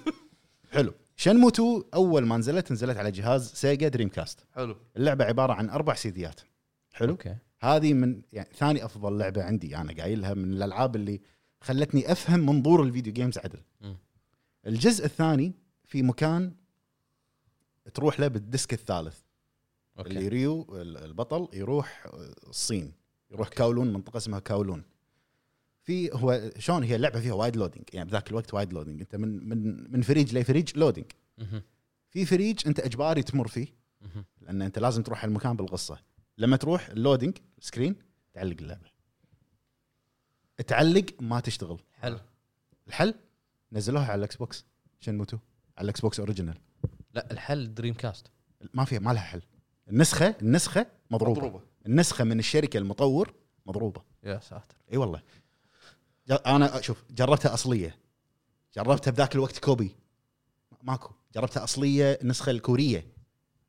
[SPEAKER 3] حلو شنمو 2 اول ما نزلت نزلت على جهاز سيجا دريم كاست
[SPEAKER 2] حلو
[SPEAKER 3] اللعبه عباره عن اربع سيديات حلو
[SPEAKER 1] اوكي
[SPEAKER 3] هذه من يعني ثاني افضل لعبه عندي انا قايلها من الالعاب اللي خلتني افهم منظور الفيديو جيمز عدل
[SPEAKER 1] مم.
[SPEAKER 3] الجزء الثاني في مكان تروح له بالديسك الثالث اللي
[SPEAKER 1] اوكي
[SPEAKER 3] ريو ال- البطل يروح آه، الصين يروح أوكي. كاولون منطقه اسمها كاولون في هو شلون هي اللعبه فيها وايد لودنج يعني بذاك الوقت وايد لودنج انت من من من فريج لفريج لودنج
[SPEAKER 1] مهم.
[SPEAKER 3] في فريج انت اجباري تمر فيه
[SPEAKER 1] مهم.
[SPEAKER 3] لان انت لازم تروح على المكان بالقصه لما تروح اللودنج سكرين تعلق اللعبه تعلق ما تشتغل
[SPEAKER 1] حلو
[SPEAKER 3] الحل نزلوها على الاكس بوكس شنموتو على الاكس بوكس اوريجينال
[SPEAKER 1] لا الحل دريم كاست
[SPEAKER 3] ما فيها ما لها حل النسخه النسخه مضروبه, مضروبة.
[SPEAKER 2] مضروبه
[SPEAKER 3] النسخه من الشركه المطور مضروبه
[SPEAKER 1] يا ساتر
[SPEAKER 3] اي والله ج- انا شوف جربتها اصليه جربتها بذاك الوقت كوبي ماكو جربتها اصليه النسخه الكوريه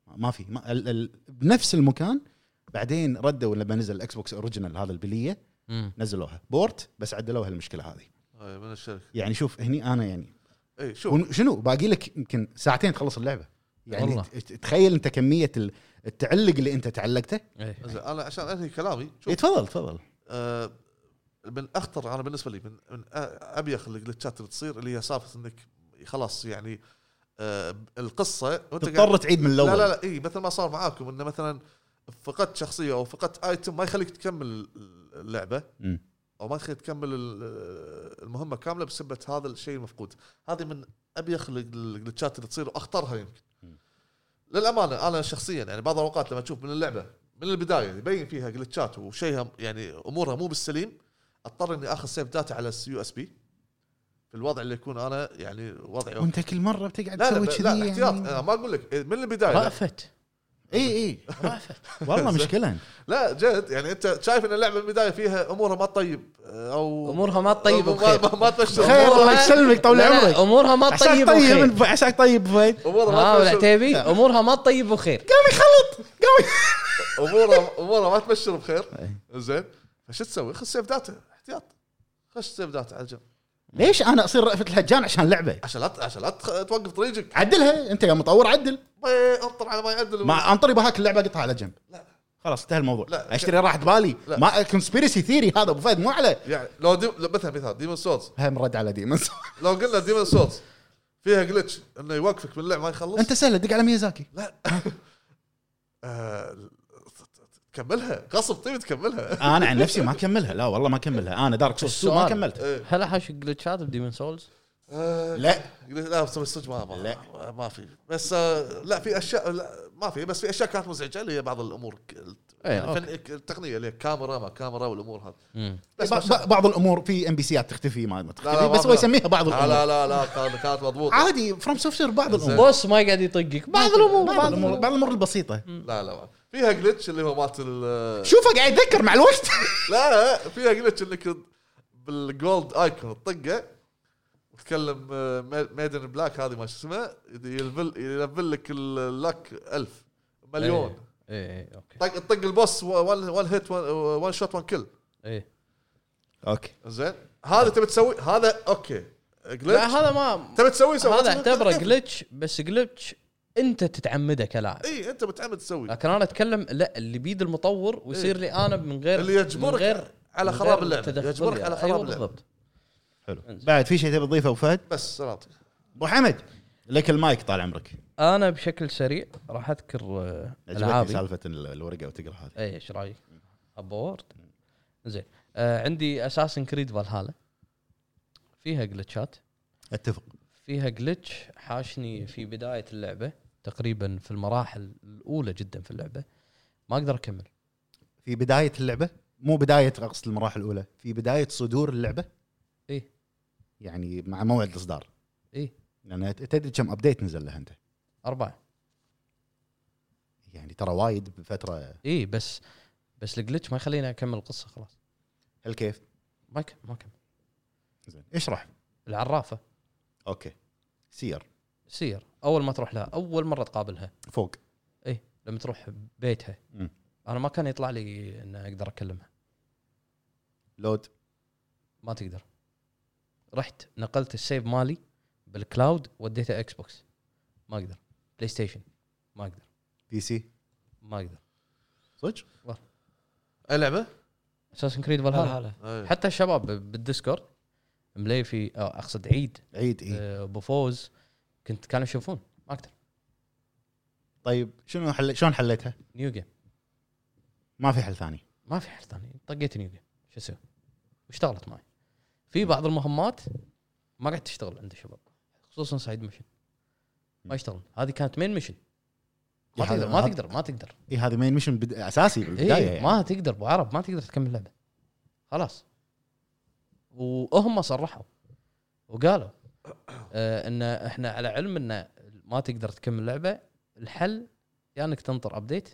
[SPEAKER 3] ما في ما ال ال بنفس المكان بعدين ردوا لما نزل الاكس بوكس اوريجينال هذا البليه
[SPEAKER 1] مم.
[SPEAKER 3] نزلوها بورت بس عدلوا هالمشكله هذه
[SPEAKER 2] اي طيب، من الشركه
[SPEAKER 3] يعني شوف هني انا يعني
[SPEAKER 2] اي شوف
[SPEAKER 3] ون- شنو باقي لك يمكن ساعتين تخلص اللعبه يعني
[SPEAKER 1] والله.
[SPEAKER 3] ت- تخيل انت كميه ال- التعلق اللي انت تعلقته
[SPEAKER 1] إيه.
[SPEAKER 2] زين، انا عشان انهي كلامي
[SPEAKER 3] إيه،
[SPEAKER 2] شوف
[SPEAKER 3] تفضل تفضل
[SPEAKER 2] آه، من اخطر انا بالنسبه لي من, من آه، ابيخ الجلتشات اللي تصير اللي هي سالفه انك خلاص يعني آه، القصه وانت
[SPEAKER 3] تضطر تعيد من الاول
[SPEAKER 2] لا لا لا اي مثل ما صار معاكم انه مثلا فقدت شخصيه او فقدت ايتم ما يخليك تكمل اللعبه
[SPEAKER 3] مم.
[SPEAKER 2] او ما يخليك تكمل ال- المهمه كامله بسبب هذا الشيء المفقود هذه من ابيخ ال- الجلتشات اللي تصير واخطرها يمكن للامانه انا شخصيا يعني بعض الاوقات لما تشوف من اللعبه من البدايه يبين فيها جلتشات وشيها يعني امورها مو بالسليم اضطر اني اخذ سيف داتا على اليو اس بي في الوضع اللي يكون انا يعني وضعي
[SPEAKER 3] وانت كل مره بتقعد
[SPEAKER 2] لا لا
[SPEAKER 3] تسوي
[SPEAKER 2] لا, لا
[SPEAKER 3] كذي
[SPEAKER 2] احتياط
[SPEAKER 3] يعني
[SPEAKER 2] انا ما اقول لك من البدايه
[SPEAKER 1] رأفت
[SPEAKER 3] اي اي والله مشكله
[SPEAKER 2] لا جد يعني انت شايف ان اللعبه بالبدايه فيها امورها ما طيب او
[SPEAKER 1] امورها ما طيب
[SPEAKER 2] ما-
[SPEAKER 1] بخير
[SPEAKER 2] ما- ما تبشر
[SPEAKER 3] خير الله يسلمك طول
[SPEAKER 1] لا، لا،
[SPEAKER 3] عمرك
[SPEAKER 1] امورها ما
[SPEAKER 3] عشان
[SPEAKER 1] طيب
[SPEAKER 3] طيب
[SPEAKER 1] وخير
[SPEAKER 3] الب- عشان طيب فهد
[SPEAKER 2] امورها
[SPEAKER 1] ها
[SPEAKER 2] ما تبشر
[SPEAKER 1] والعتيبي امورها ما طيب وخير
[SPEAKER 2] امورها امورها ما تبشر بخير زين فشو تسوي؟ خذ سيف داتا احتياط خش سيف داتا على الجنب
[SPEAKER 3] ليش انا اصير رأفت الهجان عشان لعبه
[SPEAKER 2] عشان لا ت- عشان لا تخ- توقف طريقك
[SPEAKER 3] عدلها انت يا مطور عدل
[SPEAKER 2] ما انطر على ما يعدل
[SPEAKER 3] ما انطري بهاك اللعبه قطعها على جنب
[SPEAKER 2] لا.
[SPEAKER 3] خلاص انتهى الموضوع
[SPEAKER 2] لا.
[SPEAKER 3] اشتري راحت بالي
[SPEAKER 2] لا.
[SPEAKER 3] ما كونسبيرسي ثيري هذا ابو فهد مو على
[SPEAKER 2] يعني لو دي... لو مثلا مثال ديمون سولز
[SPEAKER 3] هم رد على ديمونز
[SPEAKER 2] لو قلنا ديمون سولز فيها جلتش انه يوقفك من اللعب ما يخلص
[SPEAKER 3] انت سهله دق على ميازاكي
[SPEAKER 2] لا آه، تكملها غصب طيب تكملها
[SPEAKER 3] انا عن نفسي ما اكملها لا والله ما اكملها انا دارك سولز 2 ما
[SPEAKER 1] السؤال.
[SPEAKER 3] كملتها
[SPEAKER 1] هل حاش جلتشات بديمن سولز؟
[SPEAKER 3] إيه.
[SPEAKER 2] آه،
[SPEAKER 3] لا
[SPEAKER 2] لا بس صدق ما ما,
[SPEAKER 3] لا.
[SPEAKER 2] ما في بس آه، لا في اشياء لا ما في بس في اشياء كانت مزعجه اللي هي بعض الامور ك-
[SPEAKER 1] اي
[SPEAKER 2] الفن- التقنيه اللي هي كاميرا ما كاميرا والامور هذه
[SPEAKER 1] مم.
[SPEAKER 2] بس
[SPEAKER 3] ب-
[SPEAKER 2] ما شاء
[SPEAKER 3] ب- بعض الامور في ام بي سيات تختفي ما ما
[SPEAKER 2] لا، لا، ما
[SPEAKER 3] تختفي بس هو
[SPEAKER 2] في-
[SPEAKER 3] يسميها بعض
[SPEAKER 2] الله. لا
[SPEAKER 3] الامور
[SPEAKER 2] لا لا كانت كانت مضبوطه
[SPEAKER 3] عادي فروم سوفت بعض الامور
[SPEAKER 1] بوس ما يقعد يطقك بعض الامور
[SPEAKER 3] بعض الامور بعض الامور البسيطه
[SPEAKER 2] لا لا ما. فيها جلتش اللي هو مالت ال-
[SPEAKER 3] شوفه قاعد يتذكر مع الوقت
[SPEAKER 2] لا فيها جلتش انك بالجولد ايكون تطقه وتكلم آه، ميدن بلاك هذه ما شو اسمه يلفل يلفل لك اللك ألف مليون
[SPEAKER 1] اي اي اوكي
[SPEAKER 2] طق طق البوس وان هيت وان شوت وان كل
[SPEAKER 1] اي
[SPEAKER 3] اوكي
[SPEAKER 2] زين هذا تبي تسوي هذا اوكي
[SPEAKER 1] لا
[SPEAKER 2] جلتش
[SPEAKER 1] هذا ما
[SPEAKER 2] تبي تسوي سوي
[SPEAKER 1] هذا اعتبره جلتش بس جلتش انت تتعمده كلاعب
[SPEAKER 2] اي انت متعمد إيه، تسوي
[SPEAKER 1] لكن انا اتكلم لا اللي بيد المطور ويصير لي انا من غير
[SPEAKER 2] إيه. اللي يجبرك
[SPEAKER 1] من غير
[SPEAKER 2] على
[SPEAKER 1] من
[SPEAKER 2] خراب
[SPEAKER 1] غير
[SPEAKER 2] اللعبة.
[SPEAKER 1] تدخل
[SPEAKER 2] يجبرك
[SPEAKER 1] لي.
[SPEAKER 2] على
[SPEAKER 1] أيوة
[SPEAKER 2] خراب اللعبة.
[SPEAKER 1] بالضبط
[SPEAKER 3] حلو بعد في شيء تبي تضيفه ابو فهد
[SPEAKER 2] بس سلامتك
[SPEAKER 3] ابو حمد لك المايك طال عمرك
[SPEAKER 1] انا بشكل سريع راح اذكر آه،
[SPEAKER 3] عجبتني
[SPEAKER 1] العابي إيه،
[SPEAKER 3] سالفه ال- الورقه وتقرا هذه
[SPEAKER 1] اي ايش رايك؟ ابورد زين آه عندي اساسن كريد فالهالا فيها جلتشات
[SPEAKER 3] اتفق
[SPEAKER 1] فيها جلتش حاشني في بدايه اللعبه تقريبا في المراحل الاولى جدا في اللعبه ما اقدر اكمل
[SPEAKER 3] في بدايه اللعبه مو بدايه اقصد المراحل الاولى في بدايه صدور اللعبه
[SPEAKER 1] إيه.
[SPEAKER 3] يعني مع موعد الاصدار
[SPEAKER 1] إيه.
[SPEAKER 3] لان ت- تدري كم ابديت نزل لها انت
[SPEAKER 1] اربعه
[SPEAKER 3] يعني ترى وايد بفتره
[SPEAKER 1] اي إيه، بس بس الجلتش ما يخليني اكمل القصه خلاص
[SPEAKER 3] هل كيف؟
[SPEAKER 1] ما أك- ما اكمل
[SPEAKER 3] زين اشرح
[SPEAKER 1] العرافه
[SPEAKER 3] اوكي سير
[SPEAKER 1] سير اول ما تروح لها اول مره تقابلها
[SPEAKER 3] فوق
[SPEAKER 1] لما تروح بيتها
[SPEAKER 3] مم.
[SPEAKER 1] انا ما كان يطلع لي ان اقدر اكلمها
[SPEAKER 3] لود
[SPEAKER 1] ما تقدر رحت نقلت السيف مالي بالكلاود وديته اكس بوكس ما اقدر بلاي ستيشن ما اقدر
[SPEAKER 3] بي سي
[SPEAKER 1] ما اقدر
[SPEAKER 3] صدق؟
[SPEAKER 2] اي لعبه؟
[SPEAKER 1] اساسن كريد
[SPEAKER 5] هلا
[SPEAKER 1] فالهالا
[SPEAKER 5] هلا
[SPEAKER 2] إي.
[SPEAKER 1] حتى الشباب ب- بالديسكورد مليفي آه، اقصد عيد
[SPEAKER 3] عيد إيه. عيد
[SPEAKER 1] آه، ابو فوز كنت كانوا يشوفون ما اقدر
[SPEAKER 3] طيب شنو حل... شلون حليتها؟
[SPEAKER 1] نيو جيم
[SPEAKER 3] ما في حل ثاني
[SPEAKER 1] ما في حل ثاني طقيت نيو جيم شو اسوي؟ واشتغلت معي في بعض المهمات ما قاعد تشتغل عند الشباب خصوصا سايد ميشن ما يشتغلون هذه كانت مين ميشن ما
[SPEAKER 3] هذا-
[SPEAKER 1] تقدر ما
[SPEAKER 3] هذا-
[SPEAKER 1] تقدر ما تقدر
[SPEAKER 3] اي هذا مين ميشن بد... اساسي بالبدايه
[SPEAKER 1] إيه
[SPEAKER 3] يعني.
[SPEAKER 1] ما تقدر ابو عرب ما تقدر تكمل لعبه خلاص وهم صرحوا وقالوا آه ان احنا على علم ان ما تقدر تكمل لعبه الحل يا يعني انك تنطر ابديت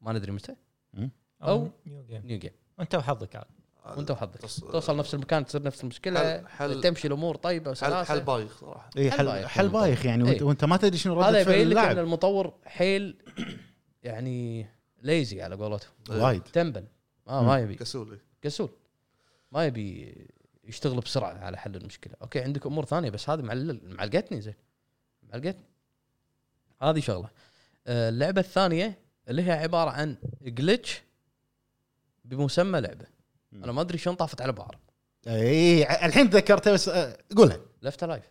[SPEAKER 1] ما ندري متى أو-
[SPEAKER 5] او نيو جيم
[SPEAKER 1] نيو جيم
[SPEAKER 5] انت وحظك عاد
[SPEAKER 1] وانت وحظك
[SPEAKER 2] تص-
[SPEAKER 1] توصل نفس المكان تصير نفس المشكله
[SPEAKER 2] حل- حل-
[SPEAKER 1] تمشي الامور طيبه
[SPEAKER 2] حل
[SPEAKER 1] وسلاسه
[SPEAKER 2] حل بايخ صراحه
[SPEAKER 3] اي
[SPEAKER 1] حل بايخ
[SPEAKER 3] إيه، حل حل
[SPEAKER 1] بالمطلق.
[SPEAKER 3] بايخ يعني وانت,
[SPEAKER 1] إيه.
[SPEAKER 3] وانت ما تدري شنو
[SPEAKER 1] هذا
[SPEAKER 3] ردة فعل
[SPEAKER 1] يبين لك ان
[SPEAKER 3] اللاعب
[SPEAKER 1] المطور حيل يعني ليزي على قولتهم
[SPEAKER 3] وايد
[SPEAKER 1] تنبل ما ما يبي
[SPEAKER 2] إيه. كسولي
[SPEAKER 1] كسول ما يبي يشتغل بسرعه على حل المشكله اوكي عندك امور ثانيه بس هذه معلل معلقتني زين معلقتني هذه شغله آه، اللعبه الثانيه اللي هي عباره عن جلتش بمسمى لعبه انا ما ادري شلون طافت على بعض
[SPEAKER 3] اي ع- إيه، الحين تذكرتها بس آه، قولها
[SPEAKER 1] لفت لايف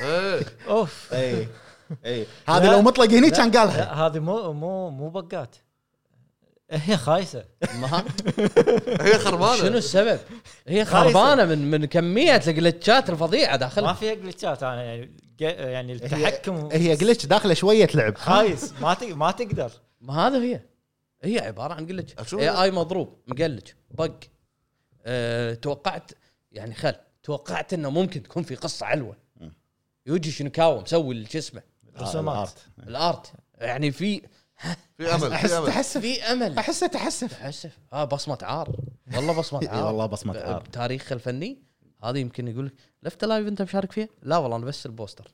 [SPEAKER 1] إيه.
[SPEAKER 2] ايه
[SPEAKER 5] اوف
[SPEAKER 3] اي اي هذا
[SPEAKER 5] لا.
[SPEAKER 3] لو مطلق هني
[SPEAKER 5] لا.
[SPEAKER 3] كان قالها
[SPEAKER 5] لا هذه مو مو مو بقات هي خايسه
[SPEAKER 1] ما
[SPEAKER 2] هي خربانه
[SPEAKER 1] شنو السبب؟ هي
[SPEAKER 5] خايسة.
[SPEAKER 1] خربانه من من كميه الجلتشات الفظيعه
[SPEAKER 5] ما
[SPEAKER 1] داخل
[SPEAKER 5] فيها جلتشات انا يعني جا- يعني التحكم
[SPEAKER 3] هي جلتش داخله شويه لعب
[SPEAKER 5] خايس ما ت- ما تقدر
[SPEAKER 1] ما هذا هي هي عباره عن جلتش
[SPEAKER 2] أشوف.
[SPEAKER 1] اي اي مضروب مقلج بق أه توقعت يعني خل توقعت انه ممكن تكون في قصه علوه
[SPEAKER 3] آه،
[SPEAKER 1] يوجي شنكاوا مسوي شو اسمه
[SPEAKER 5] رسومات
[SPEAKER 1] الارت يعني في
[SPEAKER 2] في امل في
[SPEAKER 3] احس
[SPEAKER 2] امل
[SPEAKER 3] تحسف
[SPEAKER 1] في امل
[SPEAKER 3] احسه تحسف
[SPEAKER 1] اسف اه بصمه عار والله بصمه
[SPEAKER 3] إي
[SPEAKER 1] عار
[SPEAKER 3] إيه، والله بصمة
[SPEAKER 1] آه.
[SPEAKER 3] عار.
[SPEAKER 1] بتاريخه الفني هذه يمكن يقول لك لفت لايف انت مشارك فيه؟ لا والله انا بس البوستر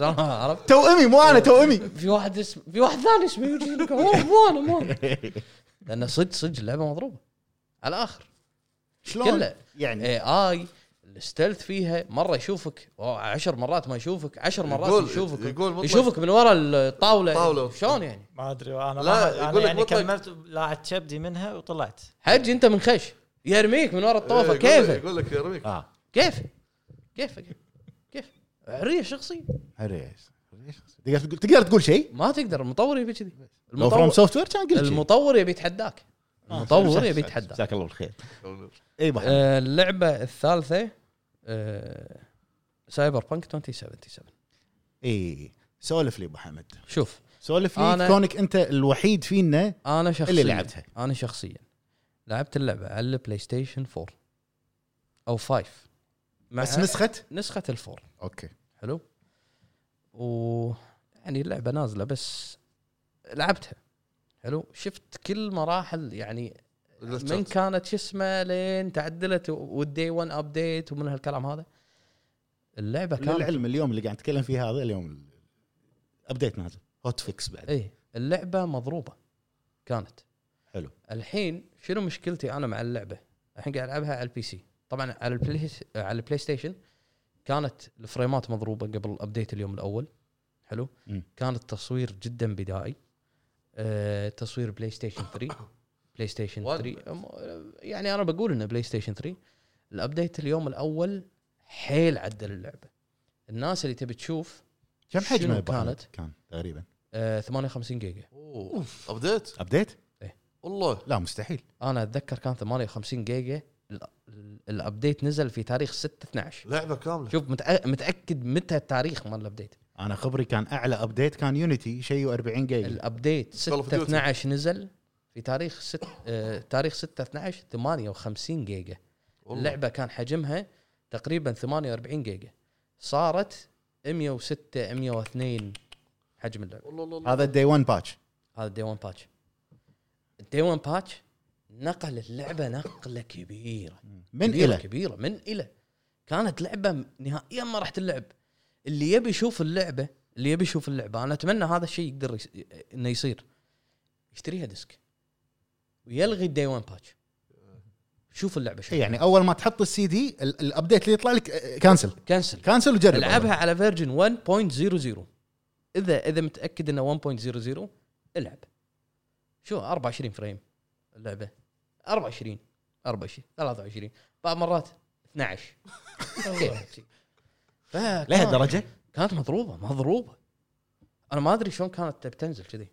[SPEAKER 1] عرفت؟
[SPEAKER 3] توأمي مو انا توأمي
[SPEAKER 1] في واحد اسم في واحد ثاني اسمه يوجي ناكامورا. مو انا مو انا لانه صدق صدق اللعبه مضروبه على الاخر
[SPEAKER 3] شلون؟
[SPEAKER 1] كله. إيه.
[SPEAKER 3] يعني
[SPEAKER 1] اي اي الستلث فيها مره يشوفك أو عشر مرات ما يشوفك عشر مرات
[SPEAKER 2] يقول-
[SPEAKER 1] يشوفك
[SPEAKER 2] يقول مطلق.
[SPEAKER 1] يشوفك من ورا الطاوله
[SPEAKER 2] الطاولة.
[SPEAKER 1] شلون يعني؟
[SPEAKER 5] ما ادري انا
[SPEAKER 2] لا،
[SPEAKER 5] لا
[SPEAKER 2] يقول
[SPEAKER 5] انا
[SPEAKER 2] لك مطلق.
[SPEAKER 5] يعني كملت لاعت كبدي منها وطلعت
[SPEAKER 1] حج انت من خش يرميك من ورا
[SPEAKER 2] إيه،
[SPEAKER 1] الطوفه
[SPEAKER 2] يقول-
[SPEAKER 1] كيفك آه،
[SPEAKER 2] يقول لك يرميك
[SPEAKER 3] اه
[SPEAKER 1] كيف؟ كيف كيف؟ عريه شخصيه
[SPEAKER 3] ريس تقدر تقول تقدر تقول شيء
[SPEAKER 1] ما تقدر المطور يبي كذي
[SPEAKER 3] لو فروم
[SPEAKER 1] المطور
[SPEAKER 3] سوفت وير كان آه، قلت شيء.
[SPEAKER 1] المطور يبي يتحداك المطور يبي يتحداك
[SPEAKER 3] جزاك الله بالخير اي
[SPEAKER 1] آه،
[SPEAKER 3] محمد
[SPEAKER 1] اللعبه الثالثه آه، سايبر بانك 2077
[SPEAKER 3] اي إيه. سولف لي ابو حمد
[SPEAKER 1] شوف
[SPEAKER 3] سولف لي
[SPEAKER 1] أنا-
[SPEAKER 3] كونك انت الوحيد فينا
[SPEAKER 1] انا شخصيا
[SPEAKER 3] اللي لعبتها.
[SPEAKER 1] انا شخصيا لعبت اللعبه على البلاي ستيشن 4 او 5 مع
[SPEAKER 3] بس نسخه
[SPEAKER 1] نسخه الفور
[SPEAKER 3] اوكي
[SPEAKER 1] حلو و يعني اللعبه نازله بس لعبتها حلو شفت كل مراحل يعني من كانت شو اسمه لين تعدلت والدي 1 ابديت ومن هالكلام هذا اللعبه كانت
[SPEAKER 3] للعلم اليوم اللي قاعد نتكلم فيه هذا اليوم ابديت نازل هوت فيكس بعد
[SPEAKER 1] اي اللعبه مضروبه إيه. كانت
[SPEAKER 3] حلو
[SPEAKER 1] الحين شنو مشكلتي انا مع اللعبه؟ الحين قاعد العبها على البي سي طبعا على البلاي على البلاي ستيشن كانت الفريمات مضروبه قبل الابديت اليوم الاول حلو
[SPEAKER 3] مم.
[SPEAKER 1] كان التصوير جدا بدائي أه تصوير بلاي ستيشن 3 بلاي ستيشن
[SPEAKER 2] One.
[SPEAKER 1] 3 أم- يعني انا بقول انه بلاي ستيشن 3 الابديت اليوم الاول حيل عدل اللعبه الناس اللي تبي تشوف
[SPEAKER 3] كم حجمه
[SPEAKER 1] شنو
[SPEAKER 3] أبو حمد
[SPEAKER 1] كانت؟
[SPEAKER 3] كان تقريبا
[SPEAKER 1] أه 58 جيجا
[SPEAKER 2] أوه. ابديت
[SPEAKER 3] ابديت
[SPEAKER 2] والله
[SPEAKER 3] لا مستحيل
[SPEAKER 1] انا اتذكر كان 58 جيجا ال- ال- الابديت نزل في تاريخ 6 12
[SPEAKER 2] لعبه كامله
[SPEAKER 1] شوف متأ- متاكد متى التاريخ مال الابديت
[SPEAKER 3] انا خبري كان اعلى ابديت كان يونيتي شيء 40
[SPEAKER 2] إيه.
[SPEAKER 3] جيجا
[SPEAKER 1] الابديت
[SPEAKER 2] Call of
[SPEAKER 1] 6
[SPEAKER 2] Duty.
[SPEAKER 1] 12 نزل في تاريخ 6 آه تاريخ 6 12 58 جيجا
[SPEAKER 2] والله.
[SPEAKER 1] اللعبه كان حجمها تقريبا 48 جيجا صارت 106 102 حجم اللعبه
[SPEAKER 2] والله والله
[SPEAKER 3] هذا الدي 1 باتش
[SPEAKER 1] هذا الدي 1 باتش الدي 1 باتش نقل اللعبه نقله كبيره
[SPEAKER 3] من
[SPEAKER 1] كبيرة
[SPEAKER 3] الى
[SPEAKER 1] كبيرة من إلى كانت لعبة م- نهائيا ما راح تلعب اللي يبي يشوف اللعبة اللي يبي يشوف اللعبة أنا أتمنى هذا الشيء يقدر يس... إنه يصير يشتريها ديسك ويلغي الدي 1 باتش شوف اللعبة شوف
[SPEAKER 3] يعني اول ما تحط السي دي ال- الابديت اللي يطلع لك آه، كانسل
[SPEAKER 1] كنسل
[SPEAKER 3] كانسل وجرب
[SPEAKER 1] العبها على فيرجن 1.00 اذا اذا متاكد انه 1.00 العب شو 24 فريم اللعبه 24 24 23 بعض مرات 12 كيف؟ فكان-
[SPEAKER 3] لهالدرجه
[SPEAKER 1] كانت مضروبه مضروبه انا ما ادري شلون كانت بتنزل كذي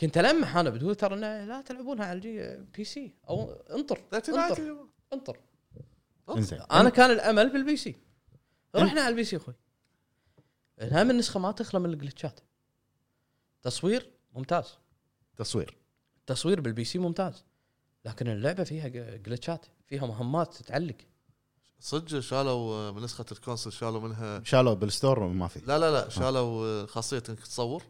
[SPEAKER 1] كنت المح انا بتويتر انه لا تلعبونها على الجي بي سي او انطر
[SPEAKER 2] طيب،
[SPEAKER 1] انطر انطر
[SPEAKER 3] انزين
[SPEAKER 1] انا كان الامل بالبي سي رحنا على البي سي اخوي هم النسخه ما تخلى من الجلتشات تصوير ممتاز
[SPEAKER 3] تصوير
[SPEAKER 1] تصوير بالبي سي ممتاز لكن اللعبه فيها جلتشات فيها مهمات تتعلق
[SPEAKER 2] صدق شالوا آه، من نسخه الكونسل شالوا منها
[SPEAKER 3] شالوا بالستور وما في
[SPEAKER 2] لا لا لا شالوا آه، خاصيه انك تصور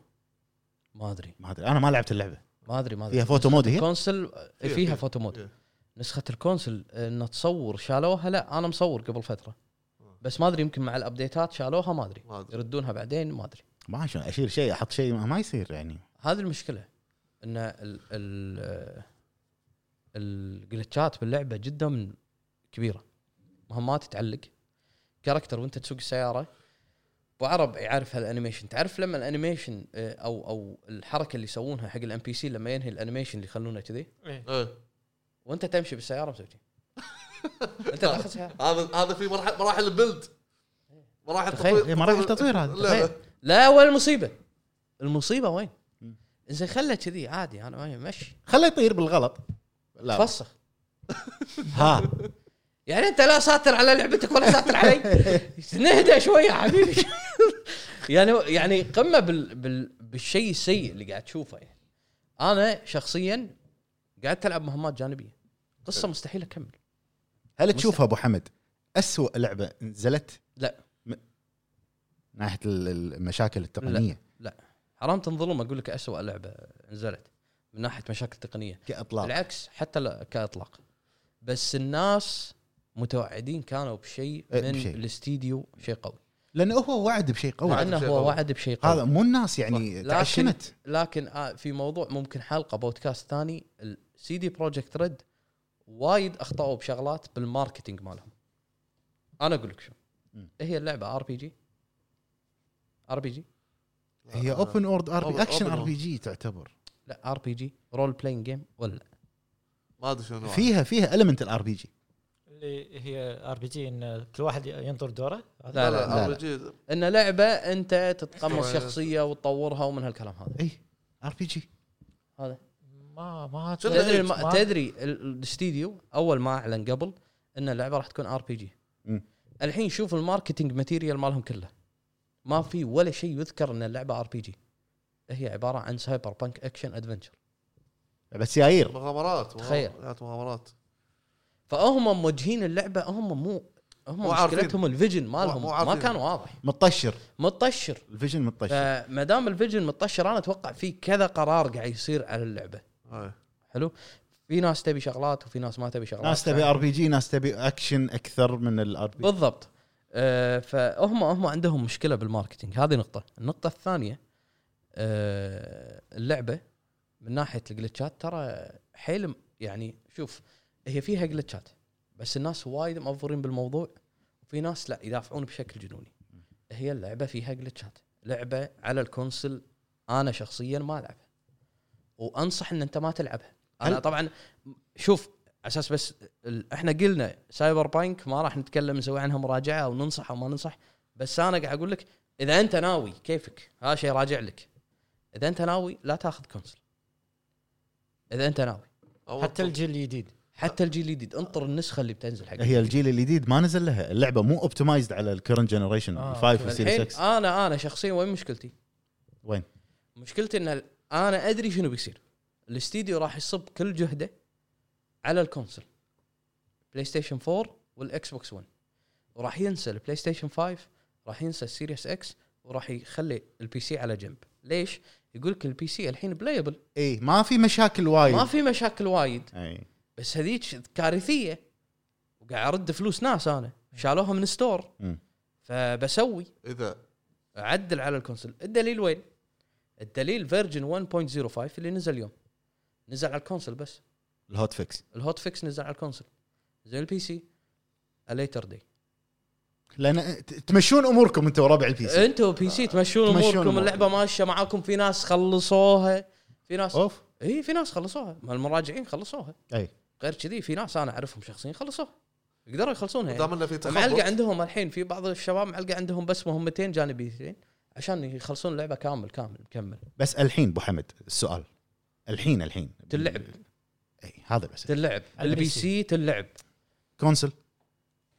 [SPEAKER 1] ما ادري
[SPEAKER 3] ما ادري انا ما لعبت اللعبه
[SPEAKER 1] ما ادري ما ادري
[SPEAKER 3] فيها فوتو مود هي
[SPEAKER 1] الكونسل
[SPEAKER 2] فيها-
[SPEAKER 1] فيها,
[SPEAKER 2] فيها.
[SPEAKER 1] فيها فوتو مود
[SPEAKER 2] إيه.
[SPEAKER 1] نسخه الكونسل ان تصور شالوها لا انا مصور قبل فتره
[SPEAKER 2] آه.
[SPEAKER 1] بس ما ادري يمكن مع الابديتات شالوها ما ادري
[SPEAKER 2] ما أدري.
[SPEAKER 1] يردونها بعدين ما ادري
[SPEAKER 3] ما شلون اشيل شيء احط شيء ما- ما يصير يعني
[SPEAKER 1] هذه المشكله ان ال ال الجلتشات باللعبه جدا كبيره مهمات تعلق كاركتر وانت تسوق السياره ابو عرب يعرف هالانيميشن تعرف لما الانيميشن آه، او او الحركه اللي يسوونها حق الام بي سي لما ينهي الانيميشن اللي يخلونه كذي
[SPEAKER 2] إيه.
[SPEAKER 1] وانت تمشي بالسياره مسوي كذي. انت تاخذ سياره
[SPEAKER 2] هذا هذا في مرحله مراحل البلد مراحل
[SPEAKER 1] تخيل.
[SPEAKER 2] تطوير-
[SPEAKER 3] إيه، مراحل تطوير هذه.
[SPEAKER 2] لا لا
[SPEAKER 1] لا ولا مصيبه المصيبه وين؟ زين خله كذي عادي انا ما- مشي
[SPEAKER 3] خليه يطير بالغلط لا
[SPEAKER 1] فسخ
[SPEAKER 3] ها
[SPEAKER 1] يعني انت لا ساتر على لعبتك ولا ساتر علي نهدى شويه حبيبي يعني يعني قمه بال بال بالشيء السيء اللي قاعد تشوفه يعني انا شخصيا قاعد العب مهمات جانبيه قصه مستحيل اكمل
[SPEAKER 3] هل تشوفها ابو حمد أسوأ لعبه نزلت
[SPEAKER 1] لا
[SPEAKER 3] ناحيه ال- المشاكل التقنيه
[SPEAKER 1] لا حرام تنظلم اقول لك اسوء لعبه نزلت من ناحيه مشاكل تقنيه
[SPEAKER 3] كاطلاق
[SPEAKER 1] بالعكس حتى لا- كاطلاق بس الناس متوعدين كانوا بشيء
[SPEAKER 3] إيه،
[SPEAKER 1] من
[SPEAKER 3] بشيء.
[SPEAKER 1] الاستديو شيء قوي
[SPEAKER 3] لانه هو وعد بشيء
[SPEAKER 1] مع
[SPEAKER 3] قوي
[SPEAKER 2] وعد.
[SPEAKER 1] انه
[SPEAKER 2] بشيء
[SPEAKER 1] هو
[SPEAKER 2] قوي.
[SPEAKER 1] وعد بشيء قوي
[SPEAKER 3] هذا مو الناس يعني
[SPEAKER 1] لكن-
[SPEAKER 3] تعشمت
[SPEAKER 1] لكن آه، في موضوع ممكن حلقه بودكاست ثاني السي دي بروجكت ريد وايد اخطاوا بشغلات بالماركتينج مالهم انا اقول لك شو إيه
[SPEAKER 3] مم.
[SPEAKER 1] هي اللعبه ار بي جي ار بي جي
[SPEAKER 3] هي اوبن اورد ار
[SPEAKER 2] أوبن-
[SPEAKER 3] بي اكشن
[SPEAKER 2] أوبن
[SPEAKER 3] ار
[SPEAKER 2] وورد.
[SPEAKER 3] بي جي تعتبر
[SPEAKER 1] لا ار بي جي رول بلاينج جيم ولا لا؟
[SPEAKER 2] ما ادري شنو نوعها.
[SPEAKER 3] فيها فيها المنت الار بي جي
[SPEAKER 5] اللي هي ار بي جي ان كل واحد ينطر دوره
[SPEAKER 1] لا لا,
[SPEAKER 3] لا،
[SPEAKER 2] ار
[SPEAKER 3] لا.
[SPEAKER 2] بي جي
[SPEAKER 1] ان لعبه انت تتقمص
[SPEAKER 2] طبعاً.
[SPEAKER 1] شخصيه وتطورها ومن هالكلام هذا
[SPEAKER 3] اي ار بي جي
[SPEAKER 1] هذا
[SPEAKER 5] ما ما
[SPEAKER 2] شنو
[SPEAKER 1] تدري
[SPEAKER 2] هي؟
[SPEAKER 1] الم... تدري ال- الاستديو اول ما اعلن قبل ان اللعبه راح تكون ار بي جي
[SPEAKER 3] مم.
[SPEAKER 1] الحين شوف الماركتينج ماتيريال مالهم كله ما في ولا شيء يذكر ان اللعبه ار بي جي هي عباره عن سايبر بانك اكشن ادفنشر
[SPEAKER 3] بس ياير
[SPEAKER 2] مغامرات
[SPEAKER 1] تخيل.
[SPEAKER 2] مغامرات مغامرات
[SPEAKER 1] فهم موجهين اللعبه هم مو هم
[SPEAKER 2] مو عارفين.
[SPEAKER 1] مشكلتهم الفيجن
[SPEAKER 2] مو-
[SPEAKER 1] مالهم
[SPEAKER 2] مو
[SPEAKER 1] ما
[SPEAKER 2] عارفين.
[SPEAKER 1] كان واضح
[SPEAKER 3] متطشر
[SPEAKER 1] متطشر
[SPEAKER 3] الفيجن متطشر
[SPEAKER 1] فما دام الفيجن متطشر انا اتوقع في كذا قرار قاعد يصير على اللعبه
[SPEAKER 2] أي.
[SPEAKER 1] حلو في ناس تبي شغلات وفي ناس ما تبي شغلات
[SPEAKER 3] ناس تبي ار بي جي ناس تبي اكشن اكثر من الار بي
[SPEAKER 1] بالضبط آه، فهم هم عندهم مشكله بالماركتينج هذه نقطه النقطه الثانيه آه، اللعبه من ناحيه الجلتشات ترى حيل م- يعني شوف هي فيها جلتشات بس الناس وايد مأفورين بالموضوع وفي ناس لا يدافعون بشكل جنوني هي اللعبه فيها جلتشات لعبه على الكونسل انا شخصيا ما العبها وانصح ان انت ما تلعبها انا
[SPEAKER 3] هل-
[SPEAKER 1] طبعا شوف اساس بس ال- احنا قلنا سايبر بانك ما راح نتكلم نسوي عنها مراجعه او ننصح او ما ننصح بس انا قاعد اقول لك اذا انت ناوي كيفك هذا شيء راجع لك اذا انت ناوي لا تاخذ كونسل اذا انت ناوي
[SPEAKER 2] أو
[SPEAKER 5] حتى الجيل الجديد
[SPEAKER 1] حتى الجيل الجديد انطر النسخه اللي بتنزل حقها
[SPEAKER 3] هي الجيل الجديد ما نزل لها اللعبه مو اوبتمايزد على الكرنت جنريشن
[SPEAKER 5] آه،
[SPEAKER 3] الفايف
[SPEAKER 1] الحين
[SPEAKER 3] والسيريس 6
[SPEAKER 1] انا انا شخصيا وين مشكلتي؟
[SPEAKER 3] وين؟
[SPEAKER 1] مشكلتي ان ال- انا ادري شنو بيصير الاستديو راح يصب كل جهده على الكونسل بلاي ستيشن 4 والاكس بوكس 1 وراح ينسى البلاي ستيشن 5 راح ينسى السيريس اكس وراح يخلي البي سي على جنب ليش يقول لك البي سي الحين بلايبل
[SPEAKER 3] اي إيه، ما في مشاكل وايد إيه.
[SPEAKER 1] ما في مشاكل وايد
[SPEAKER 3] اي
[SPEAKER 1] بس هذيك كارثيه وقاعد ارد فلوس ناس انا شالوها من ستور
[SPEAKER 3] مم.
[SPEAKER 1] فبسوي
[SPEAKER 2] اذا
[SPEAKER 1] اعدل على الكونسل الدليل وين الدليل فيرجن 1.05 اللي نزل اليوم نزل على الكونسل بس
[SPEAKER 3] الهوت فيكس
[SPEAKER 1] الهوت فيكس نزل على الكونسل زين البي سي ليتر دي
[SPEAKER 3] لان ت- تمشون اموركم انتم وربع البي سي
[SPEAKER 1] انتوا بي سي تمشون
[SPEAKER 3] تمشون
[SPEAKER 1] اموركم
[SPEAKER 3] أموركم.
[SPEAKER 1] اللعبه ماشيه معاكم في ناس خلصوها في ناس
[SPEAKER 3] اوف
[SPEAKER 1] اي في ناس خلصوها ما المراجعين خلصوها
[SPEAKER 3] اي
[SPEAKER 1] غير كذي في ناس انا اعرفهم شخصيا خلصوها يقدروا يخلصونها يعني.
[SPEAKER 2] دام انه في
[SPEAKER 1] معلقه
[SPEAKER 2] تخبط
[SPEAKER 1] عندهم الحين في بعض الشباب معلقه عندهم بس مهمتين جانبيتين عشان يخلصون اللعبه كامل كامل مكمل
[SPEAKER 3] بس الحين ابو حمد السؤال الحين الحين
[SPEAKER 1] تلعب
[SPEAKER 3] اي هذا بس
[SPEAKER 1] تلعب
[SPEAKER 5] البي
[SPEAKER 1] البي
[SPEAKER 5] سي.
[SPEAKER 1] سي تلعب
[SPEAKER 3] كونسل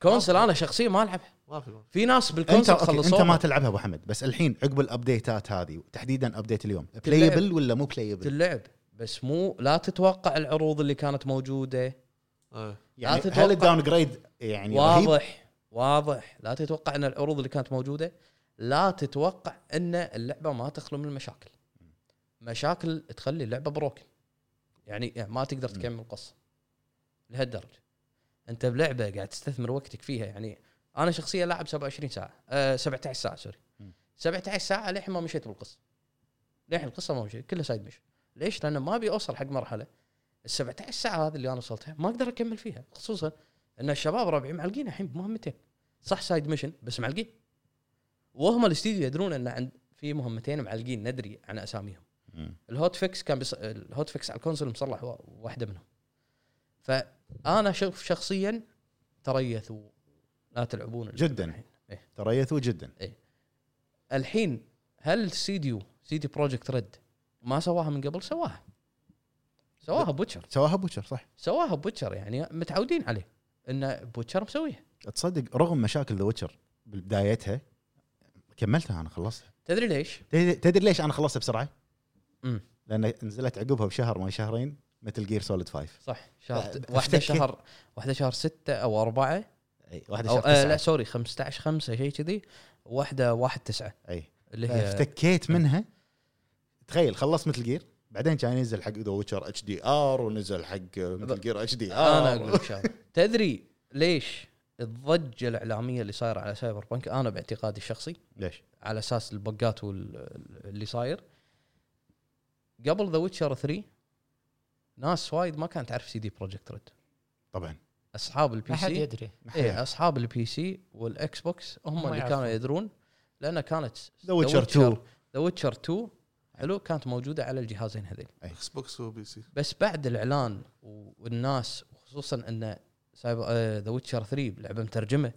[SPEAKER 1] كونسل انا شخصيا ما العبها
[SPEAKER 2] ما في ما في.
[SPEAKER 1] في ناس
[SPEAKER 3] انت
[SPEAKER 1] بالكونسل
[SPEAKER 3] أوكي. انت ما
[SPEAKER 1] خلصوها
[SPEAKER 3] تلعبها ابو حمد بس الحين عقب الابديتات هذه تحديدا ابديت اليوم
[SPEAKER 1] تلعب.
[SPEAKER 3] بلايبل ولا مو بلايبل؟
[SPEAKER 1] تلعب بس مو لا تتوقع العروض اللي كانت موجوده
[SPEAKER 2] أي.
[SPEAKER 1] لا
[SPEAKER 3] يعني
[SPEAKER 1] تتوقع.
[SPEAKER 3] هل الداون جريد يعني رهيب؟
[SPEAKER 1] واضح واضح لا تتوقع ان العروض اللي كانت موجوده لا تتوقع ان اللعبه ما تخلو من المشاكل مشاكل تخلي اللعبه بروكن يعني ما تقدر تكمل القصه لهالدرجه انت بلعبه قاعد تستثمر وقتك فيها يعني انا شخصيا لاعب 27 ساعه أه 17 ساعه سوري 17 ساعه للحين ما مشيت بالقصه للحين القصه ما مشيت كلها سايد مش ليش؟ لان ما ابي اوصل حق مرحله ال 17 ساعه هذه اللي انا وصلتها ما اقدر اكمل فيها خصوصا ان الشباب ربعي معلقين الحين بمهمتين صح سايد ميشن بس معلقين وهم الاستديو يدرون ان عند في مهمتين معلقين ندري عن اساميهم
[SPEAKER 3] مم.
[SPEAKER 1] الهوت فيكس كان بص... الهوت فيكس على الكونسول مصلح وا- واحده منهم فانا شوف شخصيا تريثوا لا تلعبون اللعبة
[SPEAKER 3] جداً.
[SPEAKER 1] الحين. إيه.
[SPEAKER 3] تريثوا جدا
[SPEAKER 1] الحين هل سيديو سيدي بروجكت ريد ما سواها من قبل سواها سواها بوتشر
[SPEAKER 3] سواها بوشر صح
[SPEAKER 1] سواها بوتشر يعني متعودين عليه ان بوتشر مسويها
[SPEAKER 3] تصدق رغم مشاكل ذا ويتشر بدايتها كملتها انا خلصتها
[SPEAKER 1] تدري ليش؟
[SPEAKER 3] تدري- تدري ليش انا خلصتها بسرعه؟
[SPEAKER 1] مم.
[SPEAKER 3] لان نزلت عقبها بشهر ما شهرين مثل جير سوليد 5
[SPEAKER 1] صح شهر
[SPEAKER 3] ف-
[SPEAKER 1] واحده
[SPEAKER 3] افتكر.
[SPEAKER 1] شهر واحده شهر ستة او أربعة
[SPEAKER 3] اي واحده
[SPEAKER 1] او
[SPEAKER 3] شهر
[SPEAKER 1] آه لا
[SPEAKER 3] تسعة.
[SPEAKER 1] سوري 15 5 شيء كذي واحده واحد تسعة
[SPEAKER 3] اي
[SPEAKER 1] اللي هي
[SPEAKER 3] افتكيت منها تخيل خلص مثل جير بعدين كان ينزل حق ذا ويتشر اتش دي ار ونزل حق مثل جير اتش دي ار
[SPEAKER 1] انا اقول آه، لك شغله تدري ليش الضجه الاعلاميه اللي صايره على سايبر بانك انا باعتقادي الشخصي
[SPEAKER 3] ليش؟
[SPEAKER 1] على اساس البقات وال- اللي صاير قبل ذا ويتشر 3 ناس وايد ما كانت تعرف سي دي بروجكت ريد
[SPEAKER 3] طبعا
[SPEAKER 1] اصحاب البي
[SPEAKER 5] ما حد
[SPEAKER 1] سي
[SPEAKER 5] يدري
[SPEAKER 1] ايه اصحاب البي سي والاكس بوكس هم اللي
[SPEAKER 5] يعرفون.
[SPEAKER 1] كانوا يدرون لان كانت
[SPEAKER 3] ذا ويتشر 2
[SPEAKER 1] ذا ويتشر 2 حلو كانت موجوده على الجهازين هذين
[SPEAKER 2] اكس بوكس وبي سي
[SPEAKER 1] بس بعد الاعلان والناس وخصوصا ان سايبر ذا ويتشر 3 لعبه مترجمه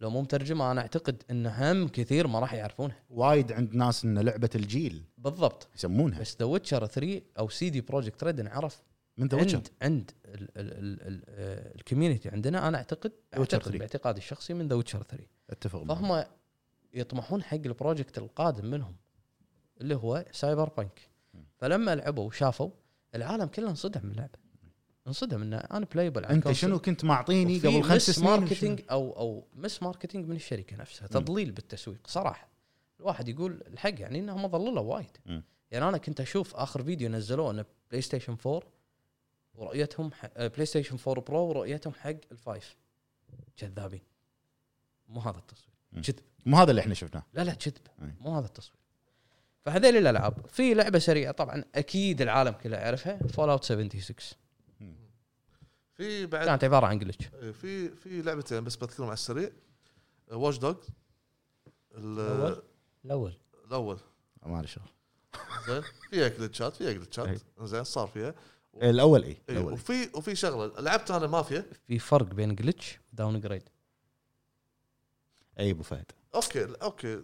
[SPEAKER 1] لو مو مترجمه انا اعتقد ان هم كثير ما راح يعرفونها
[SPEAKER 3] وايد عند ناس ان لعبه الجيل
[SPEAKER 1] بالضبط
[SPEAKER 3] يسمونها
[SPEAKER 1] بس ذا ويتشر 3 او سي دي بروجكت ريد انعرف
[SPEAKER 3] من ذا ويتشر
[SPEAKER 1] عند عند ال- ال- ال- ال- آه، الكوميونتي عندنا انا اعتقد
[SPEAKER 3] The Witcher
[SPEAKER 1] اعتقد
[SPEAKER 3] 3.
[SPEAKER 1] باعتقادي الشخصي من ذا ويتشر 3
[SPEAKER 3] اتفق معك.
[SPEAKER 1] فهم يطمحون حق البروجكت القادم منهم اللي هو سايبر بانك فلما لعبوا وشافوا العالم كله انصدم من اللعبه انصدم ان ان بلايبل
[SPEAKER 3] انت شنو كنت معطيني قبل خمس سنين
[SPEAKER 1] ماركتينج او او مس ماركتينج من الشركه نفسها تضليل بالتسويق صراحه الواحد يقول الحق يعني انهم ضللوا وايد
[SPEAKER 3] مم.
[SPEAKER 1] يعني انا كنت اشوف اخر فيديو نزلوه ان بلاي ستيشن 4 ورؤيتهم ح... آه، بلاي ستيشن 4 برو ورؤيتهم حق الفايف كذابين مو هذا التصوير
[SPEAKER 3] مم.
[SPEAKER 1] كذب
[SPEAKER 3] مو هذا اللي احنا شفناه
[SPEAKER 1] لا لا كذب
[SPEAKER 3] أي.
[SPEAKER 2] إيه.
[SPEAKER 1] مو هذا التصوير فهذيل الالعاب في لعبه سريعه طبعا اكيد العالم كله يعرفها فول اوت 76
[SPEAKER 2] في بعد إيه،
[SPEAKER 1] كانت عباره عن جلتش
[SPEAKER 2] في في لعبتين بس بذكرهم على السريع واتش دوج
[SPEAKER 5] الأول؟ الاول
[SPEAKER 2] الاول
[SPEAKER 3] ما له شغل
[SPEAKER 2] زين فيها جلتشات فيها جلتشات
[SPEAKER 1] إيه.
[SPEAKER 2] زين صار فيها
[SPEAKER 3] الاول اي
[SPEAKER 2] إيه،
[SPEAKER 3] الاول
[SPEAKER 2] وفي وفي شغله لعبت انا مافيا
[SPEAKER 1] في فرق بين جلتش وداون جريد
[SPEAKER 3] اي ابو فهد
[SPEAKER 2] اوكي اوكي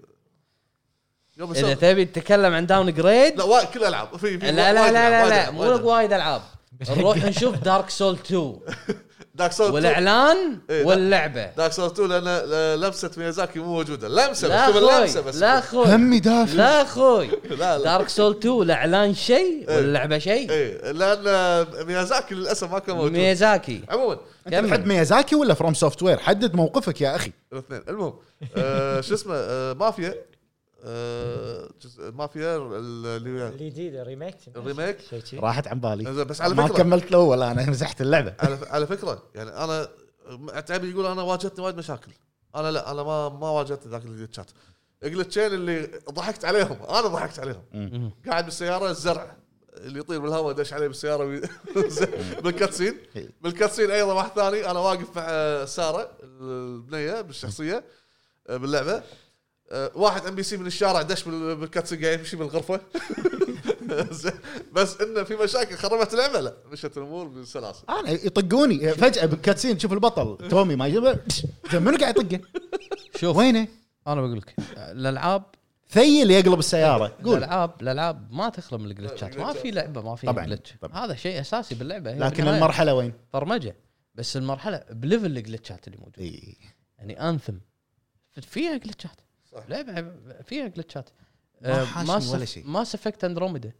[SPEAKER 2] يوم
[SPEAKER 1] اذا
[SPEAKER 2] السبت
[SPEAKER 1] تبي تتكلم عن داون جريد
[SPEAKER 2] لا وا- كل العاب في في
[SPEAKER 1] لا لا لا لا, لا. مو لك
[SPEAKER 2] مو
[SPEAKER 1] وايد العاب نروح نشوف دارك سول 2
[SPEAKER 2] دارك سول 2
[SPEAKER 1] والاعلان
[SPEAKER 2] إيه، لا.
[SPEAKER 1] واللعبه
[SPEAKER 2] دارك سول 2 لان ل- لمسه ميازاكي مو موجوده لمسه
[SPEAKER 1] لا
[SPEAKER 2] بس لمسه
[SPEAKER 1] اخوي
[SPEAKER 2] بس
[SPEAKER 1] لا اخوي
[SPEAKER 3] همي دافع
[SPEAKER 1] لا اخوي
[SPEAKER 2] لا لا
[SPEAKER 1] دارك سول 2 الاعلان شيء
[SPEAKER 2] إيه.
[SPEAKER 1] واللعبه شيء
[SPEAKER 2] ايه لان آه، ميازاكي للاسف ما كان موجود
[SPEAKER 1] ميزاكي
[SPEAKER 2] عموما
[SPEAKER 3] حد
[SPEAKER 1] كمل
[SPEAKER 3] ميازاكي ولا فروم سوفت وير حدد موقفك يا اخي
[SPEAKER 2] الاثنين المهم آه، شو اسمه آه، مافيا آه، جزء- مافيا ال- اللي
[SPEAKER 5] الجديد الريميك
[SPEAKER 2] الريميك
[SPEAKER 5] شيء شي.
[SPEAKER 3] راحت عن بالي
[SPEAKER 2] زين، بس على
[SPEAKER 3] ما
[SPEAKER 2] فكره
[SPEAKER 3] كملت الاول انا مسحت اللعبه
[SPEAKER 2] على على فكره يعني انا تعبي يقول انا واجهتني وايد مشاكل انا لا انا ما ما واجهتني ذاك الجلتشات الجلتشين اللي ضحكت عليهم انا ضحكت عليهم
[SPEAKER 1] مم.
[SPEAKER 2] قاعد بالسياره الزرع اللي يطير بالهواء دش عليه بالسياره وي... بالكاتسين بالكاتسين ايضا واحد ثاني انا واقف مع آه، ساره البنيه بالشخصيه آه، باللعبه آه، واحد ام بي سي من الشارع دش بال- بالكاتسين قاعد يمشي بالغرفه زين. بس انه في مشاكل خربت اللعبه لا مشت الامور بسلاسه
[SPEAKER 3] انا يطقوني فجاه بالكاتسين تشوف البطل تومي ما يجيبه زين، منو قاعد يطقه؟
[SPEAKER 1] شوف
[SPEAKER 3] وينه؟
[SPEAKER 1] انا بقول لك الالعاب
[SPEAKER 3] ثيل يقلب السياره قول
[SPEAKER 1] الالعاب الالعاب ما تخلى من الجلتشات ما في لعبه ما في
[SPEAKER 3] طبعاً،
[SPEAKER 1] جلتش
[SPEAKER 3] طبعاً.
[SPEAKER 1] هذا شيء اساسي باللعبه هي
[SPEAKER 3] لكن
[SPEAKER 1] بالنهاية
[SPEAKER 3] المرحله وين؟
[SPEAKER 1] برمجه بس المرحله بليفل الجلتشات اللي موجوده
[SPEAKER 3] اي
[SPEAKER 1] يعني انثم فيها جلتشات
[SPEAKER 2] صح.
[SPEAKER 1] لعبه فيها آه، جلتشات
[SPEAKER 3] ما حاشني ولا شيء.
[SPEAKER 1] ما سفكت اندروميدا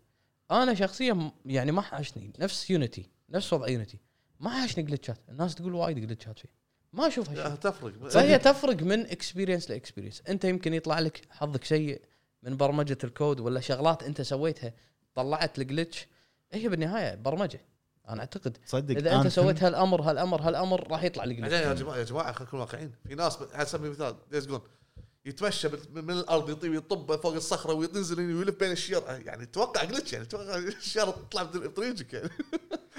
[SPEAKER 1] انا شخصيا م- يعني ما حاشني نفس يونيتي نفس وضع يونيتي ما حاشني جلتشات الناس تقول وايد جلتشات فيه ما اشوف هالشيء
[SPEAKER 2] تفرق
[SPEAKER 1] فهي تفرق من اكسبيرينس لاكسبيرينس انت يمكن يطلع لك حظك سيء من برمجه الكود ولا شغلات انت سويتها طلعت الجلتش هي بالنهايه برمجه انا اعتقد
[SPEAKER 3] تصدق
[SPEAKER 1] اذا انت
[SPEAKER 3] Anthem؟
[SPEAKER 1] سويت هالامر هالامر هالامر راح يطلع لك
[SPEAKER 2] بعدين
[SPEAKER 1] جلتش
[SPEAKER 2] يا جماعه يا جماعه خلينا نكون واقعيين في ناس على سبيل المثال دايز جون يتمشى بال- من من الارض يطيب يطب فوق الصخره وينزل ويلف بين الشير يعني توقع جلتش يعني توقع الشير تطلع بدل- بطريقك يعني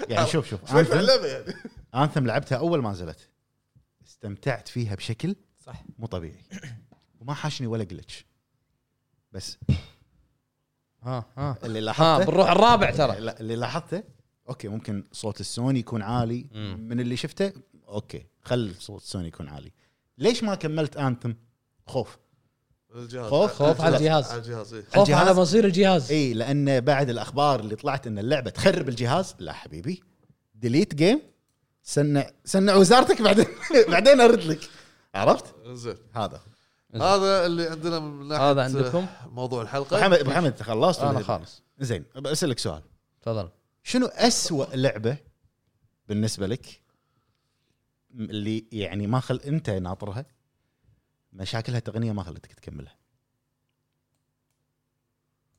[SPEAKER 3] يعني شوف شوف
[SPEAKER 2] شوي في
[SPEAKER 3] انثم
[SPEAKER 2] اللعبه يعني
[SPEAKER 3] انثم لعبتها اول ما نزلت استمتعت فيها بشكل
[SPEAKER 5] صح.
[SPEAKER 3] مو طبيعي وما حاشني ولا جلتش بس
[SPEAKER 1] ها ها
[SPEAKER 3] اللي
[SPEAKER 1] ها
[SPEAKER 3] لاحظته
[SPEAKER 1] بنروح الرابع ترى
[SPEAKER 3] لا، اللي لاحظته اوكي ممكن صوت السوني يكون عالي
[SPEAKER 1] مم.
[SPEAKER 3] من اللي شفته اوكي خل صوت السوني يكون عالي ليش ما كملت انثم خوف
[SPEAKER 2] الجهاز
[SPEAKER 3] خوف، خوف على
[SPEAKER 1] الجهاز.
[SPEAKER 2] على الجهاز إيه.
[SPEAKER 1] خوف
[SPEAKER 3] الجهاز- إيه.
[SPEAKER 1] على مصير الجهاز
[SPEAKER 3] اي لان بعد الاخبار اللي طلعت ان اللعبه تخرب الجهاز لا حبيبي ديليت جيم سنع سنع وزارتك بعدين بعدين ارد لك عرفت
[SPEAKER 2] زين
[SPEAKER 3] هذا
[SPEAKER 2] هذا اللي عندنا من ناحيه
[SPEAKER 1] هذا عندكم؟
[SPEAKER 2] موضوع
[SPEAKER 3] ابو
[SPEAKER 2] الحلقه
[SPEAKER 3] حمد ابو حمد أنت خلصت
[SPEAKER 1] انا
[SPEAKER 3] ولا-
[SPEAKER 1] طيب. خالص
[SPEAKER 3] زين بسالك سؤال
[SPEAKER 1] تفضل
[SPEAKER 3] شنو أسوأ لعبه بالنسبه لك اللي يعني ما خل انت ناطرها مشاكلها التقنيه ما خلتك تكملها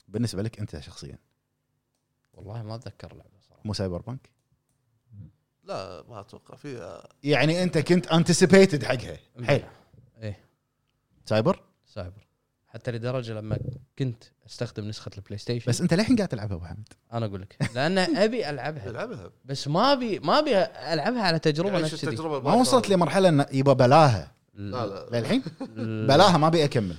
[SPEAKER 3] بالنسبه لك انت شخصيا
[SPEAKER 1] والله ما اتذكر لعبه صراحه
[SPEAKER 3] مو سايبر بانك
[SPEAKER 2] لا ما اتوقع في آه،
[SPEAKER 3] يعني انت كنت انتسيبيتد حقها حيل
[SPEAKER 1] ايه
[SPEAKER 3] سايبر
[SPEAKER 1] سايبر حتى لدرجه لما كنت استخدم نسخه البلاي ستيشن
[SPEAKER 3] بس انت للحين قاعد تلعبها ابو حمد
[SPEAKER 1] انا اقول لك لان ابي العبها
[SPEAKER 2] يلعبها
[SPEAKER 1] بس ما ابي ما ابي العبها على تجربه
[SPEAKER 2] يعيش
[SPEAKER 1] نفس ذي
[SPEAKER 2] التجربه
[SPEAKER 3] ما وصلت لمرحله ان يبا بلاها
[SPEAKER 2] لا لا
[SPEAKER 3] للحين
[SPEAKER 1] ال-
[SPEAKER 3] بلاها ما ابي اكمل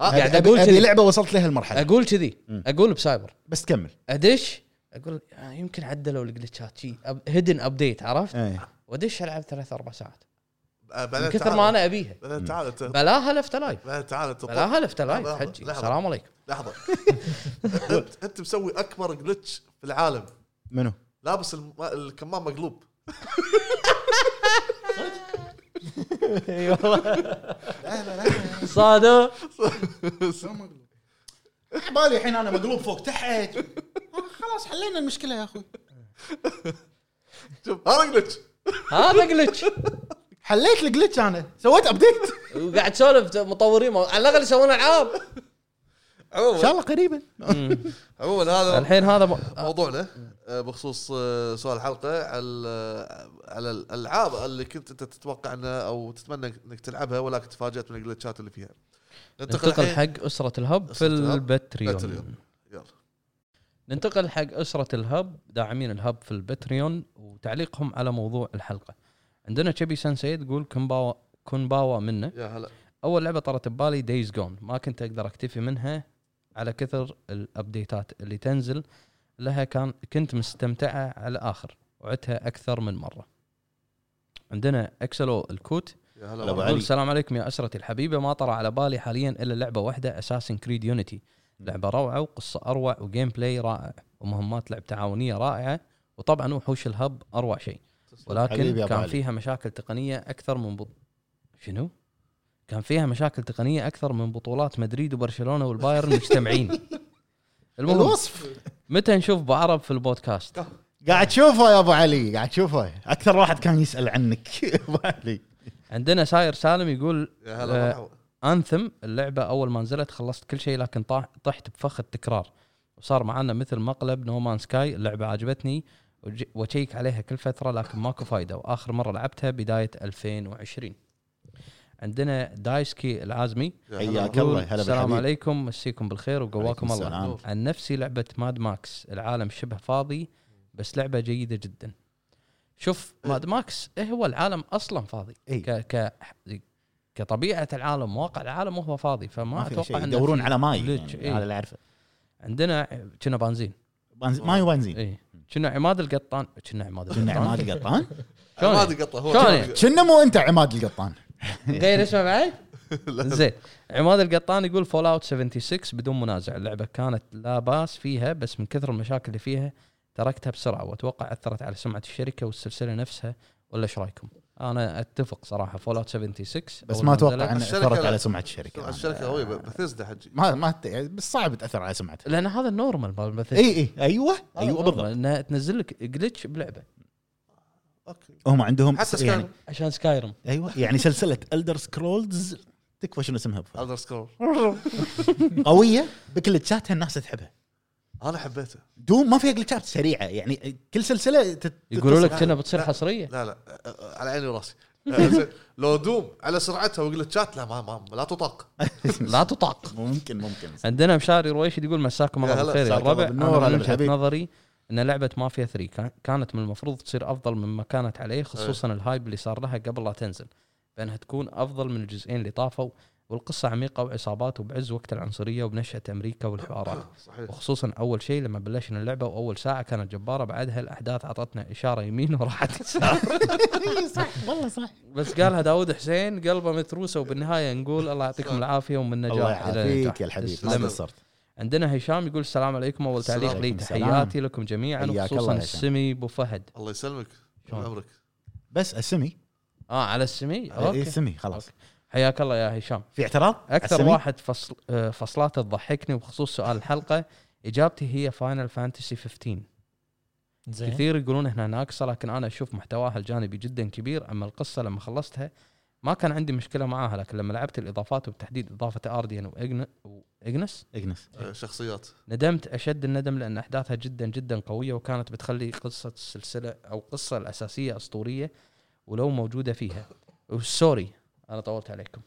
[SPEAKER 2] آه،
[SPEAKER 3] أبي-
[SPEAKER 1] قاعد
[SPEAKER 3] أبي-
[SPEAKER 1] أقول
[SPEAKER 3] ابي
[SPEAKER 1] كذي.
[SPEAKER 3] لعبه وصلت لها المرحله
[SPEAKER 1] اقول كذي
[SPEAKER 3] مم.
[SPEAKER 1] اقول بسايبر
[SPEAKER 3] بس كمل
[SPEAKER 1] ادش اقول آه، يمكن عدلوا الجلتشات شي هيدن ابديت عرفت
[SPEAKER 3] ايه
[SPEAKER 1] وادش العب ثلاث اربع ساعات
[SPEAKER 2] آه، بعدين
[SPEAKER 1] من كثر
[SPEAKER 2] تعال-
[SPEAKER 1] ما انا ابيها
[SPEAKER 2] بعدين تعال انت
[SPEAKER 1] بلاها لفت لايف
[SPEAKER 2] بعدين تعال انت
[SPEAKER 1] بلاها لفت لايف
[SPEAKER 2] لحظة،
[SPEAKER 1] حجي
[SPEAKER 2] لحظة.
[SPEAKER 1] السلام عليكم
[SPEAKER 2] لحظه انت انت مسوي اكبر جلتش في العالم
[SPEAKER 3] منو؟
[SPEAKER 2] لابس الم- الكمام مقلوب
[SPEAKER 5] اي والله
[SPEAKER 1] صادو
[SPEAKER 3] بالي الحين انا مقلوب فوق تحت آه، خلاص حلينا المشكله يا اخوي
[SPEAKER 2] شوف هذا جلتش
[SPEAKER 1] هذا جلتش
[SPEAKER 3] حليت الجلتش انا سويت ابديت
[SPEAKER 1] وقاعد تسولف مطورين مو- على الاقل يسوون العاب
[SPEAKER 3] ان
[SPEAKER 2] عموما
[SPEAKER 3] شاء الله قريبا
[SPEAKER 2] عموما هذا
[SPEAKER 1] الحين هذا م-
[SPEAKER 2] موضوعنا آه، بخصوص آه، سؤال الحلقه على على الالعاب اللي كنت انت تتوقع انها او تتمنى انك تلعبها ولكن تفاجات من الجلتشات اللي فيها
[SPEAKER 1] ننتقل
[SPEAKER 2] الحين.
[SPEAKER 1] حق اسره الهب في
[SPEAKER 2] أسرة الهب.
[SPEAKER 1] البتريون
[SPEAKER 2] باتريون. يلا
[SPEAKER 1] ننتقل حق أسرة الهب داعمين الهب في البتريون وتعليقهم على موضوع الحلقة عندنا تشبي سانسي تقول كنباوا كنباوا منه
[SPEAKER 2] يا هلا
[SPEAKER 1] أول لعبة طرت ببالي دايز جون ما كنت أقدر أكتفي منها على كثر الأبديتات اللي تنزل لها كان كنت مستمتعة على الآخر وعدتها أكثر من مرة عندنا أكسلو الكوت
[SPEAKER 2] يا هلا
[SPEAKER 3] هلا أبو
[SPEAKER 2] والله.
[SPEAKER 3] علي.
[SPEAKER 1] يقول السلام عليكم يا اسرتي الحبيبه ما طرى على بالي حاليا الا لعبه واحده اساسن كريد يونيتي لعبه روعه وقصه اروع وجيم بلاي رائع ومهمات لعب تعاونيه رائعه وطبعا وحوش الهب اروع شيء
[SPEAKER 3] حبيبي يا
[SPEAKER 1] ولكن
[SPEAKER 3] أبو
[SPEAKER 1] كان
[SPEAKER 3] علي.
[SPEAKER 1] فيها مشاكل تقنيه اكثر من بط... شنو؟ كان فيها مشاكل تقنيه اكثر من بطولات مدريد وبرشلونه والبايرن مجتمعين المهم
[SPEAKER 3] الوصف
[SPEAKER 1] متى نشوف بعرب في البودكاست؟
[SPEAKER 3] قاعد تشوفه يا ابو علي قاعد تشوفه اكثر واحد كان يسال عنك ابو علي
[SPEAKER 1] عندنا ساير سالم يقول
[SPEAKER 2] يا
[SPEAKER 1] آه،
[SPEAKER 2] هلا مرحبا.
[SPEAKER 1] انثم اللعبه اول ما نزلت خلصت كل شيء لكن طاح طحت بفخ التكرار وصار معنا مثل مقلب نومان سكاي اللعبه عجبتني وج- واشيك عليها كل فتره لكن ماكو فايده واخر مره لعبتها بدايه 2020 عندنا دايسكي العازمي
[SPEAKER 2] يا هلا
[SPEAKER 3] حياك
[SPEAKER 2] مرحبا.
[SPEAKER 1] يقول
[SPEAKER 3] الله هلا
[SPEAKER 1] السلام
[SPEAKER 3] بالحبيب
[SPEAKER 1] عليكم مسيكم بالخير وقواكم
[SPEAKER 3] عليكم
[SPEAKER 1] الله
[SPEAKER 3] السلام.
[SPEAKER 1] عن نفسي لعبه ماد ماكس العالم شبه فاضي بس لعبه جيده جدا شوف ماد ماكس إيه هو العالم اصلا فاضي
[SPEAKER 3] إي.
[SPEAKER 1] ك ك كطبيعه العالم واقع العالم وهو فاضي فما
[SPEAKER 3] ما في شيء
[SPEAKER 1] اتوقع إنه
[SPEAKER 3] يدورون
[SPEAKER 1] في
[SPEAKER 3] على ماي
[SPEAKER 1] glitch.
[SPEAKER 3] يعني
[SPEAKER 1] إيه.
[SPEAKER 3] على اللي اعرفه
[SPEAKER 1] عندنا كنا بنزين
[SPEAKER 3] بنز- ماي
[SPEAKER 2] إيه.
[SPEAKER 3] وبنزين
[SPEAKER 1] اي كنا عماد القطان كنا عماد
[SPEAKER 3] كنا
[SPEAKER 1] القطان
[SPEAKER 3] عماد
[SPEAKER 1] شلون
[SPEAKER 3] القطان
[SPEAKER 1] يعني؟
[SPEAKER 2] ما تقطع هو
[SPEAKER 1] شلون
[SPEAKER 2] شلون
[SPEAKER 1] يعني؟
[SPEAKER 2] يقطع؟
[SPEAKER 3] كنا مو انت عماد القطان
[SPEAKER 1] غير اسمه معي
[SPEAKER 2] لا.
[SPEAKER 1] زين عماد القطان يقول فول اوت 76 بدون منازع اللعبه كانت لا باس فيها بس من كثر المشاكل اللي فيها تركتها بسرعه واتوقع اثرت على سمعه الشركه والسلسله نفسها ولا ايش رايكم؟ انا اتفق صراحه فول اوت 76
[SPEAKER 3] بس
[SPEAKER 1] أول
[SPEAKER 3] ما
[SPEAKER 1] نزلت-
[SPEAKER 3] اتوقع ان
[SPEAKER 2] الشركة
[SPEAKER 3] اثرت
[SPEAKER 2] لا.
[SPEAKER 3] على سمعه
[SPEAKER 2] شوف،
[SPEAKER 3] الشركه
[SPEAKER 2] الشركه قويه بثيسدا حجي
[SPEAKER 3] ما ما ت- يعني بس صعب تاثر على سمعتها
[SPEAKER 1] لان هذا النورمال مال مثل
[SPEAKER 3] اي اي ايوه ايوه بالضبط
[SPEAKER 1] انها تنزل لك جلتش بلعبه
[SPEAKER 2] اوكي
[SPEAKER 3] هم عندهم
[SPEAKER 2] حتى سكاي
[SPEAKER 3] يعني
[SPEAKER 2] يعني.
[SPEAKER 1] عشان سكايرم
[SPEAKER 2] أيوة.
[SPEAKER 3] ايوه يعني سلسله الدر سكرولز تكفى شنو اسمها بفرق.
[SPEAKER 2] الدر سكرول
[SPEAKER 3] قويه بكلتشاتها الناس تحبها
[SPEAKER 2] انا حبيته
[SPEAKER 3] دوم ما فيها جلتشات سريعه يعني كل سلسله تت-
[SPEAKER 1] يقولوا لك
[SPEAKER 3] تتصل-
[SPEAKER 1] كنا بتصير حصريه
[SPEAKER 2] لا لا أ- أ- على عيني وراسي أ- زين، لو دوم على سرعتها وجلتشات لا ما, ما لا تطاق
[SPEAKER 1] لا تطاق
[SPEAKER 3] ممكن ممكن
[SPEAKER 1] عندنا مشاري رويشد يقول مساكم
[SPEAKER 2] يا
[SPEAKER 1] الله
[SPEAKER 2] هلا،
[SPEAKER 1] بالخير يا
[SPEAKER 3] مساك الله
[SPEAKER 1] الربع
[SPEAKER 3] بالنور،
[SPEAKER 1] انا
[SPEAKER 3] هلا
[SPEAKER 1] من وجهه
[SPEAKER 3] بالحبيب.
[SPEAKER 1] نظري ان لعبه مافيا 3 كان- كانت من المفروض تصير افضل مما كانت
[SPEAKER 3] إيه.
[SPEAKER 1] عليه خصوصا الهايب اللي صار لها قبل لا تنزل بانها تكون افضل من الجزئين اللي طافوا والقصه عميقه وعصابات وبعز وقت العنصريه وبنشاه امريكا والحوارات
[SPEAKER 2] صحيح
[SPEAKER 1] وخصوصا اول شيء لما بلشنا اللعبه واول ساعه كانت جباره بعدها الاحداث عطتنا اشاره يمين وراحت يسار
[SPEAKER 3] صح والله صح
[SPEAKER 1] بس قالها داود حسين قلبه متروسه وبالنهايه نقول الله يعطيكم العافيه ومن
[SPEAKER 3] الله
[SPEAKER 1] نجاح إلى نجاح.
[SPEAKER 3] يعافيك يا الحبيب ما
[SPEAKER 1] تسلم.
[SPEAKER 3] قصرت
[SPEAKER 1] عندنا هشام يقول السلام عليكم اول
[SPEAKER 2] السلام
[SPEAKER 1] تعليق لي
[SPEAKER 3] عليكم.
[SPEAKER 1] تحياتي لكم جميعا
[SPEAKER 3] حياك الله
[SPEAKER 1] وخصوصا
[SPEAKER 3] يا هشام.
[SPEAKER 1] السمي ابو فهد
[SPEAKER 2] الله يسلمك
[SPEAKER 1] شلون؟
[SPEAKER 2] شلون عمرك
[SPEAKER 3] بس السمي
[SPEAKER 1] اه على السمي
[SPEAKER 3] إيه،
[SPEAKER 1] اوكي
[SPEAKER 3] السمي خلاص
[SPEAKER 1] حياك الله يا هشام
[SPEAKER 3] في اعتراض
[SPEAKER 1] اكثر
[SPEAKER 3] السمي؟
[SPEAKER 1] واحد فصل آه، فصلاته تضحكني وبخصوص سؤال الحلقه اجابتي هي فاينل فانتسي 15
[SPEAKER 5] زين
[SPEAKER 3] إيه.
[SPEAKER 1] كثير يقولون انها ناقصه لكن انا اشوف محتواها الجانبي جدا كبير اما القصه لما خلصتها ما كان عندي مشكله معاها لكن لما لعبت الاضافات وبالتحديد اضافه ارديان واجنس
[SPEAKER 3] اجنس
[SPEAKER 2] آه، شخصيات
[SPEAKER 1] ندمت اشد الندم لان احداثها جدا جدا قويه وكانت بتخلي قصه السلسله او القصه الاساسيه اسطوريه ولو موجوده فيها وسوري انا طولت عليكم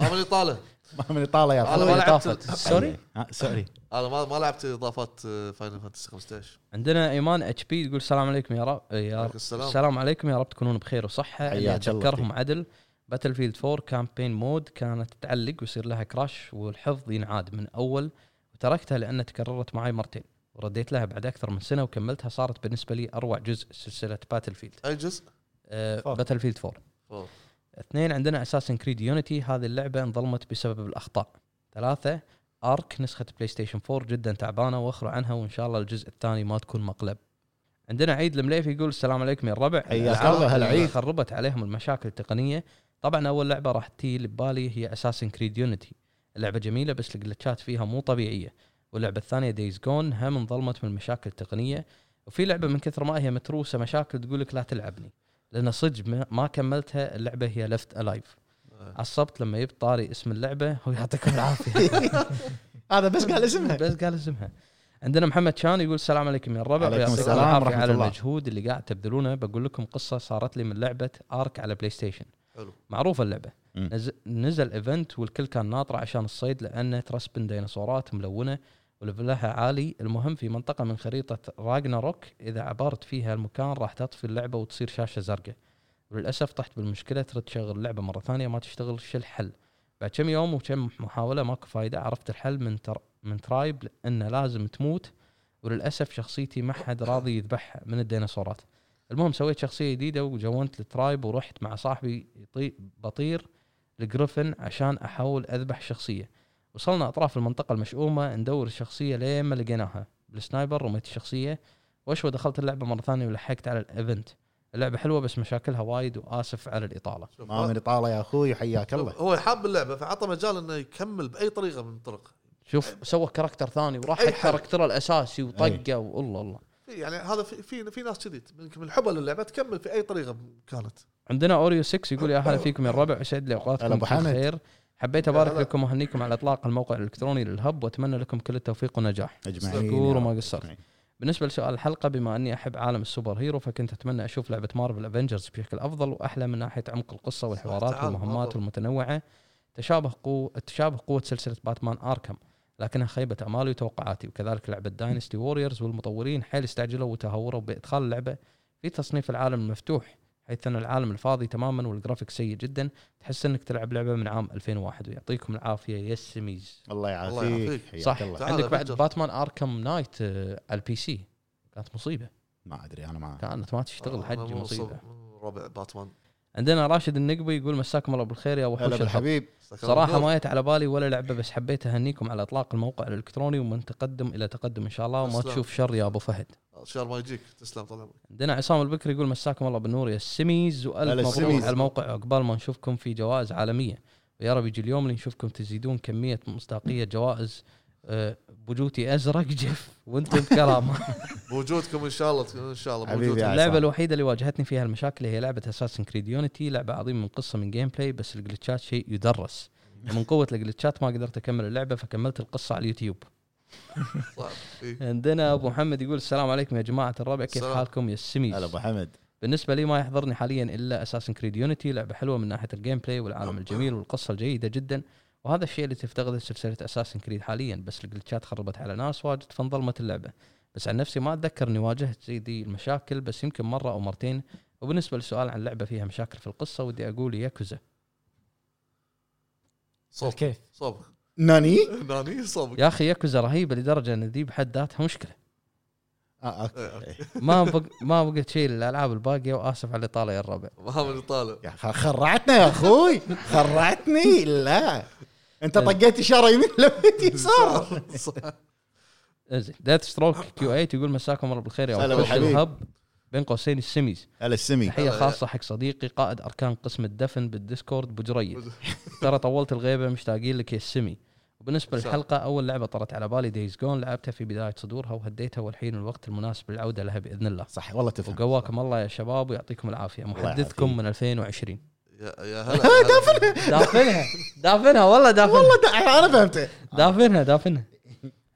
[SPEAKER 2] ما من طاله
[SPEAKER 3] ما من اطاله يا
[SPEAKER 2] أنا ما
[SPEAKER 3] أخوي.
[SPEAKER 2] لعبت-
[SPEAKER 3] طافت.
[SPEAKER 1] سوري؟
[SPEAKER 3] آه، سوري
[SPEAKER 2] انا ما ما لعبت آه، اضافات فاينل فانتسي 15
[SPEAKER 1] عندنا ايمان اتش بي يقول السلام عليكم يا رب يا رب
[SPEAKER 2] عليك السلام.
[SPEAKER 1] السلام عليكم يا رب تكونون بخير وصحه اللي
[SPEAKER 3] حياك الله
[SPEAKER 1] اتذكرهم عدل باتل فيلد 4 كامبين مود كانت تعلق ويصير لها كراش والحفظ ينعاد من اول وتركتها لان تكررت معي مرتين ورديت لها بعد اكثر من سنه وكملتها صارت بالنسبه لي اروع جزء سلسله باتل فيلد
[SPEAKER 2] اي جزء؟
[SPEAKER 5] فور.
[SPEAKER 1] باتل فيلد 4
[SPEAKER 2] فور.
[SPEAKER 1] آه، اثنين عندنا اساسن كريد يونيتي هذه اللعبه انظلمت بسبب الاخطاء ثلاثه ارك نسخه بلاي ستيشن 4 جدا تعبانه واخروا عنها وان شاء الله الجزء الثاني ما تكون مقلب عندنا عيد المليفي يقول السلام عليكم يا الربع
[SPEAKER 3] حياك
[SPEAKER 1] الألعاب
[SPEAKER 3] الله، هلا
[SPEAKER 1] اللي
[SPEAKER 3] عيد.
[SPEAKER 1] خربت عليهم المشاكل التقنيه طبعا اول لعبه راح تجي ببالي هي اساسن كريد يونيتي اللعبه جميله بس الجلتشات فيها مو طبيعيه واللعبه الثانيه دايز جون هم انظلمت من المشاكل التقنيه وفي لعبه من كثر ما هي متروسه مشاكل تقول لك لا تلعبني لان صدق ما- ما كملتها اللعبه هي لفت الايف عصبت لما جبت طاري اسم اللعبه ويعطيكم العافيه
[SPEAKER 3] هذا بس قال اسمها
[SPEAKER 1] بس قال اسمها عندنا محمد شان يقول السلام عليكم يا الربع
[SPEAKER 3] عليكم
[SPEAKER 1] ويعطيكم
[SPEAKER 3] السلام
[SPEAKER 1] العافيه
[SPEAKER 3] ورحمة
[SPEAKER 1] على
[SPEAKER 3] الله.
[SPEAKER 1] المجهود اللي قاعد تبذلونه بقول لكم قصه صارت لي من لعبه ارك على بلاي ستيشن
[SPEAKER 2] حلو.
[SPEAKER 1] معروفه اللعبه
[SPEAKER 3] مم.
[SPEAKER 1] نز- نزل ايفنت والكل كان ناطره عشان الصيد لانه ترسبن ديناصورات ملونه ولفلها عالي المهم في منطقه من خريطه راجناروك اذا عبرت فيها المكان راح تطفي اللعبه وتصير شاشه زرقاء وللاسف طحت بالمشكله ترد تشغل اللعبه مره ثانيه ما تشتغل شو الحل بعد كم يوم وكم محاوله ماكو فايده عرفت الحل من تر... من ترايب انه لازم تموت وللاسف شخصيتي ما حد راضي يذبحها من الديناصورات المهم سويت شخصيه جديده وجونت الترايب ورحت مع صاحبي يطي... بطير الجريفن عشان احاول اذبح الشخصيه وصلنا اطراف المنطقه المشؤومه ندور الشخصيه لين ما لقيناها بالسنايبر رميت الشخصيه وشو دخلت اللعبه مره ثانيه ولحقت على الايفنت اللعبه حلوه بس مشاكلها وايد واسف على الاطاله
[SPEAKER 2] شوف،
[SPEAKER 3] ما من اطاله يا اخوي وحياك الله
[SPEAKER 2] هو حاب اللعبه فعطى مجال انه يكمل باي طريقه من الطرق
[SPEAKER 1] شوف سوى كاركتر ثاني وراح
[SPEAKER 2] أي
[SPEAKER 1] حق
[SPEAKER 2] حل.
[SPEAKER 1] كاركتره الاساسي وطقه والله الله
[SPEAKER 2] في- يعني هذا في في, في ناس كذي من من حبها للعبه تكمل في اي طريقه كانت
[SPEAKER 1] عندنا اوريو 6 يقول يا هلا فيكم يا الربع اسعد لي
[SPEAKER 3] هلا
[SPEAKER 1] اوقاتكم
[SPEAKER 3] أبو حمد.
[SPEAKER 1] بخير حبيت ابارك
[SPEAKER 2] هلا.
[SPEAKER 1] لكم واهنيكم على اطلاق الموقع الالكتروني للهب واتمنى لكم كل التوفيق والنجاح
[SPEAKER 3] اجمعين
[SPEAKER 1] شكور
[SPEAKER 3] يا
[SPEAKER 1] وما
[SPEAKER 3] رب.
[SPEAKER 1] قصرت
[SPEAKER 3] أجمعين.
[SPEAKER 1] بالنسبه لسؤال الحلقه بما اني احب عالم السوبر هيرو فكنت اتمنى اشوف لعبه مارفل افنجرز بشكل افضل واحلى من ناحيه عمق القصه والحوارات
[SPEAKER 2] تعال،
[SPEAKER 1] والمهمات
[SPEAKER 2] مارفل.
[SPEAKER 1] المتنوعه تشابه قوة تشابه قوة سلسلة باتمان اركم لكنها خيبة امالي وتوقعاتي وكذلك لعبة داينستي ووريرز والمطورين حيل استعجلوا وتهوروا بادخال اللعبة في تصنيف العالم المفتوح حيث ان العالم الفاضي تماما والجرافيك سيء جدا تحس انك تلعب لعبة من عام 2001 ويعطيكم العافية يس ميز
[SPEAKER 3] الله
[SPEAKER 2] الله
[SPEAKER 3] يعافيك
[SPEAKER 2] يعافيك.
[SPEAKER 3] حياك
[SPEAKER 1] صح.
[SPEAKER 3] الله.
[SPEAKER 2] تعال
[SPEAKER 1] عندك بعد
[SPEAKER 2] Avengers.
[SPEAKER 1] باتمان اركم نايت آه، على البي سي كانت مصيبه
[SPEAKER 3] ما ادري انا ما
[SPEAKER 1] كانت ما تشتغل
[SPEAKER 2] أنا
[SPEAKER 1] حج
[SPEAKER 2] آه، مو
[SPEAKER 1] مصيبه
[SPEAKER 2] صب- مو ربع باتمان
[SPEAKER 1] عندنا راشد النقبي يقول مساكم الله بالخير يا
[SPEAKER 3] هلا
[SPEAKER 1] وحوش الحبيب
[SPEAKER 3] بالحبيب
[SPEAKER 1] صراحه ما جت على بالي ولا لعبه بس حبيت اهنيكم على اطلاق الموقع الالكتروني ومن تقدم الى تقدم ان شاء الله وما
[SPEAKER 2] أسلام.
[SPEAKER 1] تشوف شر يا ابو فهد
[SPEAKER 2] شهر ما يجيك تسلم طال عمرك
[SPEAKER 1] عندنا عصام البكري يقول مساكم الله بالنور يا السميز
[SPEAKER 3] هلا
[SPEAKER 1] والف مبروك
[SPEAKER 3] السميز.
[SPEAKER 1] على الموقع عقبال ما نشوفكم في جوائز عالميه ويا رب يجي اليوم اللي نشوفكم تزيدون كميه مصداقيه جوائز آه، بوجوتي ازرق جف وانتم كرامه
[SPEAKER 2] بوجودكم ان شاء الله ان شاء الله
[SPEAKER 3] حبيبي يعني.
[SPEAKER 2] بوجودكم
[SPEAKER 3] يا
[SPEAKER 1] اللعبه
[SPEAKER 3] عصام.
[SPEAKER 1] الوحيده اللي واجهتني فيها المشاكل هي لعبه اساسن كريد يونيتي لعبه عظيمه من قصه من جيم بلاي بس الجلتشات شيء يدرس من قوه الجلتشات ما قدرت اكمل اللعبه فكملت القصه على اليوتيوب
[SPEAKER 2] صعب. إيه.
[SPEAKER 1] عندنا ابو محمد يقول السلام عليكم يا جماعه الربع كيف
[SPEAKER 2] السلام.
[SPEAKER 1] حالكم يا السميز
[SPEAKER 3] هلا ابو حمد
[SPEAKER 1] بالنسبه لي ما يحضرني حاليا الا اساسن كريد يونيتي لعبه حلوه من ناحيه الجيم بلاي والعالم الجميل والقصه الجيده جدا وهذا الشيء اللي تفتقده سلسله اساسن كريد حاليا بس الجلتشات خربت على ناس واجد فانظلمت اللعبه بس عن نفسي ما اتذكر اني واجهت زي دي المشاكل بس يمكن مره او مرتين وبالنسبه للسؤال عن لعبه فيها مشاكل في القصه ودي اقول ياكوزا
[SPEAKER 2] صوب
[SPEAKER 5] كيف
[SPEAKER 2] صوب
[SPEAKER 3] ناني
[SPEAKER 2] ناني صوب
[SPEAKER 1] يا اخي ياكوزا رهيبه لدرجه ان ذي بحد ذاتها مشكله
[SPEAKER 3] آه، أوكي.
[SPEAKER 2] إيه.
[SPEAKER 1] ما بق... ما بقت شيء للالعاب الباقيه واسف على الاطاله يا الربع
[SPEAKER 2] ما من طالع
[SPEAKER 3] يا خ- خرعتنا يا اخوي خرعتني لا انت
[SPEAKER 2] إيه.
[SPEAKER 3] طقيت اشاره يمين لفت يسار
[SPEAKER 1] زين ديث ستروك كيو 8 يقول مساكم الله بالخير يا
[SPEAKER 3] هلا
[SPEAKER 1] وحوش
[SPEAKER 3] بالحبيب.
[SPEAKER 1] الهب بين قوسين السميز
[SPEAKER 3] هلا السمي
[SPEAKER 1] تحيه خاصه حق صديقي قائد اركان قسم الدفن بالديسكورد بجريد ترى طولت الغيبه مشتاقين لك يا السمي وبالنسبه للحلقه اول لعبه طرت على بالي دايز جون لعبتها في بدايه صدورها وهديتها والحين الوقت المناسب للعوده لها باذن الله
[SPEAKER 3] صح والله تفهم
[SPEAKER 1] وقواكم الله يا شباب ويعطيكم العافيه
[SPEAKER 3] الله
[SPEAKER 1] محدثكم
[SPEAKER 3] يعافيك.
[SPEAKER 1] من 2020
[SPEAKER 2] يا يا هلا دافن
[SPEAKER 1] دافنها دافنها والله دافنها
[SPEAKER 3] والله دا- انا فهمته
[SPEAKER 1] دافنها دافنها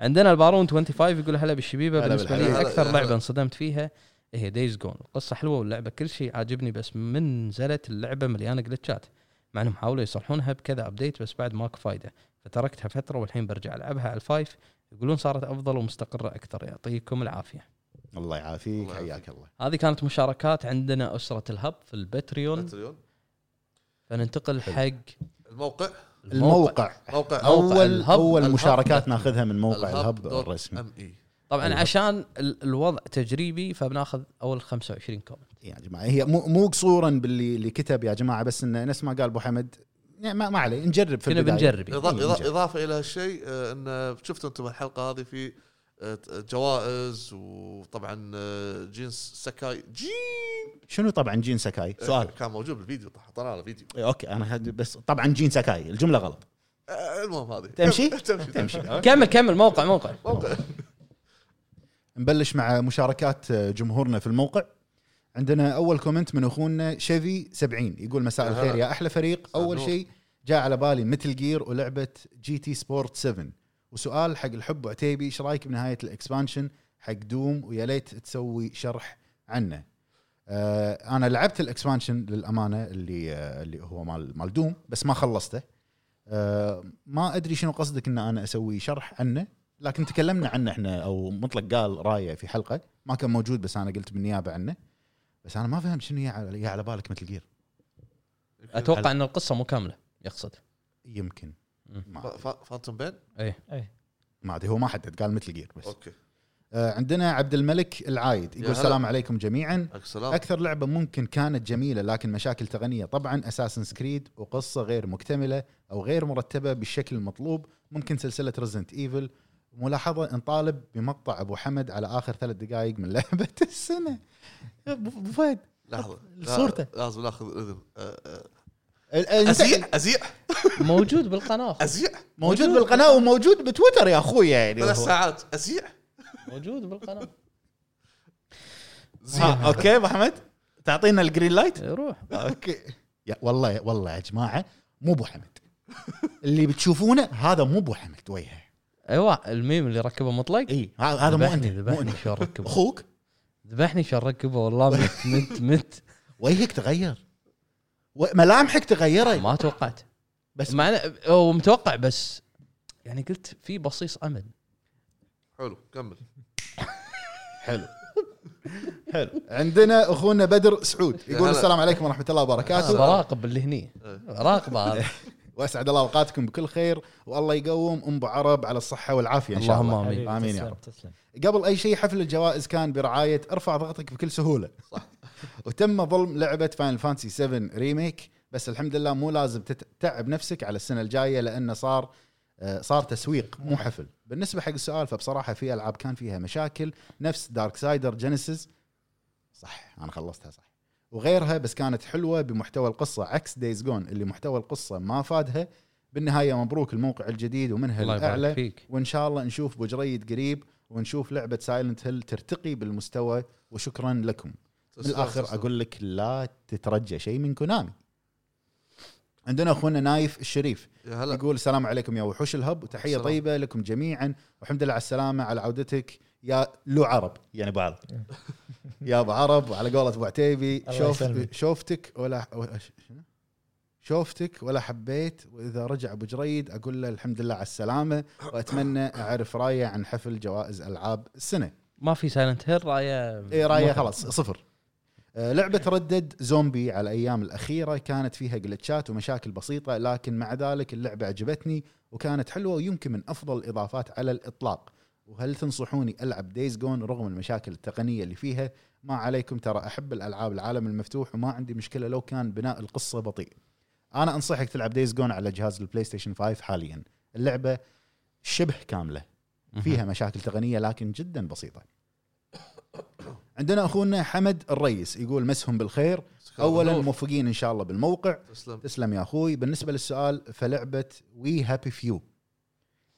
[SPEAKER 1] عندنا البارون 25 يقول هلا بالشبيبه
[SPEAKER 3] هلا
[SPEAKER 1] بالنسبه لي
[SPEAKER 2] بالحبيبة.
[SPEAKER 1] اكثر
[SPEAKER 2] هلا.
[SPEAKER 1] لعبه انصدمت فيها هي دايز جون القصه حلوه واللعبه كل شيء عاجبني بس من نزلت اللعبه مليانه جلتشات مع انهم حاولوا يصلحونها بكذا ابديت بس بعد ماكو فايده فتركتها فتره والحين برجع العبها على الفايف يقولون صارت افضل ومستقره اكثر يعطيكم العافيه
[SPEAKER 3] الله يعافيك
[SPEAKER 2] الله يعافيك.
[SPEAKER 3] حياك الله
[SPEAKER 1] هذه كانت مشاركات عندنا اسره الهب في البتريون فننتقل حق
[SPEAKER 2] الموقع
[SPEAKER 3] الموقع
[SPEAKER 2] موقع
[SPEAKER 1] موقع
[SPEAKER 3] اول
[SPEAKER 1] الهب.
[SPEAKER 3] اول
[SPEAKER 2] الهب.
[SPEAKER 3] مشاركات ناخذها من موقع
[SPEAKER 2] الهب
[SPEAKER 3] الهب
[SPEAKER 2] دوت
[SPEAKER 3] الرسمي
[SPEAKER 2] ام اي
[SPEAKER 1] طبعا
[SPEAKER 3] الهب.
[SPEAKER 1] عشان ال- الوضع تجريبي فبناخذ اول 25 كومنت
[SPEAKER 3] يا جماعه هي مو مو قصورا باللي اللي كتب يا جماعه بس انه نفس ما قال ابو حمد يعني ما, ما عليه نجرب في
[SPEAKER 1] كنا
[SPEAKER 3] البدايه
[SPEAKER 1] بنجرب يعني.
[SPEAKER 2] إضا- إضا-
[SPEAKER 3] نجرب.
[SPEAKER 2] اضافه الى هالشيء آه، ان شفتوا انتم الحلقه هذه في آه، جوائز وطبعا آه، جينز سكاي جين
[SPEAKER 3] شنو طبعا جين سكاي؟
[SPEAKER 2] آه،
[SPEAKER 3] سؤال
[SPEAKER 2] كان موجود بالفيديو طح- حطينا له فيديو
[SPEAKER 3] إيه، اوكي انا هاد- بس طبعا جين سكاي الجمله غلط
[SPEAKER 2] آه، المهم هذه
[SPEAKER 3] تمشي؟
[SPEAKER 2] تمشي تمشي
[SPEAKER 1] كمل كمل موقع موقع
[SPEAKER 2] موقع
[SPEAKER 3] نبلش مع مشاركات آه، جمهورنا في الموقع عندنا اول كومنت من اخونا شيفي 70 يقول مساء
[SPEAKER 2] يا هلا.
[SPEAKER 3] الخير يا احلى فريق اول
[SPEAKER 2] النور.
[SPEAKER 3] شيء جاء على بالي مثل جير ولعبه جي تي سبورت 7 وسؤال حق الحب عتيبي ايش رايك بنهايه الاكسبانشن حق دوم ويا ليت تسوي شرح عنه آه انا لعبت الاكسبانشن للامانه اللي آه اللي هو مال مال دوم بس ما خلصته آه ما ادري شنو قصدك ان انا اسوي شرح عنه لكن تكلمنا عنه احنا او مطلق قال رايه في حلقه ما كان موجود بس انا قلت بالنيابه عنه بس انا ما فهمت شنو هي على, هي على بالك مثل جير
[SPEAKER 1] اتوقع ان القصه مو كامله يقصد
[SPEAKER 3] يمكن ما
[SPEAKER 2] فا- فانتوم بين
[SPEAKER 3] ما ادري هو ما حدد قال مثل جير بس
[SPEAKER 2] اوكي
[SPEAKER 3] آه عندنا عبد الملك العايد
[SPEAKER 2] يا
[SPEAKER 3] يقول
[SPEAKER 2] هلا. آه.
[SPEAKER 3] السلام عليكم جميعا
[SPEAKER 2] عليك السلام
[SPEAKER 3] اكثر لعبه ممكن كانت جميله لكن مشاكل تقنيه طبعا اساسن سكريد وقصه غير مكتمله او غير مرتبه بالشكل المطلوب ممكن سلسله ريزنت ايفل ملاحظه نطالب بمقطع ابو حمد على اخر ثلاث دقائق من لعبه السنه يا أبو- ابو فهد
[SPEAKER 2] لحظه لا-
[SPEAKER 3] صورته.
[SPEAKER 2] لازم ناخذ اذن آه، آه.
[SPEAKER 3] ال- ال-
[SPEAKER 2] ازيع ازيع
[SPEAKER 1] موجود بالقناه أخو.
[SPEAKER 2] ازيع
[SPEAKER 3] موجود بالقناه وموجود بتويتر يا اخوي يعني
[SPEAKER 2] ثلاث
[SPEAKER 3] هو.
[SPEAKER 2] ساعات ازيع
[SPEAKER 1] موجود بالقناه
[SPEAKER 3] ها، اوكي ابو حمد تعطينا الجرين لايت
[SPEAKER 1] روح
[SPEAKER 3] اوكي يا والله والله يا جماعه مو ابو حمد اللي بتشوفونه هذا مو ابو حمد وجهه
[SPEAKER 1] ايوه الميم اللي ركبه مطلق
[SPEAKER 3] اي ه- هذا مو انت
[SPEAKER 1] ذبحني
[SPEAKER 3] مو
[SPEAKER 1] ذبحني
[SPEAKER 3] انت
[SPEAKER 1] شلون ركبه
[SPEAKER 3] اخوك
[SPEAKER 1] ذبحني شلون ركبه والله مت مت مت
[SPEAKER 3] وجهك تغير و- ملامحك تغيرت
[SPEAKER 1] ما توقعت
[SPEAKER 3] بس-
[SPEAKER 1] بس معنا هو متوقع بس يعني قلت في بصيص امل
[SPEAKER 2] حلو كمل
[SPEAKER 3] حلو حلو عندنا اخونا بدر سعود
[SPEAKER 2] يا
[SPEAKER 3] يقول
[SPEAKER 2] هلا.
[SPEAKER 3] السلام عليكم ورحمه الله وبركاته
[SPEAKER 1] براقب اللي هني
[SPEAKER 2] إيه.
[SPEAKER 1] راقبه هذا
[SPEAKER 3] واسعد الله اوقاتكم بكل خير والله يقوم ام ابو عرب على الصحه والعافيه ان شاء
[SPEAKER 1] اللهم
[SPEAKER 3] الله
[SPEAKER 1] امين
[SPEAKER 3] آمين يا
[SPEAKER 5] تسلم،
[SPEAKER 3] رب.
[SPEAKER 5] تسلم
[SPEAKER 3] قبل اي شيء حفل الجوائز كان برعايه ارفع ضغطك بكل سهوله صح وتم ظلم لعبه فاينل فانسي 7 ريميك بس الحمد لله مو لازم تتعب نفسك على السنه الجايه لانه صار آه، صار تسويق مو حفل بالنسبه حق السؤال فبصراحه في العاب كان فيها مشاكل نفس دارك سايدر جينيسيس صح انا خلصتها صح وغيرها بس كانت حلوه بمحتوى القصه عكس دايز جون اللي محتوى القصه ما فادها بالنهايه مبروك الموقع الجديد ومنها
[SPEAKER 1] الله
[SPEAKER 3] الاعلى
[SPEAKER 1] يبارك فيك
[SPEAKER 3] وان شاء الله نشوف ابو جريد قريب ونشوف لعبه سايلنت هيل ترتقي بالمستوى وشكرا لكم بالاخر اقول لك لا تترجى شيء من كونامي عندنا اخونا نايف الشريف
[SPEAKER 2] يا هلا
[SPEAKER 3] يقول السلام عليكم يا وحوش الهب وتحيه
[SPEAKER 2] السلام.
[SPEAKER 3] طيبه لكم جميعا والحمد لله على السلامه على عودتك يا لو عرب يعني بعض يا ابو عرب وعلى قولة ابو عتيبي
[SPEAKER 5] الله
[SPEAKER 3] شوف
[SPEAKER 5] يسلمك.
[SPEAKER 3] شوفتك ولا ولا- شنو؟ شوفتك ولا حبيت واذا رجع ابو جريد اقول له الحمد لله على السلامه واتمنى اعرف رايه عن حفل جوائز العاب السنه
[SPEAKER 1] ما في سايلنت هيل رايه
[SPEAKER 3] اي رايه
[SPEAKER 1] ما-
[SPEAKER 3] إيه، خلاص صفر آه، لعبة ردد زومبي على الأيام الأخيرة كانت فيها جلتشات ومشاكل بسيطة لكن مع ذلك اللعبة عجبتني وكانت حلوة ويمكن من أفضل الإضافات على الإطلاق وهل تنصحوني ألعب دايز جون رغم المشاكل التقنية اللي فيها ما عليكم ترى أحب الألعاب العالم المفتوح وما عندي مشكلة لو كان بناء القصة بطيء أنا أنصحك تلعب دايز جون على جهاز البلاي ستيشن 5 حاليا اللعبة شبه كاملة فيها مشاكل تقنيه لكن جدا بسيطه. عندنا اخونا حمد الريس يقول مسهم بالخير، اولا موفقين ان شاء الله بالموقع،
[SPEAKER 2] تسلم
[SPEAKER 3] تسلم يا اخوي، بالنسبه للسؤال فلعبه وي هابي فيو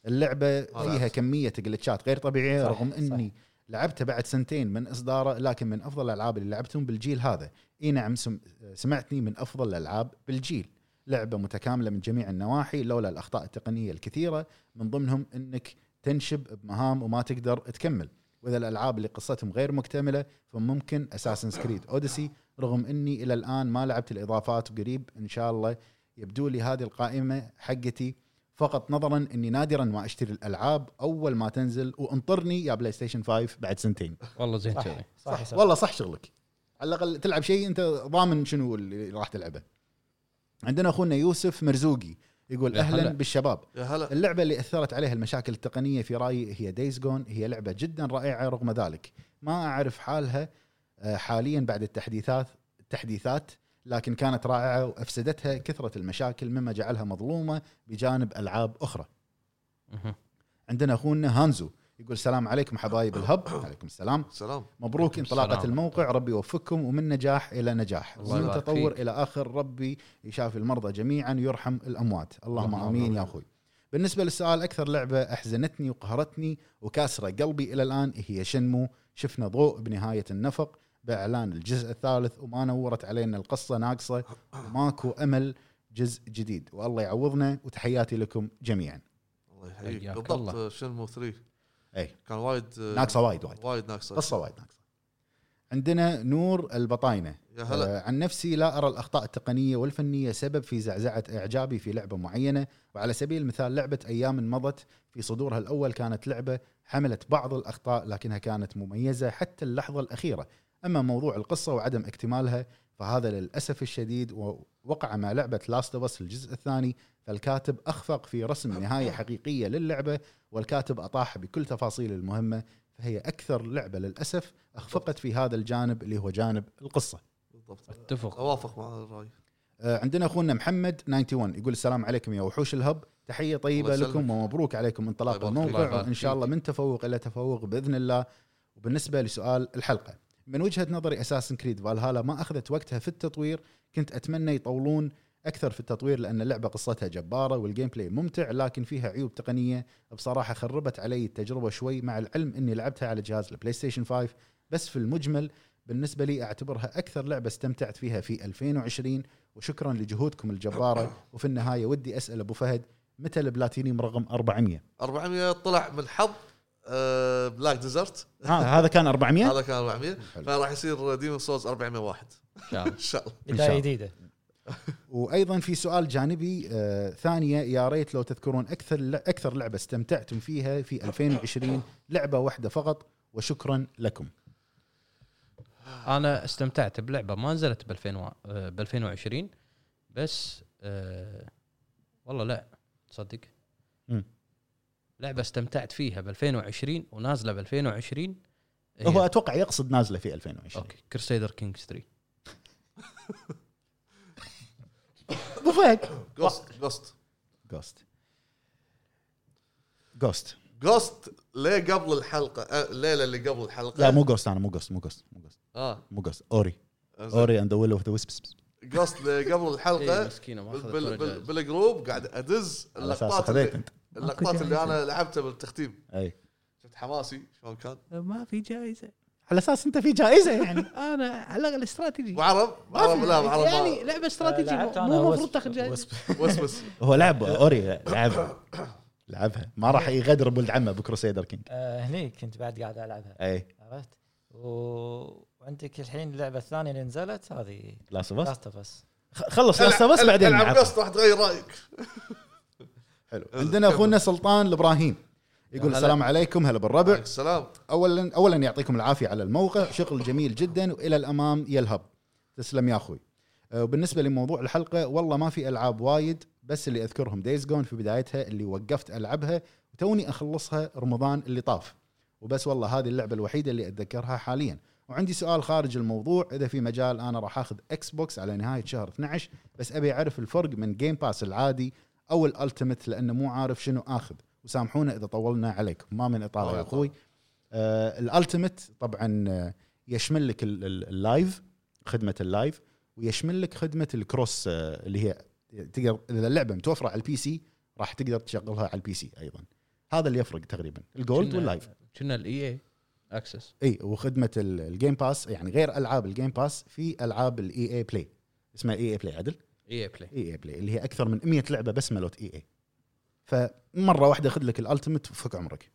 [SPEAKER 3] اللعبه فيها
[SPEAKER 2] لعبت.
[SPEAKER 3] كميه جلتشات غير طبيعيه
[SPEAKER 5] صح،
[SPEAKER 3] رغم
[SPEAKER 5] صح.
[SPEAKER 3] اني لعبته بعد سنتين من اصداره لكن من افضل الالعاب اللي لعبتهم بالجيل هذا اي نعم سم- سمعتني من افضل الالعاب بالجيل لعبه متكامله من جميع النواحي لولا الاخطاء التقنيه الكثيره من ضمنهم انك تنشب بمهام وما تقدر تكمل واذا الالعاب اللي قصتهم غير مكتمله فممكن اساسن كريد اوديسي رغم اني الى الان ما لعبت الاضافات وقريب ان شاء الله يبدو لي هذه القائمه حقتي فقط نظرا اني نادرا ما اشتري الالعاب اول ما تنزل وانطرني يا بلاي ستيشن 5 بعد سنتين
[SPEAKER 1] والله زين
[SPEAKER 5] صح
[SPEAKER 1] كذي
[SPEAKER 5] صح, صح,
[SPEAKER 3] والله صح شغلك على الاقل تلعب شيء انت ضامن شنو اللي راح تلعبه عندنا اخونا يوسف مرزوقي يقول
[SPEAKER 1] يا
[SPEAKER 3] اهلا
[SPEAKER 1] هلا.
[SPEAKER 3] بالشباب
[SPEAKER 2] يا هلا
[SPEAKER 3] اللعبة اللي أثرت عليها المشاكل التقنية في رأيي هي دايز جون هي لعبة جدا رائعة رغم ذلك ما أعرف حالها آه، حاليا بعد التحديثات التحديثات لكن كانت رائعة وأفسدتها كثرة المشاكل مما جعلها مظلومة بجانب ألعاب أخرى
[SPEAKER 1] مهم.
[SPEAKER 3] عندنا أخونا هانزو يقول السلام عليكم حبايب الهب عليكم السلام
[SPEAKER 2] سلام
[SPEAKER 3] مبروك
[SPEAKER 1] عليكم
[SPEAKER 3] انطلاقة
[SPEAKER 1] السلام.
[SPEAKER 3] الموقع ربي يوفقكم ومن نجاح إلى نجاح
[SPEAKER 1] الله
[SPEAKER 3] ومن
[SPEAKER 1] يبارك
[SPEAKER 3] تطور
[SPEAKER 1] فيك.
[SPEAKER 3] إلى آخر ربي يشافي المرضى جميعا ويرحم الأموات اللهم
[SPEAKER 1] اللهم
[SPEAKER 3] آمين
[SPEAKER 1] آمين.
[SPEAKER 3] يا أخوي بالنسبة للسؤال أكثر لعبة أحزنتني وقهرتني وكاسرة قلبي إلى الآن هي شنمو شفنا ضوء بنهاية النفق بإعلان الجزء الثالث وما نورت علينا القصة ناقصة وماكو أمل جزء جديد والله يعوضنا وتحياتي لكم جميعا
[SPEAKER 2] الله يحييك
[SPEAKER 1] حياك
[SPEAKER 2] بالضبط
[SPEAKER 1] الله.
[SPEAKER 2] شنمو 3
[SPEAKER 3] أي.
[SPEAKER 2] كان وايد آه،
[SPEAKER 3] ناقصة إيه. وايد وايد
[SPEAKER 2] وايد ناقصه
[SPEAKER 3] قصة وايد ناقصة عندنا نور البطاينة
[SPEAKER 2] يا هلا
[SPEAKER 3] آه، عن نفسي لا ارى الاخطاء التقنيه والفنيه سبب في زعزعه اعجابي في لعبه معينه وعلى سبيل المثال لعبه ايام مضت في صدورها الاول كانت لعبه حملت بعض الاخطاء لكنها كانت مميزه حتى اللحظه الاخيره اما موضوع القصه وعدم اكتمالها فهذا للاسف الشديد ووقع مع لعبه لاست اوف الجزء الثاني فالكاتب اخفق في رسم نهايه حقيقيه للعبه والكاتب اطاح بكل تفاصيل المهمه فهي اكثر لعبه للاسف اخفقت في هذا الجانب اللي هو جانب القصه
[SPEAKER 2] بالضبط
[SPEAKER 1] اتفق
[SPEAKER 2] اوافق مع الراي
[SPEAKER 3] آه، عندنا اخونا محمد 91 يقول السلام عليكم يا وحوش الهب تحيه طيبه
[SPEAKER 2] الله
[SPEAKER 3] لكم
[SPEAKER 2] يسلمك.
[SPEAKER 3] ومبروك عليكم انطلاق
[SPEAKER 2] الله يبارك فيك.
[SPEAKER 1] طيب، الله
[SPEAKER 3] الموقع
[SPEAKER 1] يبارك
[SPEAKER 3] وان شاء
[SPEAKER 1] فيك.
[SPEAKER 3] الله من تفوق الى تفوق باذن الله وبالنسبه لسؤال الحلقه من وجهه نظري اساسن كريد فالهالا ما اخذت وقتها في التطوير كنت اتمنى يطولون اكثر في التطوير لان اللعبه قصتها جباره والجيم بلاي ممتع لكن فيها عيوب تقنيه بصراحه خربت علي التجربه شوي مع العلم اني لعبتها على جهاز البلاي ستيشن 5 بس في المجمل بالنسبه لي اعتبرها اكثر لعبه استمتعت فيها في 2020 وشكرا لجهودكم الجباره وفي النهايه ودي اسال ابو فهد متى البلاتينيوم رقم 400
[SPEAKER 2] 400 طلع من حظ آه، بلاك ديزرت
[SPEAKER 3] ها هذا كان 400
[SPEAKER 2] هذا كان 400
[SPEAKER 3] حلو.
[SPEAKER 2] فراح يصير ديمون سولز 401
[SPEAKER 1] ان شاء الله
[SPEAKER 2] ان شاء الله
[SPEAKER 3] إن شاء الله.
[SPEAKER 5] بدايه جديده
[SPEAKER 3] وايضا في سؤال جانبي آه ثانيه يا ريت لو تذكرون اكثر اكثر لعبه استمتعتم فيها في 2020 لعبه واحده فقط وشكرا لكم
[SPEAKER 1] انا استمتعت بلعبه ما نزلت ب 2020 بس آه، والله لا تصدق
[SPEAKER 3] مم.
[SPEAKER 1] لعبه استمتعت فيها ب 2020 ونازله ب 2020 هي-
[SPEAKER 3] هو اتوقع يقصد نازله في 2020
[SPEAKER 1] اوكي كرسيدر كينجز 3
[SPEAKER 3] ابو فهد
[SPEAKER 2] جوست جوست
[SPEAKER 3] جوست جوست
[SPEAKER 2] جوست ليه قبل الحلقه آه، الليله اللي قبل الحلقه
[SPEAKER 3] لا مو جوست انا مو جوست مو جوست مو جوست
[SPEAKER 2] اه
[SPEAKER 3] مو جوست اوري
[SPEAKER 2] زين.
[SPEAKER 3] اوري اند ذا ويل اوف ذا ويسبس
[SPEAKER 2] جوست ليه قبل
[SPEAKER 1] إيه،
[SPEAKER 2] الحلقه
[SPEAKER 1] مسكينه ما
[SPEAKER 2] بال-
[SPEAKER 1] اخذت
[SPEAKER 2] بال-
[SPEAKER 1] ولا
[SPEAKER 2] بال-
[SPEAKER 1] جائزة.
[SPEAKER 2] بالجروب قاعد ادز
[SPEAKER 3] على أساس
[SPEAKER 2] اللقطات
[SPEAKER 3] أخذت
[SPEAKER 2] اللي
[SPEAKER 3] أنت.
[SPEAKER 2] اللقطات اللي انا لعبتها بالتختيم
[SPEAKER 3] اي
[SPEAKER 2] شفت حماسي شلون كان
[SPEAKER 4] ما في جائزه
[SPEAKER 3] على اساس انت في جايزه يعني
[SPEAKER 4] انا على الاقل استراتيجي
[SPEAKER 2] ابو عرب أبو عرب لا أبو عرب
[SPEAKER 4] يعني
[SPEAKER 2] ما-
[SPEAKER 4] لعبه استراتيجي
[SPEAKER 5] لعبت أنا
[SPEAKER 4] مو المفروض
[SPEAKER 5] وسب-
[SPEAKER 4] تاخذ جائزه
[SPEAKER 5] وسب.
[SPEAKER 2] وسوس
[SPEAKER 3] هو لعب اوري لعبها لعبها ما راح يغدر بولد عمه بكروسيدر كينج
[SPEAKER 5] آه، هني كنت بعد قاعد العبها
[SPEAKER 3] اي
[SPEAKER 5] عرفت و- وعندك الحين اللعبه الثانيه اللي نزلت هذه
[SPEAKER 3] لاست اوف
[SPEAKER 5] لاست اوف اس
[SPEAKER 3] خلص لاست اوف
[SPEAKER 2] العب-
[SPEAKER 3] بعدين
[SPEAKER 2] العب
[SPEAKER 3] نلعب
[SPEAKER 2] جوست راح تغير رايك
[SPEAKER 3] حلو عندنا اخونا سلطان الابراهيم يقول
[SPEAKER 1] هلا.
[SPEAKER 3] السلام عليكم هلا بالربع
[SPEAKER 2] عليك السلام
[SPEAKER 3] اولا اولا يعطيكم العافيه على الموقع شغل جميل جدا والى الامام يلهب تسلم يا اخوي أه، وبالنسبه لموضوع الحلقه والله ما في العاب وايد بس اللي اذكرهم دايز جون في بدايتها اللي وقفت العبها وتوني اخلصها رمضان اللي طاف وبس والله هذه اللعبه الوحيده اللي اتذكرها حاليا وعندي سؤال خارج الموضوع اذا في مجال انا راح اخذ اكس بوكس على نهايه شهر 12 بس ابي اعرف الفرق من جيم باس العادي او الالتيميت لانه مو عارف شنو اخذ وسامحونا اذا طولنا عليكم ما من اطاله
[SPEAKER 2] الله
[SPEAKER 3] يا
[SPEAKER 2] يطول.
[SPEAKER 3] اخوي آه الالتيميت طبعا آه، يشمل لك ال- ال- اللايف خدمه اللايف ويشمل لك خدمه الكروس آه، اللي هي تقدر اذا اللعبه متوفره على البي سي راح تقدر تشغلها على البي سي ايضا هذا اللي يفرق تقريبا الجولد
[SPEAKER 1] كنا-
[SPEAKER 3] واللايف
[SPEAKER 1] E كنا الاي اي اكسس
[SPEAKER 3] اي وخدمه ال- الجيم باس يعني غير العاب الجيم باس في العاب الاي اي بلاي اسمها اي اي بلاي عدل
[SPEAKER 1] اي بلاي
[SPEAKER 3] اي اي بلاي اللي هي اكثر من 100 لعبه بس ملوت اي اي فمره واحده خذ لك الالتيميت وفك عمرك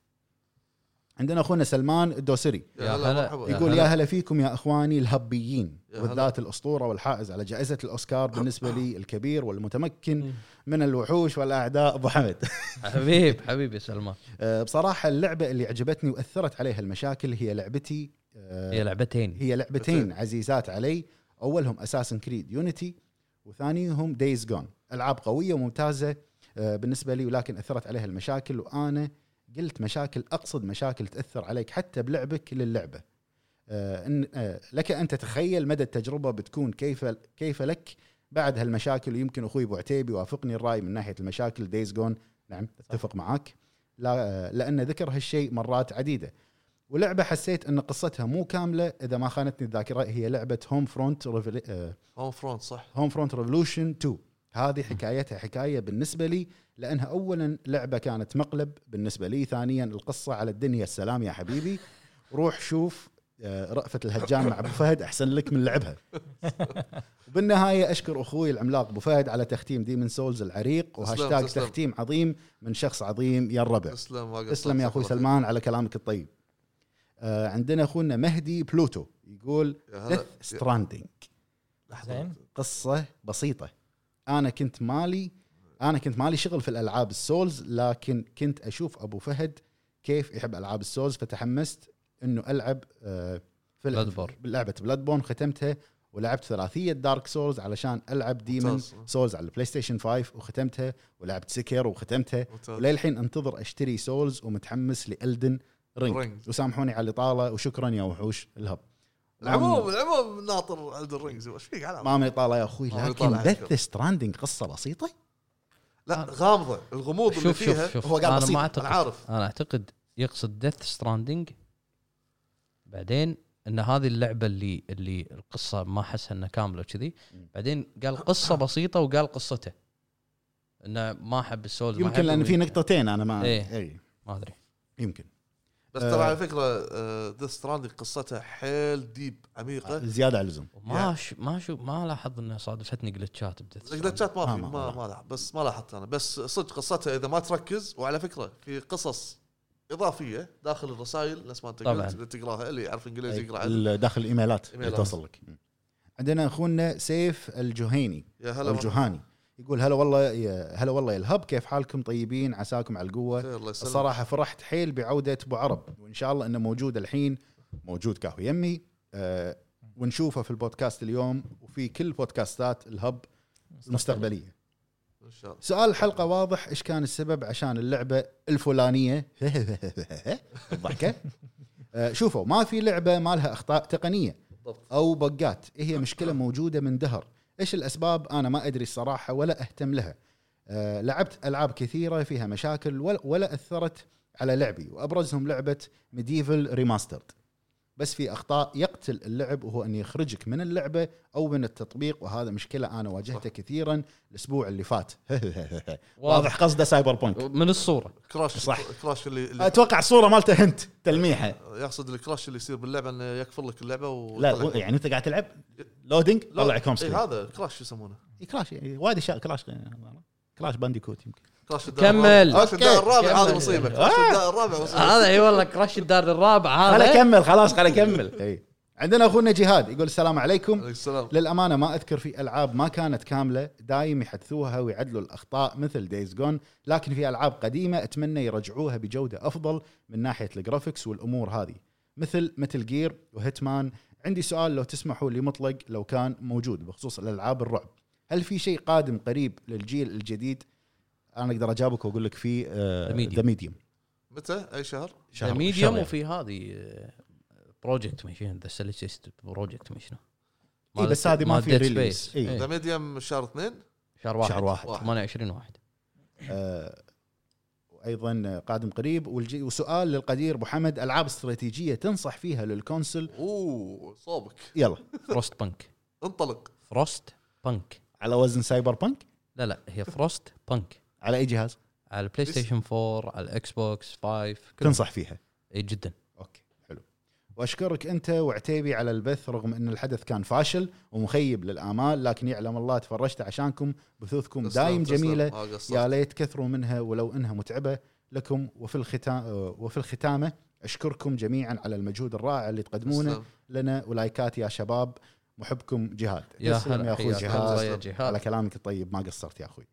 [SPEAKER 3] عندنا اخونا سلمان الدوسري
[SPEAKER 1] يا
[SPEAKER 2] يا هلا
[SPEAKER 1] هلا.
[SPEAKER 2] مرحبا.
[SPEAKER 3] يقول يا هلا فيكم يا اخواني الهبيين
[SPEAKER 2] يا هلا.
[SPEAKER 3] بالذات الاسطوره والحائز على جائزه الاوسكار بالنسبه لي الكبير والمتمكن من الوحوش والاعداء ابو حمد
[SPEAKER 1] حبيب حبيبي سلمان
[SPEAKER 3] آه، بصراحه اللعبه اللي عجبتني واثرت عليها المشاكل هي لعبتي آه،
[SPEAKER 1] هي لعبتين
[SPEAKER 3] هي لعبتين عزيزات علي اولهم اساسن كريد يونيتي وثانيهم دايز جون العاب قويه وممتازه آه، بالنسبه لي ولكن اثرت عليها المشاكل وانا قلت مشاكل اقصد مشاكل تاثر عليك حتى بلعبك للعبه آه، إن آه، لك ان تتخيل مدى التجربه بتكون كيف كيف لك بعد هالمشاكل ويمكن اخوي ابو عتيبي يوافقني الراي من ناحيه المشاكل دايز جون نعم اتفق معاك لا آه، لان ذكر هالشيء مرات عديده ولعبه حسيت ان قصتها مو كامله اذا ما خانتني الذاكره هي لعبه هوم فرونت آه،
[SPEAKER 2] هوم فرونت صح
[SPEAKER 3] هوم فرونت ريفولوشن 2 هذه حكايتها حكايه بالنسبه لي لانها اولا لعبه كانت مقلب بالنسبه لي ثانيا القصه على الدنيا السلام يا حبيبي روح شوف آه، رأفت الهجان مع ابو فهد احسن لك من لعبها وبالنهايه اشكر اخوي العملاق ابو فهد على تختيم ديمن سولز العريق
[SPEAKER 2] تسلم،
[SPEAKER 3] وهاشتاج
[SPEAKER 2] تسلم.
[SPEAKER 3] تختيم عظيم من شخص عظيم يا الربع
[SPEAKER 2] تسلم ما قصرت.
[SPEAKER 3] تسلم يا اخوي سلمان على كلامك الطيب آه عندنا اخونا مهدي بلوتو يقول
[SPEAKER 2] يا هلا.
[SPEAKER 3] ديث ستراندنج
[SPEAKER 2] لحظه
[SPEAKER 5] زين
[SPEAKER 3] قصه بسيطه انا كنت مالي انا كنت مالي شغل في الالعاب السولز لكن كنت اشوف ابو فهد كيف يحب العاب السولز فتحمست انه العب آه في ال-
[SPEAKER 1] Bloodborne.
[SPEAKER 3] لعبه بلاد بورن ختمتها ولعبت ثلاثيه دارك سولز علشان العب ديمن
[SPEAKER 2] ممتاز.
[SPEAKER 3] سولز على البلاي ستيشن 5 وختمتها ولعبت سكر وختمتها
[SPEAKER 2] ممتاز.
[SPEAKER 3] وللحين انتظر اشتري سولز ومتحمس لالدن رينج, رينج.
[SPEAKER 2] رينج.
[SPEAKER 3] وسامحوني على الاطاله وشكرا يا وحوش الهب
[SPEAKER 2] العموم العموم ناطر الدر رينجز وش فيك على
[SPEAKER 3] ما من اطاله يا اخوي
[SPEAKER 2] ما من
[SPEAKER 3] لكن
[SPEAKER 2] إطالة،
[SPEAKER 3] ديث ستراندنج قصه بسيطه
[SPEAKER 2] لا غامضه الغموض اللي
[SPEAKER 1] شوف
[SPEAKER 2] فيها
[SPEAKER 1] شوف شوف
[SPEAKER 3] هو قال
[SPEAKER 1] انا
[SPEAKER 3] بسيط،
[SPEAKER 1] ما
[SPEAKER 3] أنا
[SPEAKER 1] اعتقد
[SPEAKER 2] انا عارف
[SPEAKER 1] انا اعتقد يقصد ديث ستراندنج بعدين ان هذه اللعبه اللي اللي القصه ما احسها انها كامله وكذي بعدين قال قصه بسيطه وقال قصته انه ما احب السولز ما
[SPEAKER 3] يمكن
[SPEAKER 1] أحب
[SPEAKER 3] لان في
[SPEAKER 1] ال-
[SPEAKER 3] نقطتين انا ما
[SPEAKER 1] إيه.
[SPEAKER 3] اي
[SPEAKER 1] ما ادري
[SPEAKER 3] يمكن
[SPEAKER 2] بس
[SPEAKER 3] آه.
[SPEAKER 2] ترى على فكره ذا ستراندنج قصتها حيل ديب عميقه
[SPEAKER 3] زياده على اللزوم
[SPEAKER 1] ما ش... ما شو ما لاحظ انه صادفتني جلتشات بديث
[SPEAKER 2] الجلتشات ما
[SPEAKER 3] ما-
[SPEAKER 2] في
[SPEAKER 3] ما-
[SPEAKER 2] ما ما لاحظ بس ما لاحظت انا بس صدق قصتها اذا ما تركز وعلى فكره في قصص اضافيه داخل الرسائل نفس ما انت
[SPEAKER 1] طبعاً.
[SPEAKER 2] قلت اللي تقراها اللي يعرف انجليزي يقرا عدل.
[SPEAKER 3] ال- داخل الايميلات اللي
[SPEAKER 2] إيه، إيميلات.
[SPEAKER 3] توصل لك عندنا اخونا سيف الجهيني
[SPEAKER 2] يا
[SPEAKER 3] أو
[SPEAKER 2] هلا مرحبا.
[SPEAKER 3] الجهاني يقول هلا والله يا- هلا والله يا الهب كيف حالكم طيبين عساكم على القوه
[SPEAKER 2] خير، الله يسلمك
[SPEAKER 3] الصراحه فرحت حيل بعوده ابو عرب وان شاء الله انه موجود الحين موجود قهوه يمي آه ونشوفه في البودكاست اليوم وفي كل بودكاستات الهب المستقبليه
[SPEAKER 2] ان شاء الله
[SPEAKER 3] سؤال الحلقه واضح ايش كان السبب عشان اللعبه الفلانيه الضحكه آه، شوفوا ما في لعبه ما لها اخطاء تقنيه
[SPEAKER 2] بالضبط.
[SPEAKER 3] او بقات هي مشكله موجوده من دهر ايش الاسباب انا ما ادري الصراحه ولا اهتم لها آه، لعبت العاب كثيره فيها مشاكل ولا, ولا اثرت على لعبي وابرزهم لعبه ميديفل ريماسترد بس في اخطاء يقتل اللعب وهو ان يخرجك من اللعبه او من التطبيق وهذا مشكله انا واجهتها كثيرا الاسبوع اللي فات واضح قصده سايبر بونك
[SPEAKER 1] من الصوره
[SPEAKER 2] كراش
[SPEAKER 3] صح.
[SPEAKER 2] صح كراش اللي, اللي
[SPEAKER 3] اتوقع الصوره مالته هنت تلميحه
[SPEAKER 2] يقصد الكراش اللي يصير باللعبه انه يكفر لك اللعبه و
[SPEAKER 3] لا مو- يعني انت قاعد تلعب لودنج طلع كوم
[SPEAKER 2] اي
[SPEAKER 3] سكرين
[SPEAKER 2] هذا كراش يسمونه
[SPEAKER 3] كلاش يعني وايد اشياء كلاش كلاش بانديكوت يمكن
[SPEAKER 2] كراش الدار
[SPEAKER 1] كمل. آه.
[SPEAKER 2] الرابع. كراش
[SPEAKER 3] أوكي. آه.
[SPEAKER 2] الدار الرابع
[SPEAKER 1] كمل.
[SPEAKER 2] هذا مصيبه كراش الدار الرابع مصيبه
[SPEAKER 1] هذا اي والله كراش الدار الرابع
[SPEAKER 3] خل
[SPEAKER 1] هذا
[SPEAKER 3] اكمل خلاص خل اكمل اي إيه؟ عندنا اخونا جهاد يقول السلام عليكم
[SPEAKER 2] عليك السلام
[SPEAKER 3] للامانه ما اذكر في العاب ما كانت كامله دايم يحدثوها ويعدلوا الاخطاء مثل دايز جون لكن في العاب قديمه اتمنى يرجعوها بجوده افضل من ناحيه الجرافكس والامور هذه مثل مثل جير وهيتمان عندي سؤال لو تسمحوا لي مطلق لو كان موجود بخصوص الالعاب الرعب هل في شيء قادم قريب للجيل الجديد انا اقدر اجاوبك واقول لك في
[SPEAKER 1] The Medium.
[SPEAKER 3] ذا ميديوم
[SPEAKER 2] متى اي شهر؟
[SPEAKER 3] شهر-
[SPEAKER 1] ميديوم
[SPEAKER 3] شهر.
[SPEAKER 1] يعني وفي هذه آه، بروجكت ما شنو ذا سيليسيست بروجكت ما شنو
[SPEAKER 3] إي، إيه، بس هذه ما في ريليز. إي.
[SPEAKER 1] إيه.
[SPEAKER 2] ذا ميديم شهر اثنين
[SPEAKER 1] شهر واحد
[SPEAKER 3] شهر واحد.
[SPEAKER 1] 28 واحد
[SPEAKER 3] آه، وايضا قادم قريب والجي وسؤال للقدير ابو حمد العاب استراتيجيه تنصح فيها للكونسل
[SPEAKER 2] اوه صوبك
[SPEAKER 3] يلا
[SPEAKER 1] فروست بانك
[SPEAKER 2] انطلق
[SPEAKER 1] فروست بانك
[SPEAKER 3] على وزن سايبر بانك
[SPEAKER 1] لا لا هي فروست بانك
[SPEAKER 3] على اي جهاز
[SPEAKER 1] على البلاي
[SPEAKER 2] بس-
[SPEAKER 1] ستيشن 4 على الاكس بوكس 5 كلهم
[SPEAKER 3] تنصح فيها
[SPEAKER 1] اي جدا
[SPEAKER 3] اوكي حلو واشكرك انت وعتيبي على البث رغم ان الحدث كان فاشل ومخيب للامال لكن يعلم الله تفرجت عشانكم بثوثكم
[SPEAKER 2] تسلم، آه،
[SPEAKER 3] دايم
[SPEAKER 2] تسلم.
[SPEAKER 3] جميله
[SPEAKER 2] ما قصرت.
[SPEAKER 3] يا ليت كثروا منها ولو انها متعبه لكم وفي الختام وفي الختامه اشكركم جميعا على المجهود الرائع اللي تقدمونه
[SPEAKER 2] تسلم.
[SPEAKER 3] لنا ولايكات يا شباب محبكم جهاد
[SPEAKER 1] يا
[SPEAKER 3] تسلم
[SPEAKER 1] هلا،
[SPEAKER 3] يا اخوي
[SPEAKER 1] حياك الله يا
[SPEAKER 3] جهاد
[SPEAKER 1] جهاد.
[SPEAKER 3] على كلامك الطيب ما قصرت يا اخوي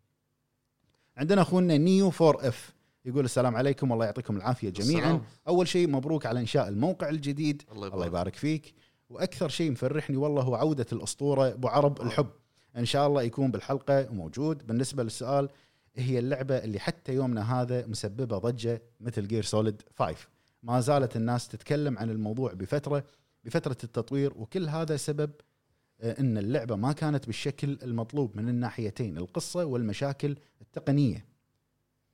[SPEAKER 3] عندنا اخونا نيو 4 اف يقول السلام عليكم والله يعطيكم العافيه جميعا
[SPEAKER 2] السلام.
[SPEAKER 3] اول شيء مبروك على انشاء الموقع الجديد
[SPEAKER 2] الله يبارك.
[SPEAKER 3] الله يبارك فيك واكثر شيء مفرحني والله هو عوده الاسطوره ابو عرب الحب ان شاء الله يكون بالحلقه وموجود بالنسبه للسؤال هي اللعبه اللي حتى يومنا هذا مسببه ضجه مثل جير سوليد 5 ما زالت الناس تتكلم عن الموضوع بفتره بفتره التطوير وكل هذا سبب آه، ان اللعبه ما كانت بالشكل المطلوب من الناحيتين القصه والمشاكل التقنيه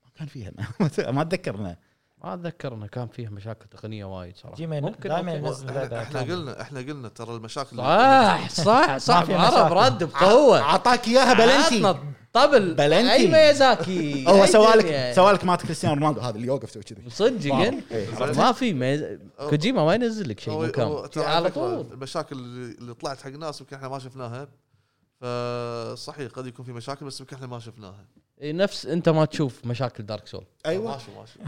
[SPEAKER 3] ما كان فيها ما اتذكرنا
[SPEAKER 1] ما اتذكر انه كان فيه مشاكل تقنيه وايد صراحه
[SPEAKER 5] جيمين
[SPEAKER 1] ممكن
[SPEAKER 5] دائما
[SPEAKER 1] أوكي.
[SPEAKER 5] ينزل
[SPEAKER 2] احنا
[SPEAKER 5] لعبه
[SPEAKER 2] احنا
[SPEAKER 5] كاملة.
[SPEAKER 2] قلنا احنا قلنا ترى المشاكل
[SPEAKER 1] صح صح
[SPEAKER 5] ما
[SPEAKER 1] صح
[SPEAKER 5] في
[SPEAKER 1] عرب
[SPEAKER 5] مشاكل.
[SPEAKER 1] رد بقوه
[SPEAKER 3] اعطاك اياها بلنتي
[SPEAKER 1] عطنا طبل
[SPEAKER 3] بلنتي.
[SPEAKER 1] اي ميزاكي
[SPEAKER 3] هو
[SPEAKER 1] أي
[SPEAKER 3] سوالك
[SPEAKER 1] دنيا.
[SPEAKER 3] سوالك مات كريستيانو رونالدو هذا اللي يوقف سوى كذي
[SPEAKER 1] صدق إن؟
[SPEAKER 3] إيه.
[SPEAKER 1] ما في ميز... كوجيما ما ينزل لك شيء
[SPEAKER 2] هو- هو
[SPEAKER 1] مكان
[SPEAKER 2] ترى
[SPEAKER 1] على
[SPEAKER 2] على فكرة
[SPEAKER 1] طول
[SPEAKER 2] المشاكل اللي اللي طلعت حق ناس يمكن احنا ما شفناها فصحيح قد يكون في مشاكل بس يمكن احنا ما شفناها
[SPEAKER 1] إي، إيه، نفس انت ما تشوف مشاكل دارك سول
[SPEAKER 3] ايوه
[SPEAKER 2] ماشي ماشي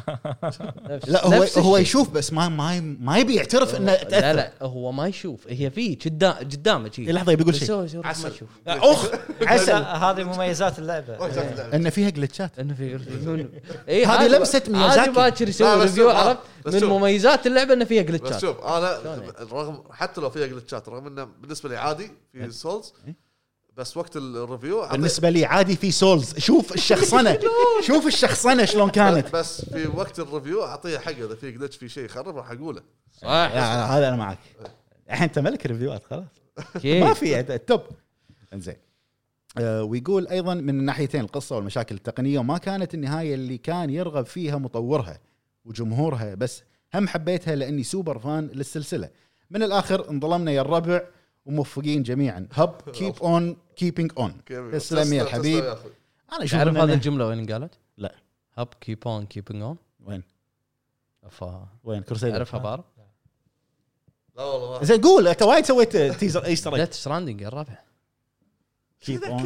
[SPEAKER 1] نفس
[SPEAKER 3] لا هو
[SPEAKER 1] نفس
[SPEAKER 3] هو
[SPEAKER 1] الشيء.
[SPEAKER 3] يشوف بس ما ما ما يبي يعترف انه
[SPEAKER 1] لا
[SPEAKER 3] تاثر
[SPEAKER 1] لا هو ما يشوف هي في قدام قدامك شيء
[SPEAKER 3] لحظه بيقول
[SPEAKER 1] بس
[SPEAKER 3] شيء
[SPEAKER 1] هو- هو ما يشوف
[SPEAKER 3] اخ عسل
[SPEAKER 5] لا، هذه مميزات اللعبه
[SPEAKER 3] ان فيها جلتشات
[SPEAKER 1] انه في يرفعون اي
[SPEAKER 3] هذه لمسة ميازاكي.
[SPEAKER 1] هذه باكر
[SPEAKER 2] لا،
[SPEAKER 1] يسوي
[SPEAKER 2] بس
[SPEAKER 1] ريفيو
[SPEAKER 2] شوف، آه،
[SPEAKER 1] عرفت
[SPEAKER 2] بس
[SPEAKER 1] من
[SPEAKER 2] شوف.
[SPEAKER 1] مميزات اللعبه انه فيها
[SPEAKER 2] بس
[SPEAKER 1] جلتشات
[SPEAKER 2] شوف انا
[SPEAKER 1] شلون يعني؟
[SPEAKER 2] رغم حتى لو فيها جلتشات رغم انه بالنسبه لي عادي في سولز بس وقت الريفيو عطي-
[SPEAKER 3] بالنسبه لي عادي في سولز شوف الشخصنه شوف الشخصنه شلون كانت
[SPEAKER 2] بس في وقت الريفيو اعطيه حقه اذا في جلتش في شيء يخرب راح اقوله
[SPEAKER 3] لا، لا، هذا انا معك الحين انت ملك ريفيوات خلاص ما
[SPEAKER 1] كيف
[SPEAKER 3] في عد- التوب انزين آه، ويقول ايضا من الناحيتين القصه والمشاكل التقنيه وما كانت النهايه اللي كان يرغب فيها مطورها وجمهورها بس هم حبيتها لاني سوبر فان للسلسله من الاخر انضلمنا يا الربع وموفقين جميعا هب كيب اون كيبينج اون تسلم يا الحبيب
[SPEAKER 2] تسلم يا أخوي.
[SPEAKER 3] انا اشوف
[SPEAKER 1] تعرف
[SPEAKER 3] إن
[SPEAKER 1] هذه
[SPEAKER 3] أنا-
[SPEAKER 1] الجمله وين قالت؟
[SPEAKER 3] لا.
[SPEAKER 1] هب كيب اون كيبينج اون
[SPEAKER 3] وين
[SPEAKER 1] فا
[SPEAKER 3] وين كرسيدر
[SPEAKER 1] تعرفها بار
[SPEAKER 2] لا والله ما-
[SPEAKER 3] زين قول انت وايد سويت تيزر ايستر ايج
[SPEAKER 1] ديث ستراندنج الرابع
[SPEAKER 3] كيب اون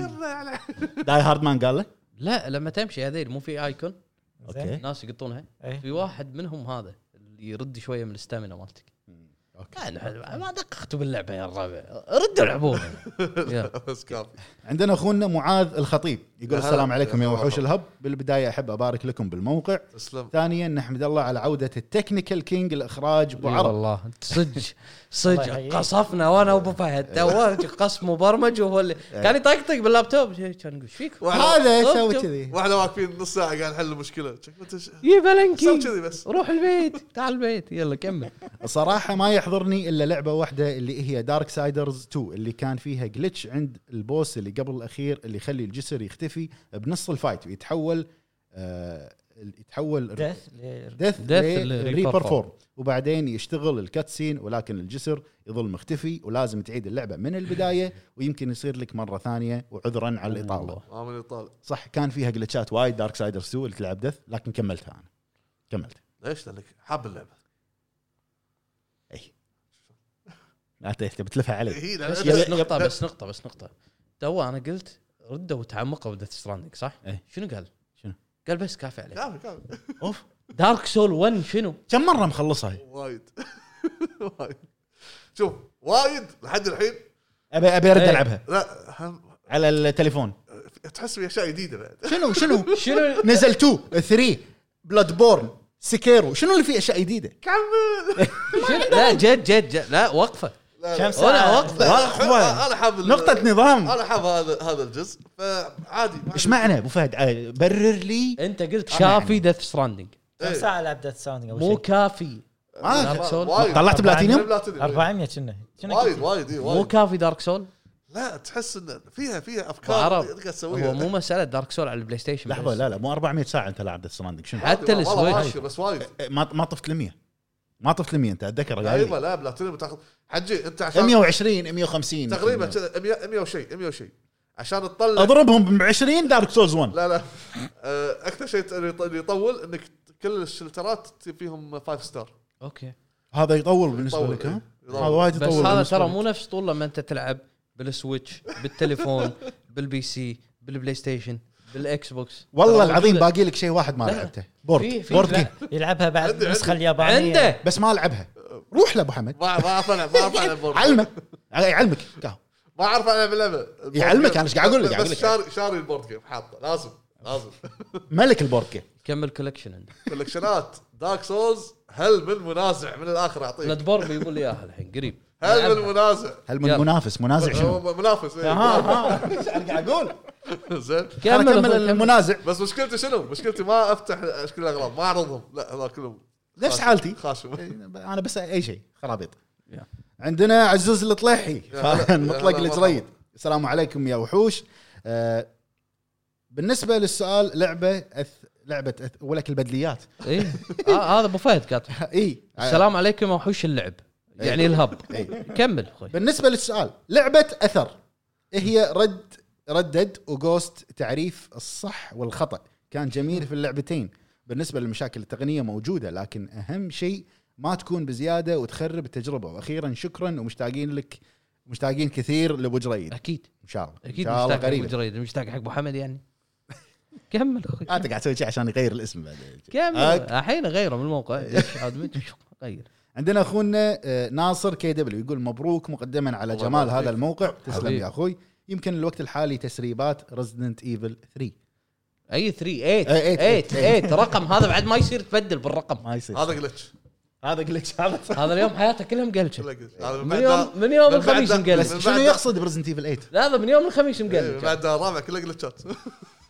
[SPEAKER 3] داي هارد مان قال له
[SPEAKER 1] لا لما تمشي هذيل مو في ايكون
[SPEAKER 5] زين؟
[SPEAKER 3] اوكي
[SPEAKER 1] ناس يقطونها
[SPEAKER 5] إيه.
[SPEAKER 1] في واحد منهم هذا اللي يرد شويه من الاستامينا مالتك
[SPEAKER 3] اوكي
[SPEAKER 1] يعني ما دققتوا باللعبه يا الربع ردوا لعبوها يا.
[SPEAKER 2] بس كافي
[SPEAKER 3] عندنا اخونا معاذ الخطيب يقول
[SPEAKER 2] يا هلا.
[SPEAKER 3] السلام عليكم يا
[SPEAKER 2] يا هلا.
[SPEAKER 3] وحوش الهب بالبدايه احب ابارك لكم بالموقع
[SPEAKER 2] تسلم
[SPEAKER 3] ثانيا نحمد الله على عوده التكنيكال كينج الاخراج ابو
[SPEAKER 1] اي
[SPEAKER 3] عرب
[SPEAKER 1] والله صدق
[SPEAKER 5] الله
[SPEAKER 1] صدق
[SPEAKER 5] يحييك.
[SPEAKER 1] قصفنا وانا وابو فهد تو قصف مبرمج وهو اللي كان يطقطق باللابتوب شي- كان يقول ايش فيك؟
[SPEAKER 3] هذا
[SPEAKER 1] طب-
[SPEAKER 3] يسوي
[SPEAKER 1] طب.
[SPEAKER 3] كذي
[SPEAKER 2] واحنا واقفين نص ساعه قاعد نحل المشكله شك- أنت ش-
[SPEAKER 1] يا
[SPEAKER 2] سوي
[SPEAKER 1] بلنكي
[SPEAKER 2] كذي بس
[SPEAKER 1] روح البيت تعال البيت يلا كمل
[SPEAKER 3] صراحه ما يحضرني الا لعبه واحده اللي هي دارك سايدرز 2 اللي كان فيها جلتش عند البوس اللي قبل الاخير اللي يخلي الجسر يختفي بنص الفايت ويتحول آه يتحول
[SPEAKER 5] ديث ل-
[SPEAKER 3] ديث
[SPEAKER 1] Death
[SPEAKER 3] ريبر
[SPEAKER 1] للreaper
[SPEAKER 3] فورم وبعدين يشتغل الكاتسين ولكن الجسر يظل مختفي ولازم تعيد اللعبه من البدايه ويمكن يصير لك مره ثانيه وعذرا على الاطاله
[SPEAKER 2] ما من يطالع
[SPEAKER 3] صح كان فيها جلتشات وايد دارك سايدر 2 اللي تلعب دث لكن كملتها انا كملت
[SPEAKER 2] ليش لانك حاب اللعبه
[SPEAKER 3] اي لا ت- تبي تلفها علي
[SPEAKER 2] هي
[SPEAKER 1] بس,
[SPEAKER 2] لأن-
[SPEAKER 1] بس نقطة بس نقطة بس نقطة تو انا قلت ردوا وتعمقوا بديث ستراندنج صح؟
[SPEAKER 3] إيه.
[SPEAKER 1] شنو قال؟
[SPEAKER 3] شنو؟
[SPEAKER 1] قال بس كافي عليه
[SPEAKER 2] كافي كافي
[SPEAKER 3] اوف
[SPEAKER 1] دارك سول 1 شنو؟
[SPEAKER 3] كم مره مخلصها هي؟
[SPEAKER 2] وايد وايد شوف وايد لحد الحين
[SPEAKER 3] ابي ابي ارد
[SPEAKER 1] إيه.
[SPEAKER 3] العبها
[SPEAKER 2] لا هم
[SPEAKER 3] على التليفون
[SPEAKER 2] تحس في اشياء جديده بعد
[SPEAKER 3] شنو شنو
[SPEAKER 1] شنو
[SPEAKER 3] نزل 2 3 بلاد بورن سكيرو شنو اللي فيه اشياء جديده
[SPEAKER 1] شنو- لا جد جد جد لا وقفه
[SPEAKER 5] كم
[SPEAKER 1] ولا
[SPEAKER 5] ساعه
[SPEAKER 1] وقفه
[SPEAKER 2] انا أنا حاب ال-
[SPEAKER 3] نقطه نظام
[SPEAKER 2] انا حاب هذا هذا الجزء فعادي ما
[SPEAKER 3] ايش معنى ابو فهد آه، برر لي
[SPEAKER 1] انت قلت
[SPEAKER 3] أنا يعني.
[SPEAKER 1] كافي ديث ستراندنج
[SPEAKER 5] كم ساعه لعب ديث ساوندينج اول
[SPEAKER 1] مو
[SPEAKER 5] شيء؟
[SPEAKER 1] كافي
[SPEAKER 3] ما-
[SPEAKER 1] دارك سول
[SPEAKER 2] وايد.
[SPEAKER 3] آه، طلعت بلاتينيوم
[SPEAKER 2] بلاتينيوم.
[SPEAKER 5] 400 كنا كنا
[SPEAKER 2] وايد وايد إيه،
[SPEAKER 1] مو
[SPEAKER 2] وايد
[SPEAKER 1] كافي دارك سول
[SPEAKER 2] لا تحس ان فيها فيها افكار
[SPEAKER 1] وعرب
[SPEAKER 2] تقدر تسويها
[SPEAKER 1] هو مو مساله دارك سول على البلاي ستيشن
[SPEAKER 3] لحظه
[SPEAKER 1] بس.
[SPEAKER 3] لا لا مو 400 ساعه انت لاعب ستراندنج شنو
[SPEAKER 1] حتى
[SPEAKER 2] والله
[SPEAKER 1] السويتش.
[SPEAKER 2] ماشي، بس وايد
[SPEAKER 3] آه، ما ما طفت ل 100 ما طفت ل 100 انت اتذكر قايل لي.
[SPEAKER 2] ايوه لا بلاتينيوم تاخذ حجي انت عشان
[SPEAKER 3] 120 150
[SPEAKER 2] تقريبا كذا 100 100 وشيء 100 وشيء عشان تطلع
[SPEAKER 3] اضربهم ب 20 دارك سولز 1
[SPEAKER 2] لا لا آه، اكثر شيء يط- يطول انك كل الشلترات فيهم 5 ستار
[SPEAKER 1] اوكي
[SPEAKER 3] هذا يطول بالنسبه لك ها؟
[SPEAKER 2] يطول.
[SPEAKER 3] هذا وايد
[SPEAKER 1] بس
[SPEAKER 3] يطول
[SPEAKER 1] هذا
[SPEAKER 3] بالنسبة
[SPEAKER 1] ترى
[SPEAKER 3] لك.
[SPEAKER 1] مو نفس طول لما انت تلعب بالسويتش بالتليفون بالبي سي بالبلاي ستيشن بالاكس بوكس
[SPEAKER 3] والله
[SPEAKER 1] ترى
[SPEAKER 3] العظيم
[SPEAKER 1] موجودة.
[SPEAKER 3] باقي لك شيء واحد ما
[SPEAKER 1] لا.
[SPEAKER 3] لعبته بورد
[SPEAKER 1] في- في-
[SPEAKER 3] بورد
[SPEAKER 1] لا.
[SPEAKER 3] جيم
[SPEAKER 5] يلعبها بعد
[SPEAKER 2] عندي-
[SPEAKER 5] النسخه
[SPEAKER 3] يعني
[SPEAKER 5] اليابانيه
[SPEAKER 1] عنده
[SPEAKER 3] بس ما العبها روح لابو حمد
[SPEAKER 2] ما ما اعرف العب ما اعرف العب بورد.
[SPEAKER 3] علمك يعلمك قهوة.
[SPEAKER 2] ما اعرف العب اللعبه
[SPEAKER 3] يعلمك، أنا إيش قاعد أقول لك؟ قاعد
[SPEAKER 2] بس
[SPEAKER 3] أقول لك.
[SPEAKER 2] شاري شاري البورد جيم حاطه لازم لازم
[SPEAKER 3] ملك البورد جيم
[SPEAKER 1] كمل كولكشن عنده
[SPEAKER 2] كولكشنات دارك سولز هل من منازع من الاخر
[SPEAKER 3] طيب.
[SPEAKER 2] اعطيك
[SPEAKER 1] بلاتفورم يقول لي اياها الحين قريب
[SPEAKER 2] هل من منازع
[SPEAKER 3] هل من
[SPEAKER 1] يلا.
[SPEAKER 3] منافس منازع شنو؟
[SPEAKER 2] هو منافس إيه.
[SPEAKER 3] انا قاعد اقول
[SPEAKER 2] زين
[SPEAKER 3] كمل
[SPEAKER 1] كمل
[SPEAKER 3] كمل المنازع
[SPEAKER 2] بس مشكلتي شنو؟ مشكلتي ما افتح اشكال الاغراض ما اعرضهم لا هذول كلهم
[SPEAKER 3] نفس حالتي إيه،
[SPEAKER 2] خاشم
[SPEAKER 3] انا بس اي شيء خرابيط
[SPEAKER 1] يا.
[SPEAKER 3] عندنا عزوز الطليحي
[SPEAKER 2] هلا.
[SPEAKER 3] مطلق
[SPEAKER 2] يا هلا
[SPEAKER 3] الجريد السلام عليكم يا وحوش آه، بالنسبه للسؤال لعبه أث... لعبه أث... ولك البدليات
[SPEAKER 1] اي آه هذا ابو فهد قاطع
[SPEAKER 3] اي
[SPEAKER 1] السلام عليكم وحوش اللعب
[SPEAKER 3] إيه.
[SPEAKER 1] يعني الهب كمل اخوي
[SPEAKER 3] بالنسبه للسؤال لعبه اثر هي رد ردد وجوست تعريف الصح والخطا كان جميل في اللعبتين بالنسبه للمشاكل التقنيه موجوده لكن اهم شيء ما تكون بزياده وتخرب التجربه واخيرا شكرا ومشتاقين لك مشتاقين كثير لابو جريد
[SPEAKER 1] اكيد
[SPEAKER 3] ان شاء الله
[SPEAKER 1] اكيد
[SPEAKER 3] ان شاء الله
[SPEAKER 1] مشتاق حق ابو
[SPEAKER 3] قريب
[SPEAKER 1] جريد مشتاق حق ابو حمد يعني كمل اخوي
[SPEAKER 3] انت آه، قاعد تسوي شيء عشان يغير الاسم بعدين
[SPEAKER 1] كمل
[SPEAKER 3] أك-
[SPEAKER 1] الحين اغيره من الموقع
[SPEAKER 3] إيه.
[SPEAKER 1] دش عاد مت- غير
[SPEAKER 3] عندنا اخونا آه، ناصر كي دبليو يقول مبروك مقدما على
[SPEAKER 2] الله
[SPEAKER 3] جمال
[SPEAKER 2] يبارك
[SPEAKER 3] هذا
[SPEAKER 2] فيك.
[SPEAKER 3] الموقع تسلم
[SPEAKER 1] حبيبي.
[SPEAKER 3] يا اخوي يمكن الوقت الحالي تسريبات ريزدنت ايفل 3
[SPEAKER 1] اي 3
[SPEAKER 3] إيه،
[SPEAKER 1] 8
[SPEAKER 3] eight،
[SPEAKER 1] 8
[SPEAKER 3] eight،
[SPEAKER 1] 8 رقم هذا بعد ما يصير تبدل بالرقم
[SPEAKER 3] ما يصير
[SPEAKER 2] هذا جلتش
[SPEAKER 3] هذا جلتش هذا
[SPEAKER 1] هذا اليوم حياته كلها مقلشه
[SPEAKER 3] طيب،
[SPEAKER 2] هذا glitch. هذا
[SPEAKER 1] من
[SPEAKER 2] بعد
[SPEAKER 1] يوم-
[SPEAKER 2] دار-
[SPEAKER 1] من يوم
[SPEAKER 2] بعد
[SPEAKER 1] الخميس
[SPEAKER 2] دار-
[SPEAKER 1] مقلش.
[SPEAKER 2] من بعد
[SPEAKER 3] شنو
[SPEAKER 2] دار-
[SPEAKER 3] يقصد برزنت ايفل 8
[SPEAKER 1] لا هذا من يوم الخميس
[SPEAKER 2] إيه،
[SPEAKER 1] مقلشه
[SPEAKER 2] بعد دار الرابع كله جلتشات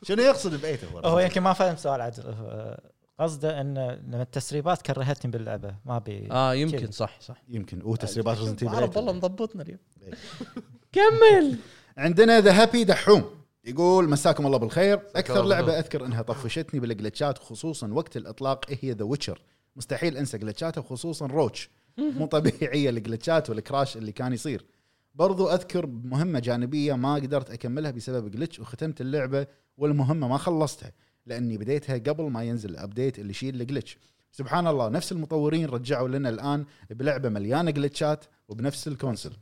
[SPEAKER 3] شنو يقصد ب 8
[SPEAKER 5] هو يعني
[SPEAKER 3] هو
[SPEAKER 5] يمكن ما فهم سؤال عدل آه، قصده ان لما التسريبات كرهتني باللعبه ما بي
[SPEAKER 1] اه يمكن صح صح
[SPEAKER 3] يمكن هو تسريبات ريزنت
[SPEAKER 1] عرب والله
[SPEAKER 3] ايفل
[SPEAKER 1] مضبطنا اليوم كمل
[SPEAKER 3] عندنا ذا هابي دحوم يقول مساكم الله بالخير اكثر
[SPEAKER 2] الله
[SPEAKER 3] لعبه
[SPEAKER 2] بالخير.
[SPEAKER 3] اذكر انها طفشتني بالجلتشات خصوصا وقت الاطلاق هي ذا ويتشر مستحيل انسى جلتشاته خصوصا روتش مو طبيعيه الجلتشات والكراش اللي كان يصير برضو اذكر مهمه جانبيه ما قدرت اكملها بسبب جلتش وختمت اللعبه والمهمه ما خلصتها لاني بديتها قبل ما ينزل الابديت اللي يشيل الجلتش سبحان الله نفس المطورين رجعوا لنا الان بلعبه مليانه جلتشات وبنفس الكونسل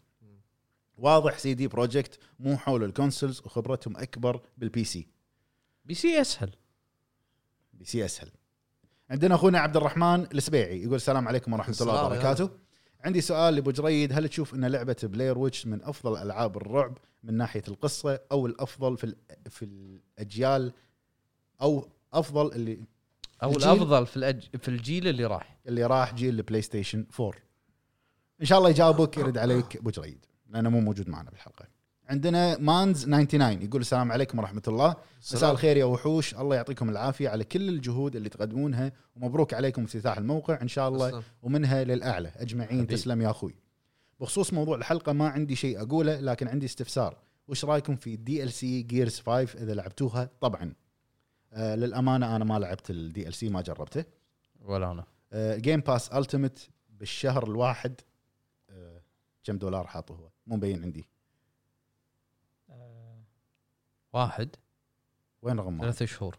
[SPEAKER 3] واضح سي دي بروجكت مو حول الكونسلز وخبرتهم اكبر بالبي سي
[SPEAKER 1] بي سي اسهل
[SPEAKER 3] بي سي اسهل عندنا اخونا عبد الرحمن السبيعي يقول السلام عليكم ورحمه الله
[SPEAKER 2] السلام
[SPEAKER 3] وبركاته عندي سؤال لابو جريد هل تشوف ان لعبه بلاير ويتش من افضل العاب الرعب من ناحيه القصه او الافضل في ال- في الاجيال او افضل اللي
[SPEAKER 1] او
[SPEAKER 3] الجيل-
[SPEAKER 1] الافضل في الأج... في الجيل اللي راح
[SPEAKER 3] اللي راح جيل البلاي ستيشن 4 ان شاء الله يجاوبك يرد عليك ابو جريد لانه مو موجود معنا بالحلقه عندنا مانز 99 يقول السلام عليكم ورحمه الله مساء الخير يا وحوش الله يعطيكم العافيه على كل الجهود اللي تقدمونها ومبروك عليكم افتتاح الموقع ان شاء الله
[SPEAKER 2] تسلم.
[SPEAKER 3] ومنها للاعلى اجمعين حبيب. تسلم يا اخوي بخصوص موضوع الحلقه ما عندي شيء اقوله لكن عندي استفسار وش رايكم في الدي ال سي جيرز 5 اذا لعبتوها طبعا آه للامانه انا ما لعبت الدي ال سي ما جربته
[SPEAKER 1] ولا انا
[SPEAKER 3] جيم باس التيمت بالشهر الواحد آه، كم دولار حاطه هو مو مبين عندي
[SPEAKER 5] آه،
[SPEAKER 1] واحد
[SPEAKER 3] وين رقم
[SPEAKER 1] ثلاثة شهور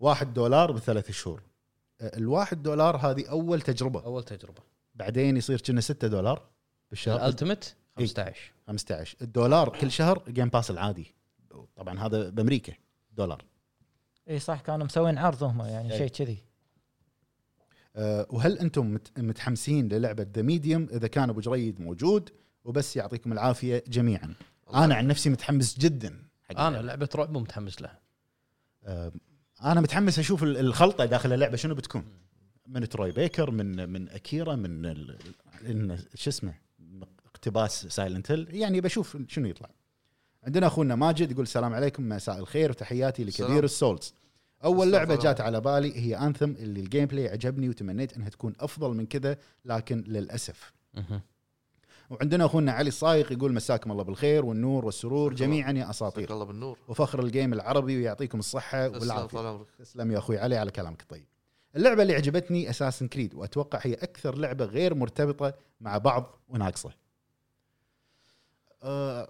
[SPEAKER 3] واحد دولار بثلاث شهور آه، الواحد دولار هذه اول تجربه
[SPEAKER 1] اول تجربه
[SPEAKER 3] بعدين يصير كنا 6 دولار بالشهر
[SPEAKER 1] الالتيمت 15
[SPEAKER 3] 15 الدولار كل شهر جيم باس العادي طبعا هذا بامريكا دولار
[SPEAKER 5] اي إيه صح كانوا مسوين عرض هم يعني
[SPEAKER 3] إيه.
[SPEAKER 5] شيء كذي
[SPEAKER 3] أه، وهل انتم مت- متحمسين للعبه ذا ميديوم اذا كان ابو جريد موجود وبس يعطيكم العافيه جميعا انا عن نفسي متحمس جدا حق
[SPEAKER 1] انا لعبه رعب مو متحمس لها
[SPEAKER 3] آه، انا متحمس اشوف ال- الخلطه داخل اللعبه شنو بتكون من تروي بيكر من من اكيرا من ال- إن- شو اسمه اقتباس سايلنت هيل يعني بشوف شنو يطلع عندنا اخونا ماجد يقول السلام عليكم مساء الخير وتحياتي
[SPEAKER 2] السلام.
[SPEAKER 3] لكبير السولز اول
[SPEAKER 2] السلام
[SPEAKER 3] لعبه
[SPEAKER 2] عليكم.
[SPEAKER 3] جات على بالي هي انثم اللي الجيم بلاي عجبني وتمنيت انها تكون افضل من كذا لكن للاسف وعندنا اخونا علي الصايغ يقول مساكم الله بالخير والنور والسرور
[SPEAKER 2] مساك الله.
[SPEAKER 3] جميعا يا
[SPEAKER 2] حياك
[SPEAKER 3] اساطير
[SPEAKER 2] الله بالنور
[SPEAKER 3] وفخر الجيم العربي ويعطيكم الصحه
[SPEAKER 2] تسلم
[SPEAKER 3] والعافيه
[SPEAKER 2] طال عمرك
[SPEAKER 3] تسلم يا اخوي علي على كلامك الطيب. اللعبه اللي عجبتني اساسن كريد واتوقع هي اكثر لعبه غير مرتبطه مع بعض وناقصه. أه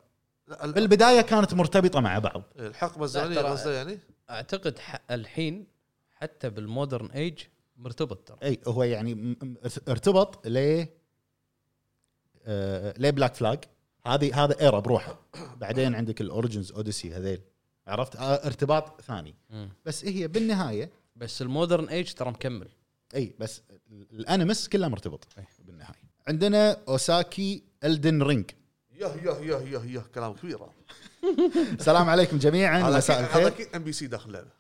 [SPEAKER 2] لا، ال-
[SPEAKER 3] بالبدايه كانت مرتبطه مع بعض.
[SPEAKER 2] الحقبه الزمنيه
[SPEAKER 1] ترى-
[SPEAKER 2] قصدي يعني
[SPEAKER 1] اعتقد ح- الحين حتى بالمودرن ايج مرتبط ترى
[SPEAKER 3] اي هو يعني م- م- ارتبط ل آه، ليه بلاك فلاج هذه هذا ايرا بروحه بعدين عندك الاوريجنز اوديسي هذيل عرفت آه، ارتباط ثاني
[SPEAKER 1] مم.
[SPEAKER 3] بس هي بالنهايه
[SPEAKER 1] بس المودرن ايج ترى مكمل
[SPEAKER 3] اي بس الانمس كله مرتبط
[SPEAKER 1] أي.
[SPEAKER 3] بالنهايه عندنا اوساكي الدن رينج
[SPEAKER 2] يه يه يه يه يه كلام كبير هذا.
[SPEAKER 3] السلام عليكم جميعا
[SPEAKER 2] هذا
[SPEAKER 3] مساء
[SPEAKER 2] أكيد- هذا
[SPEAKER 3] الخير
[SPEAKER 2] اكيد ام بي سي داخل اللعبه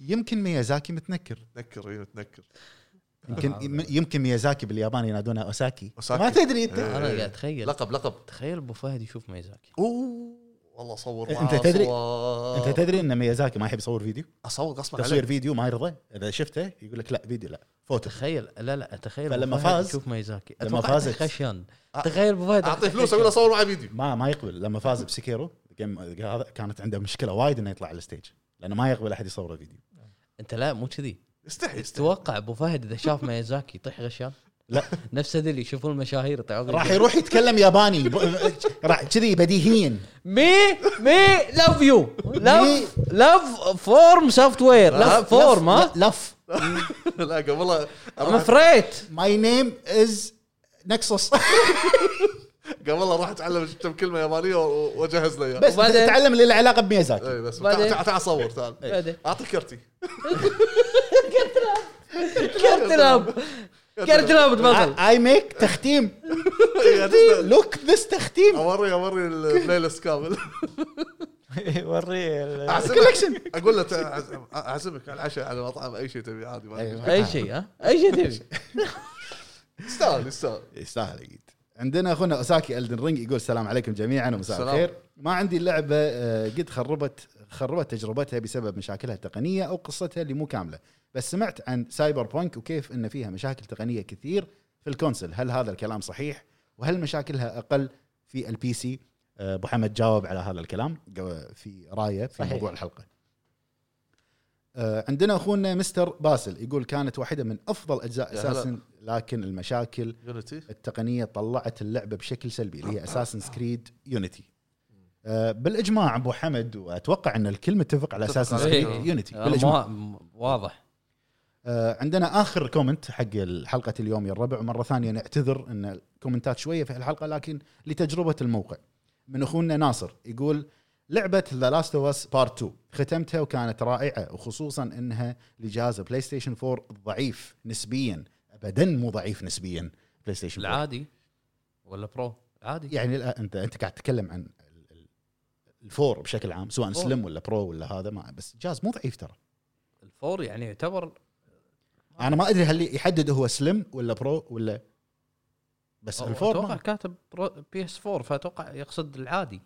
[SPEAKER 3] يمكن ميازاكي متنكر
[SPEAKER 2] تنكر اي تنكر
[SPEAKER 3] يمكن يمكن ميازاكي باليابان ينادونه اوساكي
[SPEAKER 2] أوساكي.
[SPEAKER 3] ما تدري انت
[SPEAKER 1] انا قاعد اتخيل
[SPEAKER 2] إيه. لقب لقب
[SPEAKER 1] تخيل ابو فهد يشوف ميزاكي
[SPEAKER 2] اوه والله صور
[SPEAKER 3] إيه، أنت
[SPEAKER 2] معاه
[SPEAKER 3] تدري-
[SPEAKER 2] صور.
[SPEAKER 3] انت تدري ان ميازاكي ما يحب يصور فيديو
[SPEAKER 2] اصور قصبا
[SPEAKER 3] تصوير
[SPEAKER 2] عليك
[SPEAKER 3] فيديو آه. ما يرضى اذا شفته يقول لك لا فيديو لا فوتو
[SPEAKER 1] تخيل لا لا تخيل
[SPEAKER 3] فلما
[SPEAKER 1] أبو فهد
[SPEAKER 3] فاز-
[SPEAKER 1] يشوف ميزاكي
[SPEAKER 3] لما
[SPEAKER 1] اتوقع
[SPEAKER 3] فازت-
[SPEAKER 1] خشن تخيل ابو فهد
[SPEAKER 2] اعطيه فلوس اقول له صور معي فيديو
[SPEAKER 3] ما ما يقبل لما فاز بسكيرو الجيم- هذا كانت عنده مشكله وايد انه يطلع على الستيج لانه ما يقبل احد يصوره فيديو
[SPEAKER 1] انت لا مو كذي
[SPEAKER 2] يستحي يستحي
[SPEAKER 1] توقع ابو فهد اذا شاف ميازاكي يطيح غشام
[SPEAKER 3] لا.
[SPEAKER 1] نفس هذول يشوفون المشاهير يطيحون
[SPEAKER 3] راح يروح يتكلم ياباني ب- راح كذي بديهيا
[SPEAKER 1] مي مي لاف يو لاف لاف فورم سوفت وير
[SPEAKER 3] آه،
[SPEAKER 1] لاف فورم ها
[SPEAKER 3] لف
[SPEAKER 2] لا قبل والله
[SPEAKER 1] ام
[SPEAKER 2] أروح-
[SPEAKER 1] فريت
[SPEAKER 3] ماي نيم از نكسس
[SPEAKER 2] قبل والله راح اتعلم كم كلمه يابانيه و- واجهز له اياها
[SPEAKER 3] بس
[SPEAKER 1] وبعدين؟
[SPEAKER 3] تتعلم اللي له علاقه بميازاكي
[SPEAKER 2] اي بس تعال
[SPEAKER 1] بعدين؟
[SPEAKER 2] تعال- تعال صور
[SPEAKER 3] إيه.
[SPEAKER 2] تعال
[SPEAKER 1] بعدين؟
[SPEAKER 2] اعطي كرتي
[SPEAKER 1] كرت لاب كرت لاب تفضل
[SPEAKER 3] اي ميك تختيم
[SPEAKER 2] إي، أدز-
[SPEAKER 3] لوك ذس تختيم
[SPEAKER 2] اوري اوري البلاي ليست كامل
[SPEAKER 5] وري ال-
[SPEAKER 2] اعزمك
[SPEAKER 3] كولكشن.
[SPEAKER 2] اقول له تعال- اعزمك على العشاء على مطعم اي شيء تبي عادي ما
[SPEAKER 3] أيوة.
[SPEAKER 1] اي شيء ها اي شيء تبي
[SPEAKER 2] يستاهل يستاهل
[SPEAKER 3] يستاهل اكيد عندنا اخونا اوساكي الدن رينج يقول السلام عليكم جميعا ومساء
[SPEAKER 2] السلام.
[SPEAKER 3] الخير ما عندي اللعبه آه، قد خربت خربت تجربتها بسبب مشاكلها التقنيه او قصتها اللي مو كامله بس سمعت عن سايبر بانك وكيف ان فيها مشاكل تقنيه كثير في الكونسل هل هذا الكلام صحيح وهل مشاكلها اقل في البي سي آه، ابو حمد جاوب على هذا الكلام جو- في رايه في
[SPEAKER 5] صحيح.
[SPEAKER 3] موضوع الحلقه آه، عندنا اخونا مستر باسل يقول كانت واحده من افضل اجزاء
[SPEAKER 2] يا هلا.
[SPEAKER 3] اساسا لكن المشاكل
[SPEAKER 2] يونيتي
[SPEAKER 3] التقنيه طلعت اللعبه بشكل سلبي اللي هي اساسن سكريد يونيتي بالاجماع ابو آه، حمد واتوقع ان الكل متفق على
[SPEAKER 2] متفق
[SPEAKER 3] اساسن
[SPEAKER 2] عليه.
[SPEAKER 3] سكريد
[SPEAKER 1] إيه.
[SPEAKER 3] يونيتي
[SPEAKER 1] آه،
[SPEAKER 3] بالاجماع
[SPEAKER 1] مو- واضح
[SPEAKER 3] آه، عندنا اخر كومنت حق حلقه اليوم يا الربع مره ثانيه نعتذر ان الكومنتات شويه في الحلقه لكن لتجربه الموقع من اخونا ناصر يقول لعبة ذا لاست اوف اس بارت 2 ختمتها وكانت رائعة وخصوصا انها لجهاز بلاي ستيشن 4 ضعيف نسبيا ابدا مو ضعيف نسبيا بلاي ستيشن 4
[SPEAKER 1] العادي ولا برو عادي
[SPEAKER 3] يعني لا انت انت قاعد تتكلم عن ال- ال- الفور بشكل عام سواء
[SPEAKER 1] فور.
[SPEAKER 3] سلم ولا برو ولا هذا ما بس جاز مو ضعيف ترى
[SPEAKER 1] الفور يعني يعتبر
[SPEAKER 3] انا ما ادري هل يحدد هو سلم ولا برو ولا بس الفور
[SPEAKER 1] اتوقع
[SPEAKER 3] ما.
[SPEAKER 1] كاتب بي اس 4 فاتوقع يقصد العادي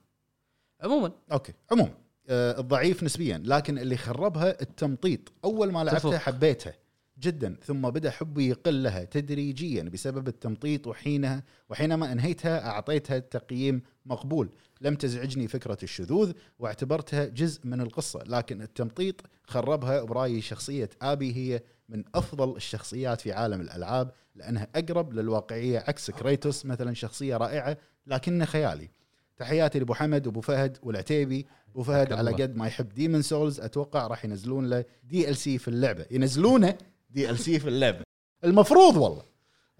[SPEAKER 1] عموما
[SPEAKER 3] اوكي عموما آه الضعيف نسبيا لكن اللي خربها التمطيط اول ما لعبتها
[SPEAKER 1] تفوق.
[SPEAKER 3] حبيتها جدا ثم بدا حبي يقل لها تدريجيا بسبب التمطيط وحينها وحينما انهيتها اعطيتها تقييم مقبول لم تزعجني فكره الشذوذ واعتبرتها جزء من القصه لكن التمطيط خربها برايي شخصيه ابي هي من افضل الشخصيات في عالم الالعاب لانها اقرب للواقعيه عكس كريتوس مثلا شخصيه رائعه لكنه خيالي تحياتي لابو حمد وابو فهد والعتيبي ابو فهد
[SPEAKER 1] حياك
[SPEAKER 3] على
[SPEAKER 1] الله.
[SPEAKER 3] قد ما يحب ديمن سولز اتوقع راح ينزلون له دي ال سي في اللعبه ينزلونه دي ال سي في اللعبه المفروض والله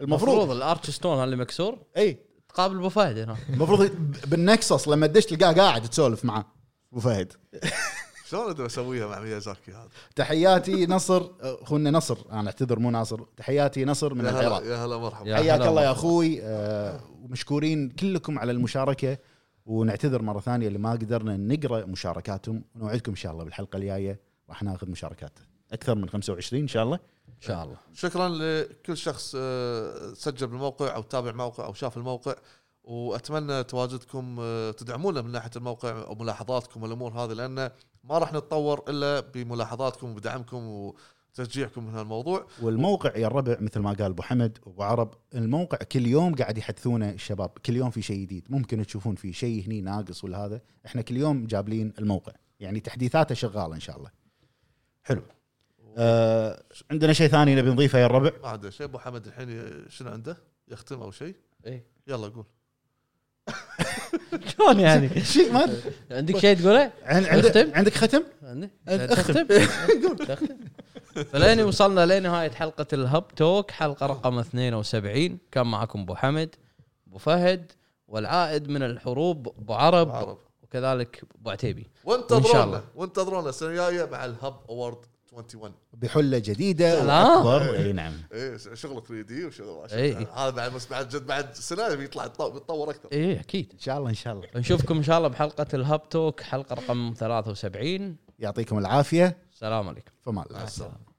[SPEAKER 1] المفروض
[SPEAKER 3] المفروض
[SPEAKER 1] الارتش ستون اللي مكسور
[SPEAKER 3] اي
[SPEAKER 1] تقابل ابو فهد هنا
[SPEAKER 3] المفروض بالنكسس لما تدش تلقاه قاعد تسولف معاه ابو فهد
[SPEAKER 2] شلون اقدر اسويها مع ميازاكي هذا
[SPEAKER 3] تحياتي نصر اخونا نصر انا اعتذر مو ناصر تحياتي نصر من
[SPEAKER 2] يا
[SPEAKER 3] العراق
[SPEAKER 2] هلا يا هلا مرحبا
[SPEAKER 1] يا
[SPEAKER 3] حياك
[SPEAKER 1] هلا
[SPEAKER 3] الله يا
[SPEAKER 1] والله.
[SPEAKER 3] اخوي آه، ومشكورين كلكم على المشاركه ونعتذر مره ثانيه اللي ما قدرنا نقرا مشاركاتهم ونوعدكم ان شاء الله بالحلقه الجايه راح ناخذ مشاركات اكثر من 25 ان شاء الله
[SPEAKER 1] ان شاء الله
[SPEAKER 2] شكرا لكل شخص آه، سجل بالموقع او تابع موقع او شاف الموقع واتمنى تواجدكم آه، تدعمونا من ناحيه الموقع او ملاحظاتكم والامور هذه لان ما راح نتطور الا بملاحظاتكم وبدعمكم وتشجيعكم من هالموضوع
[SPEAKER 3] والموقع يا الربع مثل ما قال ابو حمد وابو عرب الموقع كل يوم قاعد يحدثونه الشباب كل يوم في شيء جديد ممكن تشوفون في شيء هني ناقص ولا هذا احنا كل يوم جابلين الموقع يعني تحديثاته شغاله ان شاء الله حلو آه عندنا شيء ثاني نبي نضيفه يا الربع
[SPEAKER 2] ما عنده شيء ابو حمد الحين ي- شنو عنده يختم او شيء
[SPEAKER 1] إيه.
[SPEAKER 2] يلا قول
[SPEAKER 1] شلون يعني
[SPEAKER 3] شيء ما أدري.
[SPEAKER 1] عندك شيء تقوله؟ إيه،
[SPEAKER 3] عن- عندك
[SPEAKER 1] اختم.
[SPEAKER 3] عندك ختم
[SPEAKER 1] عندي؟
[SPEAKER 3] أختم.
[SPEAKER 1] تختم تختم فلين وصلنا لنهايه حلقه الهب توك حلقه رقم 72 كان معكم ابو حمد ابو فهد والعائد من الحروب ابو عرب,
[SPEAKER 2] أبو عرب.
[SPEAKER 1] وكذلك ابو عتيبي
[SPEAKER 2] وانتظرونا
[SPEAKER 1] الله.
[SPEAKER 2] وانتظرونا السنه الجايه مع الهب اوورد 21
[SPEAKER 3] بحله جديده
[SPEAKER 1] سلام.
[SPEAKER 3] واكبر اي نعم
[SPEAKER 2] ايه شغل 3 دي وشغل
[SPEAKER 1] إيه.
[SPEAKER 2] هذا بعد بس بعد جد بعد سنه بيطلع يتطور- بيتطور اكثر
[SPEAKER 1] ايه اكيد
[SPEAKER 3] ان شاء الله ان شاء الله
[SPEAKER 1] نشوفكم ان شاء الله بحلقه الهب توك حلقه رقم 73
[SPEAKER 3] يعطيكم العافيه
[SPEAKER 1] السلام عليكم
[SPEAKER 3] فما الله
[SPEAKER 2] السلام